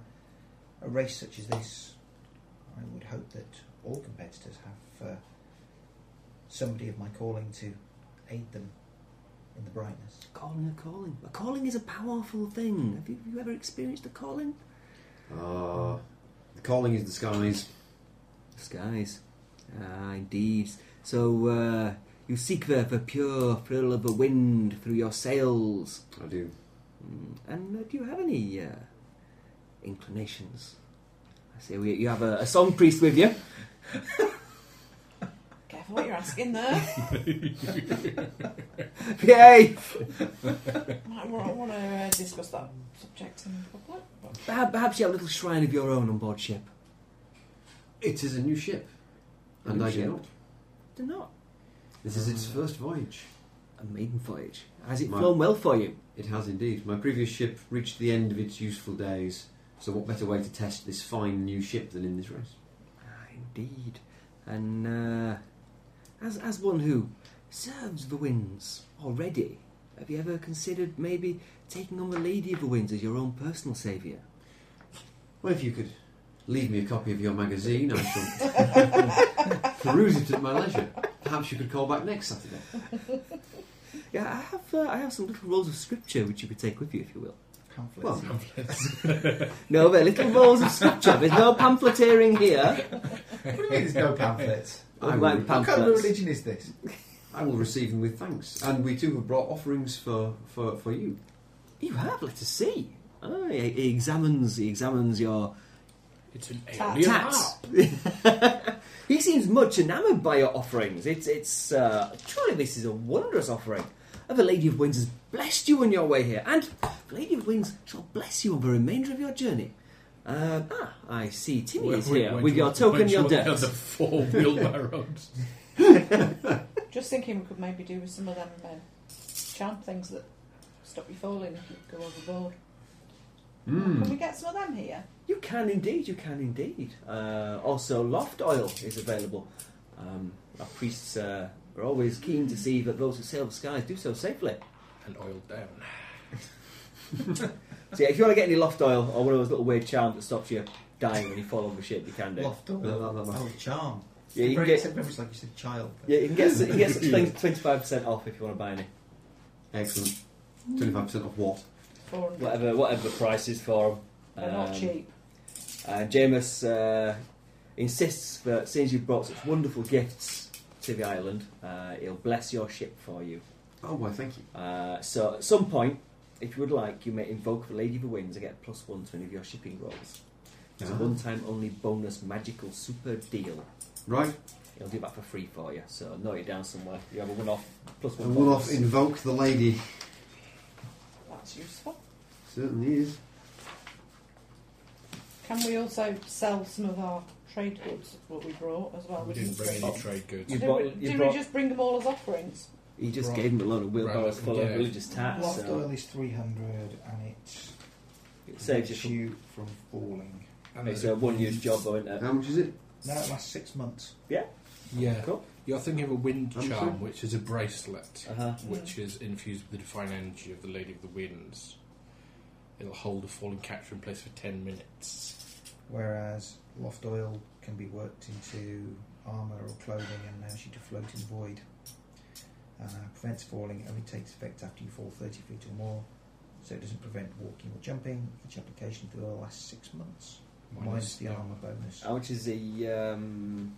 a race such as this, I would hope that all competitors have uh, somebody of my calling to aid them in the brightness. Calling a calling. A calling is a powerful thing. Have you, have you ever experienced a calling? Uh, the calling is the skies. Skies. Ah, indeed. So, uh, you seek the, the pure thrill of the wind through your sails. I do. Mm, And uh, do you have any uh, inclinations? I see we, you have a, a song priest with you. Careful what you're asking there. Yay! Might want to uh, discuss that subject in public. but- Perhaps, perhaps you have a little shrine of your own on board ship. It is a new ship, A and new I ship. do not. Do not. This is its first voyage. A maiden voyage. Has it Mine. flown well for you? It has indeed. My previous ship reached the end of its useful days, so what better way to test this fine new ship than in this race? Ah, indeed. And uh, as as one who serves the winds already, have you ever considered maybe taking on the Lady of the Winds as your own personal saviour? Well, if you could leave me a copy of your magazine, I shall peruse it at my leisure. Perhaps you could call back next Saturday. Yeah, I have uh, I have some little rolls of scripture which you could take with you if you will. Pamphlets. Well, No, they're little rolls of scripture. There's no pamphleteering here. what do you mean there's no pamphlets? I Like What will, kind of a pamphlets. religion is this? I will receive them with thanks. And we too have brought offerings for, for, for you. You have. Let us see. Oh, he, he examines. He examines your It's an Tat. alien Ah. tats. harp. He seems much enamoured by your offerings. It's, it's, uh, surely this is a wondrous offering. And the Lady of Winds has blessed you on your way here, and the Lady of Winds shall bless you on the remainder of your journey. Um, ah, I see Timmy is here with your token, your debt. debt. The four wheelbarrows. Just thinking we could maybe do with some of them uh, charm things that stop you falling if you go overboard. Hmm. Can we get some of them here? You can indeed, you can indeed. Uh, also, loft oil is available. Um, our priests uh, are always keen to see that those who sail the skies do so safely. and oiled down. So, yeah, if you want to get any loft oil or one of those little weird charms that stops you dying when you fall on the ship, you can do. Loft up. No, no, no, no. Oh, charm. Yeah, you can very, get- said very much like you said, child. but- Yeah, you can get, you can get twenty five percent off if you want to buy any. Excellent. 25% of what? Four and Whatever, whatever the price is for them. They're not cheap. Uh, Jameis uh, insists that since you brought such wonderful gifts to the island, uh, he'll bless your ship for you. Oh, why, thank you. Uh, so at some point, if you would like, you may invoke the Lady of the Winds and get a plus one to any of your shipping rolls. It's a Ah. one time only bonus magical super deal. Right, It'll do that for free for you, so note it down somewhere. You have a one off plus a one. one off bonus. invoke the lady. That's useful. Certainly is. Can we also sell some of our trade goods what we brought as well? We didn't bring any trade goods. You Did, brought- we, you did we brought- just bring them all as offerings? He just Right. gave him a load of wheelbarrows Right, full of yeah. religious tats, Loft so oil is 300 and it it saves you prevents from. you from falling. And It's the- a one year's job, though, isn't it? How much is it? Now it lasts six months. yeah. Cool. You're thinking of a wind I'm charm, sorry? which is a bracelet, Uh-huh. which is infused with the divine energy of the Lady of the Winds. It'll hold a falling catcher in place for ten minutes. Whereas loft oil can be worked into armour or clothing and allows you to float in void. Uh, prevents falling, only takes effect after you fall 30 feet or more, so it doesn't prevent walking or jumping. Each application for the oil lasts six months, minus, minus the armour bonus. How much is the um,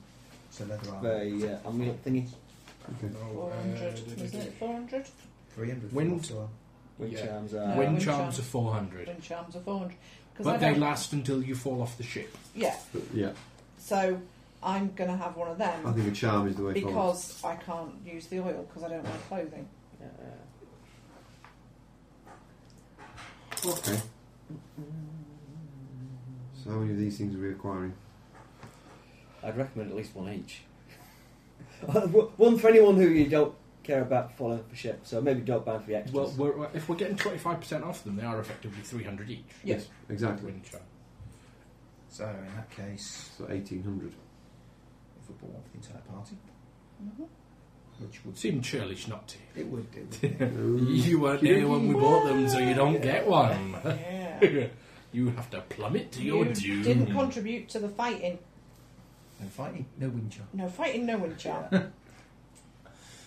So leather armour. the uh, amulet thingy? No, Four uh, hundred, da- da- isn't da- it? Four hundred. 300 for Wind- loft oil. Which Yeah. charms No, are? Wind wind charms charm. are four hundred, Wind charms are four hundred. but they last until you fall off the ship. Yeah. Yeah, So I'm going to have one of I them think a charm is the way forward. because I can't use the oil because I don't wear clothing. Uh, Okay. So how many of these things are we acquiring? I'd recommend at least one each. one for anyone who you don't care about falling off a ship, so maybe don't buy for the extras. Well, we're, we're- if we're getting twenty five percent off them, they are effectively three hundred each. Yes. Exactly. Wind charm. So in that case, So 1800. if we bought one for the entire party, hmm which would Would seem churlish not to. it would it would You weren't there when we bought them, so you don't get one. Yeah. you have to plummet to your you doom. didn't contribute to the fighting. no fighting, no wind charm. No fighting, no wind charm.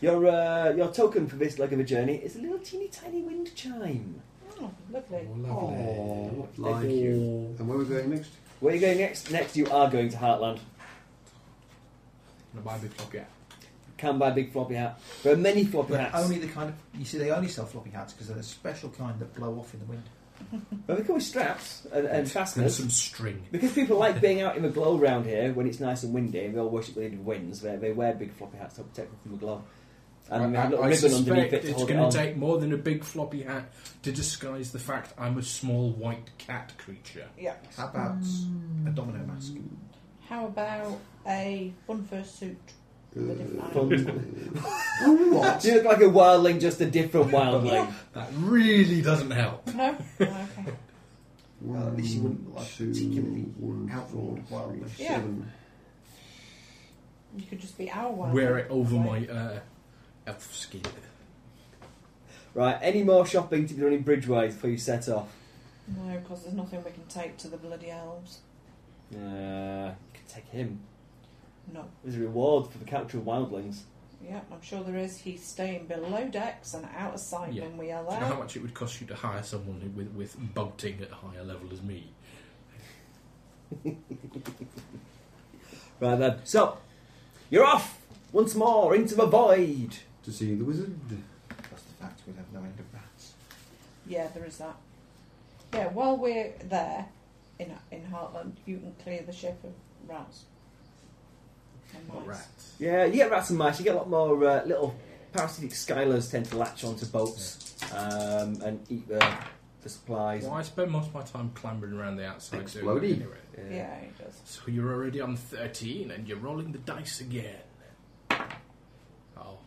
your uh, your token for this leg of a journey is a little teeny tiny wind chime. Oh, lovely. Oh, like you. And where are we going next? Where are you going next? Next, you are going to Heartland. And a big top, yeah. Can buy a big floppy hat. There are many floppy But hats. only the kind of you see they only sell floppy hats because they're the special kind that blow off in the wind. But they come with straps and, and And fasteners. some string. Because people like being out in the glow round here when it's nice and windy and they all worship the Lady of Winds, they, they wear big floppy hats to protect them from the glow. And they have a little I ribbon suspect underneath it to it's hold it going on. to take more than a big floppy hat to disguise the fact I'm a small white cat creature. Yeah. How about Mm. a domino mask? How about a fun fursuit? with Uh, a different Fun- animal? Oh, Do you look like a wildling, just a different wildling? Yeah. That really doesn't help. No? Oh, okay. Well, at least you wouldn't like Two, particularly one, outlawed four, wild three, life. Yeah. seven. You could just be our one. Wear it over my Right. uh, elf skin. Right, any more shopping to be done in Bridgeway before you set off? No, because there's nothing we can take to the bloody elves. Uh, you can take him. No. There's a reward for the capture of wildlings. Yeah, I'm sure there is. He's staying below decks and out of sight Yeah. when we are Do you know how there. much it would cost you to hire someone who- with, with boating at a higher level as me? Right then. So, you're off once more into the void. To see the wizard. That's the fact we'd have no end of rats. Yeah, there is that. Yeah, while we're there in in Heartland, you can clear the ship of rats. And points. Rats. Yeah, you get rats and mice. You get a lot more uh, little parasitic skylers tend to latch onto boats um, and eat the, the supplies. Well, I spend most of my time clambering around the outside. doing Explodey. it anyway. Yeah, it does. So you're already on 13 and you're rolling the dice again. Oh.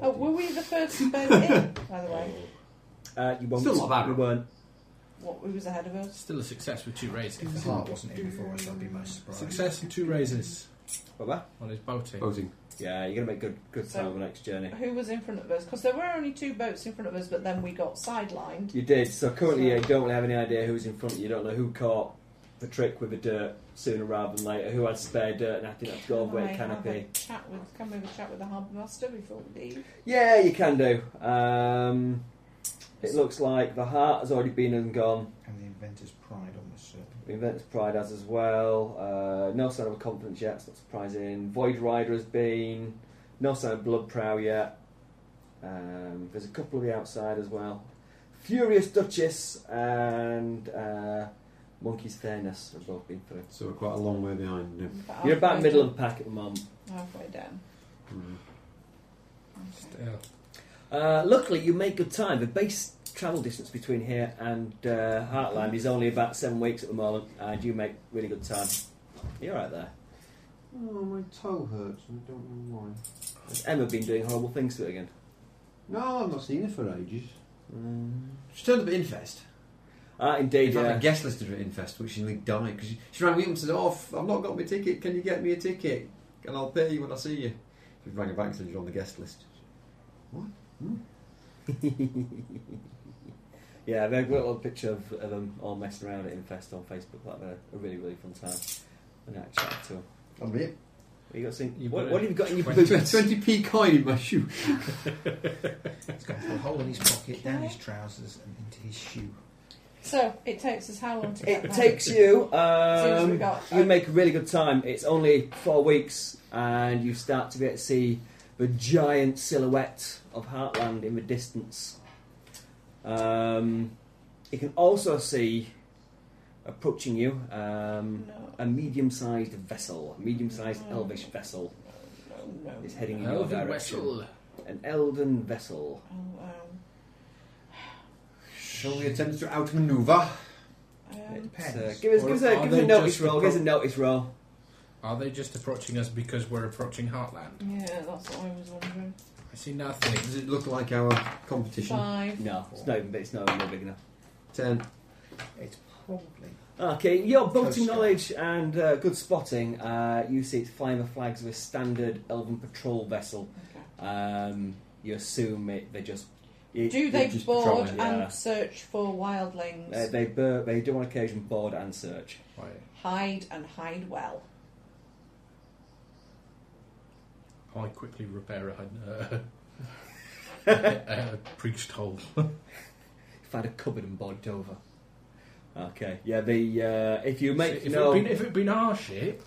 Oh, were we the first boat in, by the way? Uh, you won't. Still not bad. You weren't. What, who was ahead of us? Still a success with two If raises. Clark wasn't in before us, I'd be most surprised. Success and two raises What that? on his boating. Boating. Yeah, you're gonna make good good time So- on the next journey. Who was in front of us? Because there were only two boats in front of us, but then we got sidelined. You did. So currently, you don't really have any idea who's in front of you. You don't know who caught the trick with the dirt sooner rather than later. Who had spare dirt and had to go Can away I have canopy. a chat with, can we have a chat with the harbour master before we leave? Yeah, you can do. Um, it looks like the heart has already been and gone. And the inventor's pride almost certainly. The inventor's pride has as well. Uh, no sign of a confidence yet. It's not surprising. Void rider has been. No sign of blood prow yet. Um, there's a couple of the outside as well. Furious Duchess and uh, Monkey's Fairness have both been through. So we're quite a long way behind now. About You're about halfway middle down- of the pack at the moment. halfway down. Mm. Okay. Yeah. Uh, luckily, you make good time. The base travel distance between here and uh, Heartland is only about seven weeks at the moment, and you make really good time. You're right there. Oh, my toe hurts. and I don't know why. Has Emma been doing horrible things to it again? No, I've not seen her for ages. She turned up at Infest. Ah, In indeed, fact, yeah. I guest listed her at Infest, which she nearly died because she, she rang me up and said, "Oh, f- I've not got my ticket. Can you get me a ticket? And I'll pay you when I see you." She rang her back and said, "You're on the guest list." yeah, they've got a little picture of, of them all messing around at Infest on Facebook. Like they're a really, really fun time. And I chat to them. Oh, That'll be it. What, you got seen, You've what, got what a have you got in your boot? Twenty p coin in my shoe. It's gone through a hole in his pocket, down his trousers, and into his shoe. So it takes us how long to get It back? takes you. As soon as we Um, got- you make a really good time. It's only four weeks, and you start to be able to see the giant silhouette of Heartland in the distance. Um, you can also see approaching you um, No, a medium-sized vessel, a medium-sized Mm. elvish vessel no, no. is heading in your Elven direction. Wessel. An elden vessel. Oh, um, Shall we attempt to outmaneuver? um, It's, uh, Depends. give us, Or give us are a, give us they a notice just roll. Give us a appro- notice roll. Are they just approaching us because we're approaching Heartland? yeah, that's what I was wondering. I see nothing. Does it look like our competition? Five. No, it's not even. It's not even big enough. Ten. It's probably Okay, your Coast boating Guard. knowledge and uh, good spotting, uh, you see it's flying the flags of a standard Elven patrol vessel. Um, you assume it, they just. it- Do they just board patrolling, yeah. Uh, and search for wildlings? They, they, bur- they do on occasion board and search. Right. hide and hide well. I quickly repair a, hun- uh, a priest hole. Find a cupboard and board over. Okay, yeah, the uh, if you make if, no. it'd been, if it'd been our ship,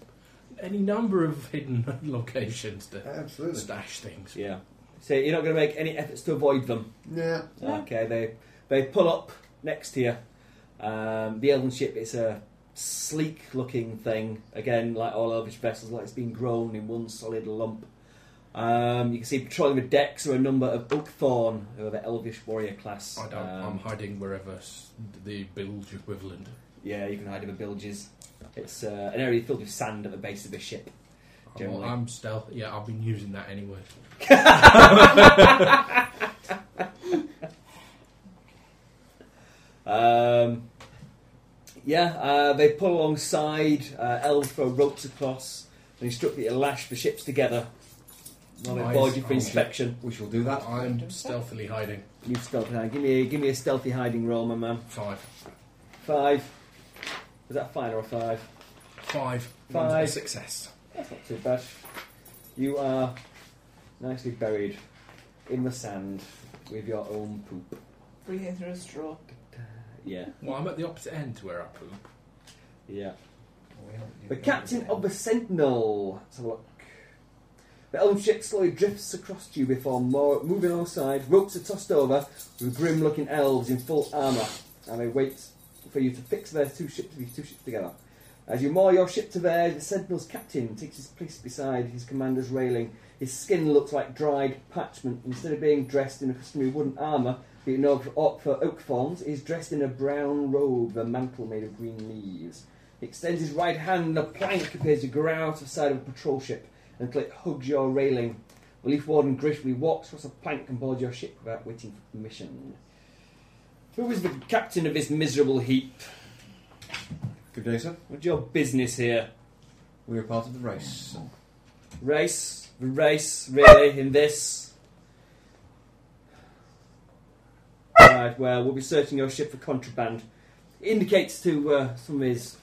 any number of hidden locations to Absolutely. stash things. yeah. So you're not going to make any efforts to avoid them. Yeah. No. Okay, they they pull up next to you. Um, the elven ship it's a sleek looking thing. Again, like all elvish vessels, like it's been grown in one solid lump. Um, you can see patrolling the decks are a number of Oakthorn, who are the elvish warrior class. I don't, Um, I'm hiding wherever s- the bilge equivalent. yeah, you can hide in the bilges. It's uh, an area filled with sand at the base of the ship. I'm, Generally. I'm stealth. Yeah, I've been using that anyway. Um, yeah, uh, they pull alongside. Uh, elves throw ropes across and instruct that you lash the ships together. While they Nice. board you for Oh, inspection. We shall do that. I'm stealthily hiding. You stealthy hide. Give me a, give me a stealthy hiding roll, my man. Five. Five. Is that fine or a five? Five. Five. One's a success. That's not too bad. You are nicely buried in the sand with your own poop. Breathing through a straw. Yeah, Well, I'm at the opposite end to where I poop. yeah. well, The captain of the Sentinel. Let's have a look. The elm ship slowly drifts across to you before more, moving alongside. Ropes are tossed over with grim looking elves in full armour, and they wait for you to fix their two ships, these two ships together. As you moor your ship to theirs, the sentinel's captain takes his place beside his commander's railing. His skin looks like dried parchment. Instead of being dressed in a customary wooden armour, beaten up for, for oak thorns, he is dressed in a brown robe, a mantle made of green leaves. He extends his right hand, and a plank appears to grow out of the side of a patrol ship, and until it hugs your railing. Relief Warden Griffley walks across a plank and boards your ship without waiting for permission. Who is the captain of this miserable heap? Good day, sir. What's your business here? We are part of the race. Race, race, really, in this? Alright, well, we'll be searching your ship for contraband. Indicates to uh, some of his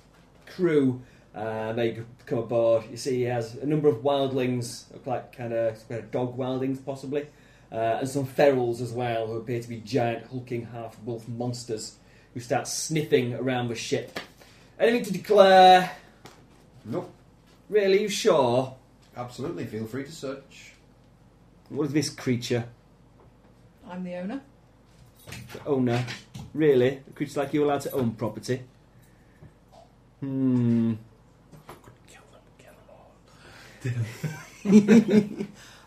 crew uh, they come aboard. You see, he has a number of wildlings, look like kind of, kind of dog wildlings, possibly, uh, and some ferals as well, who appear to be giant, hulking half wolf monsters who start sniffing around the ship. Anything to declare? Nope. Really, you sure? Absolutely. Feel free to search. What is this creature? I'm the owner. The owner? Really? A creature like you allowed to own property? Hmm.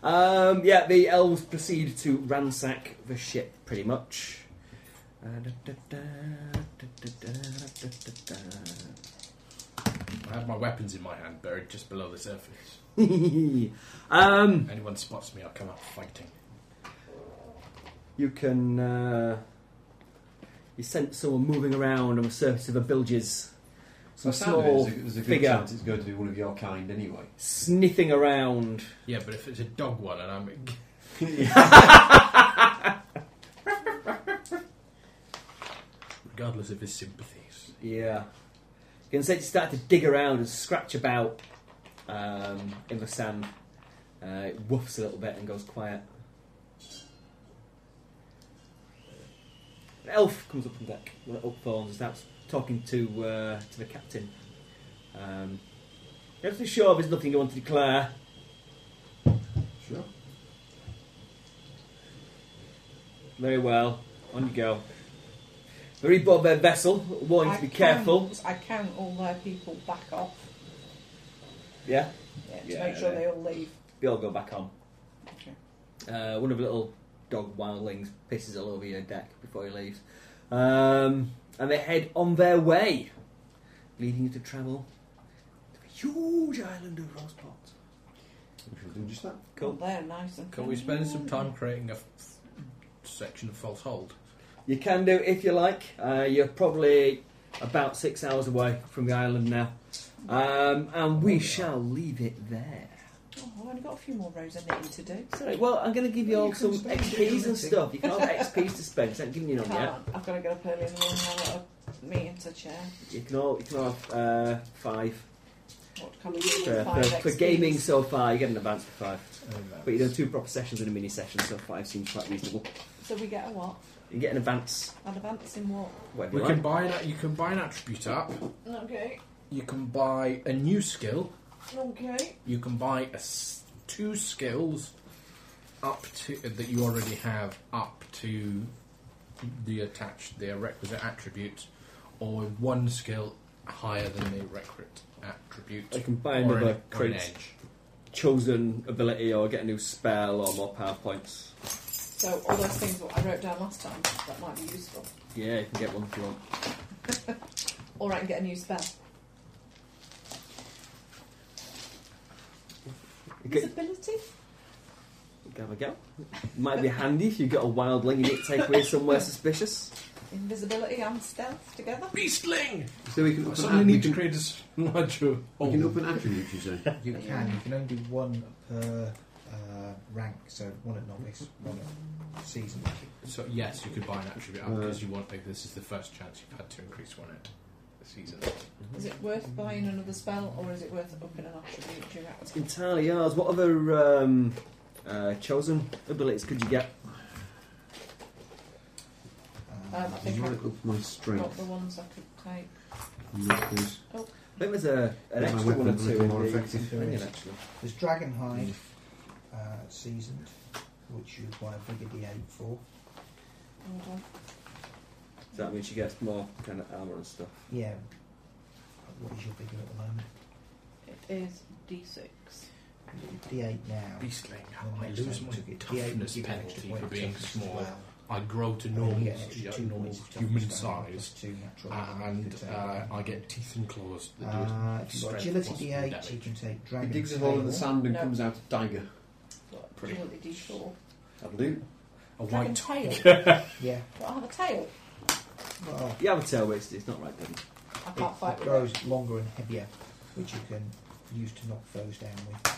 um, yeah, the elves proceed to ransack the ship, pretty much. Uh, da, da, da, da, da, da, da, da, I have my weapons in my hand, buried just below the surface. da. um, Anyone spots me, I'll come out fighting. you can uh, you sense someone moving around on the surface of the bilges. Some By the sound of it, small there's a, there's a good figure. chance it's going to be one of your kind anyway. sniffing around. Yeah, but if it's a dog one and I'm regardless of his sympathies, Yeah. You can sense it start to dig around and scratch about um, in the sand. Uh, it woofs a little bit and goes quiet. An elf comes up from the deck, one of the elf thorns, and starts talking to uh, to the captain. Um, you're absolutely sure there's nothing you want to declare. Sure. Very well, on you go. They reboard their vessel, warning to be careful. Count, I count all their people back off Yeah? yeah, to Yeah, make sure yeah. they all leave. They all go back on. Okay. Uh, one of the little dog wildlings pisses all over your deck before he leaves. Um, and they head on their way, leading you to travel to the huge island of Rosepot. We shall do just that. Cool. They're nice and can we spend some time creating a f- section of false hold? You can do it if you like. Uh, you're probably about six hours away from the island now. Um, and we shall leave it there. Oh, I've only got a few more rows I need to do. Sorry, well, I'm going to give you Well, all you can some spend XPs and it. stuff. You can have XPs to spend, 'cause I haven't given you none yet. Can't. I've got to get up early in the morning. I've got a meeting to chair. You can all you can all have uh, five. What can we do with For, five for, for XPs? gaming so far, you get an advance for five. But you've done two proper sessions and a mini session, so five seems quite reasonable. So we get a what? You get an advance, An advance in what? whatever We you can like. buy an, you can buy an attribute up. Okay. You can buy a new skill. Okay. You can buy a s- two skills up to that you already have up to the attached the requisite attribute, or one skill higher than the requisite attribute. You can buy or an- another or an crate- edge. chosen ability or get a new spell or more power points. So all those things that I wrote down last time that might be useful. Yeah, you can get one if you want. All right, and get a new spell. You get- Disability. you can have a go. Might be handy if you get a wildling you need to take away somewhere suspicious. Invisibility and stealth together. Beastling. So we can I up suddenly an, we need to can, create a s- larger. we can hole. up an attribute, you say. You can. You can only do one per uh, rank, so one at novice, one at season. So yes, you could buy an attribute up Uh, because you want. Like, this is the first chance you've had to increase one at the season. Is it worth buying another spell, or is it worth upping an attribute? Do you It's reckon? entirely yours. What other um, uh, chosen abilities could you get? Um, I Uh, Did think you I've want to up my got strength? the ones I could take. No, please. I think there's a, an My extra weapon's one or a two little in more the effective. companion, actually. there's Dragonhide uh, seasoned, which you buy a bigger D8 for. Hold on. So that means she gets more kind of armour and stuff. Yeah. What is your figure at the moment? It is D6. D8 now. Beastly. And the I next lose time my you took it, D8 would toughness give you an extra penalty point for of being toughness as small. well. I grow to And then you normal, get an extra yeah, two normal points of toughness human going on, plus size, two natural ability and to take uh, it. I get teeth and claws that do Uh, if you've got strength agility plus D8, damage. you can take He dragon. digs a hole in the tail. sand and No. comes out a tiger. Do you want the D4? That'll do. a Dragon white tail. Yeah. Do I have a tail? Well, You have a tail waist, it's not right, Debbie. I can't it, fight it with it. grows longer and heavier, which you can use to knock foes down with.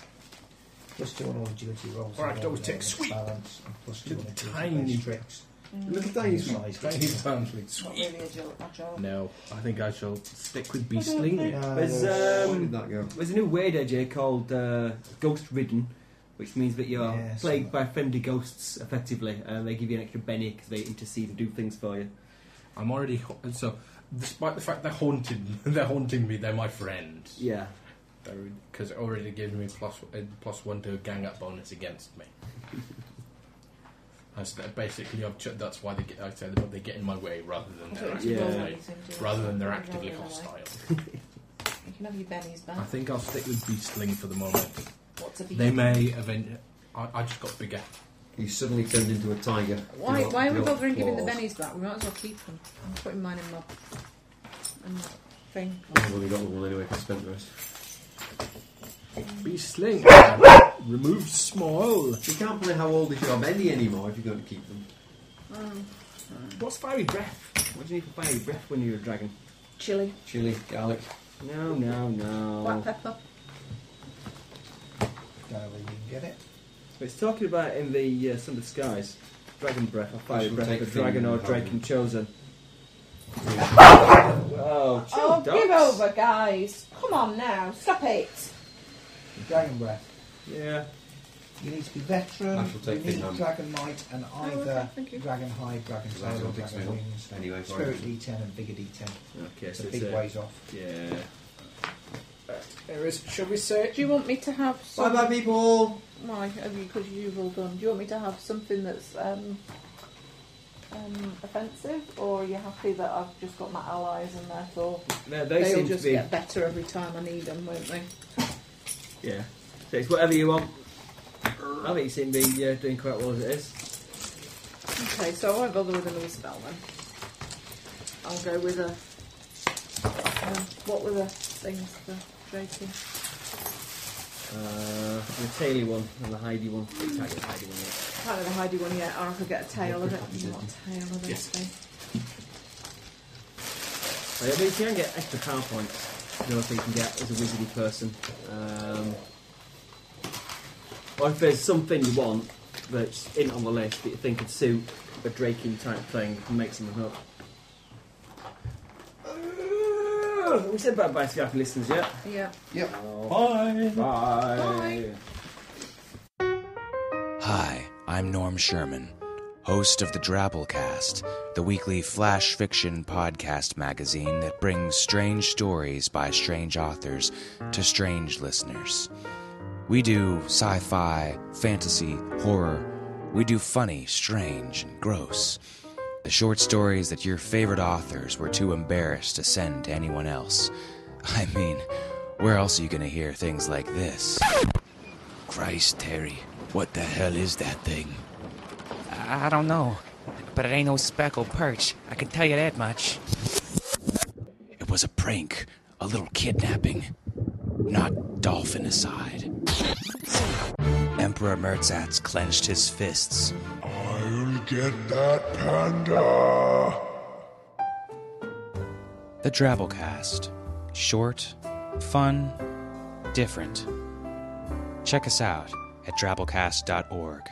Plus two on all agility rolls. Or I and could always all take elements sweep. Balance, and plus two on Little agility-based tiny- tricks. Mm, Look at that. he's- Size Tiny difference. family. Not really agile. agile. No, I think I shall stick with Uh, beastling. There's, there's- Where um, did that go? There's a new weird idea called uh, Ghost Ridden, which means that you're Yes. plagued by friendly ghosts, effectively, and they give you an extra penny because they intercede and do things for you. I'm already ho- so. Despite the fact they're haunted, they're haunting me. They're my friends. Yeah. because it already gives me plus uh, plus one to a gang up bonus against me. That's that- basically, I've ch- that's why they get. I say they, they get in my way rather than I they're don't actively, think Yeah. you roll anything, do you? rather than they're You actively roll the other way. hostile. You can have your bennies I back. think I'll stick with beastling for the moment. What's a They beast? may eventually. I, I just got bigger. He suddenly turned into a tiger. Why, Not- why are we not bothering giving the claws. bennies back? We might as well keep them. I'm putting mine in my, in my thing. I've only got the one anyway. 'cause I spent the rest. Beastling remove small. You can't play how old is your bendy anymore if you're going to keep them. Um, What's fiery breath? What do you need for fiery breath when you're a dragon? chili, Chili, garlic. No, no, black no. pepper. Diary, you can get it. It's talking about in the uh, Sun of Skies. Dragon breath, or fiery shall breath take for dragon or thing- drake and chosen. Oh, chill Oh, give dogs. over, guys. Come on now. Stop it. Dragon breath. Yeah. You need to be veteran. I shall take you Big need Hand. dragon might and either Oh, okay, thank you. dragon hide, dragon Because I tail, don't think dragon so. wings. Anyway, sorry. Spirit D10 and bigger D10. Okay, It's so a it's big a- ways off. Yeah. There is. Shall we say? Do you want me to have Bye some... bye, people! Why, because you've all done. Do you want me to have something that's um, um, offensive, or are you happy that I've just got my allies and therefore No, they will seem just to be. get better every time I need them, won't they? Yeah. So it's whatever you want. I think you seem to be uh, doing quite well as it is. Okay, so I won't bother with another spell then. I'll go with a. Um, what were the things for Draking? Uh, the taily one and the Heidi one. Big tiger Heidi one. yeah. Can't get a hidey one yet, or I could get a tail. I don't think you want a tail of Yes. anything. But I mean, you can get extra power points. The other thing you can get as a wizardy person. Um, or if there's something you want that's in on the list that you think would suit a Draking type thing, you can make something up. Uh, we said bye bye to the happy listeners yet. Yeah. Bye. Bye. Hi, I'm Norm Sherman, host of the Drabblecast, the weekly flash fiction podcast magazine that brings strange stories by strange authors to strange listeners. We do sci fi, fantasy, horror. We do funny, strange, and gross. The short stories that your favorite authors were too embarrassed to send to anyone else. I mean, where else are you going to hear things like this? Christ, Terry, what the hell is that thing? I I don't know, but it ain't no speckled perch. I can tell you that much. It was a prank, a little kidnapping. Not dolphin aside. Emperor Mertzatz clenched his fists. I'll get that panda. The Drabblecast. Short, fun, different. Check us out at drabblecast.org.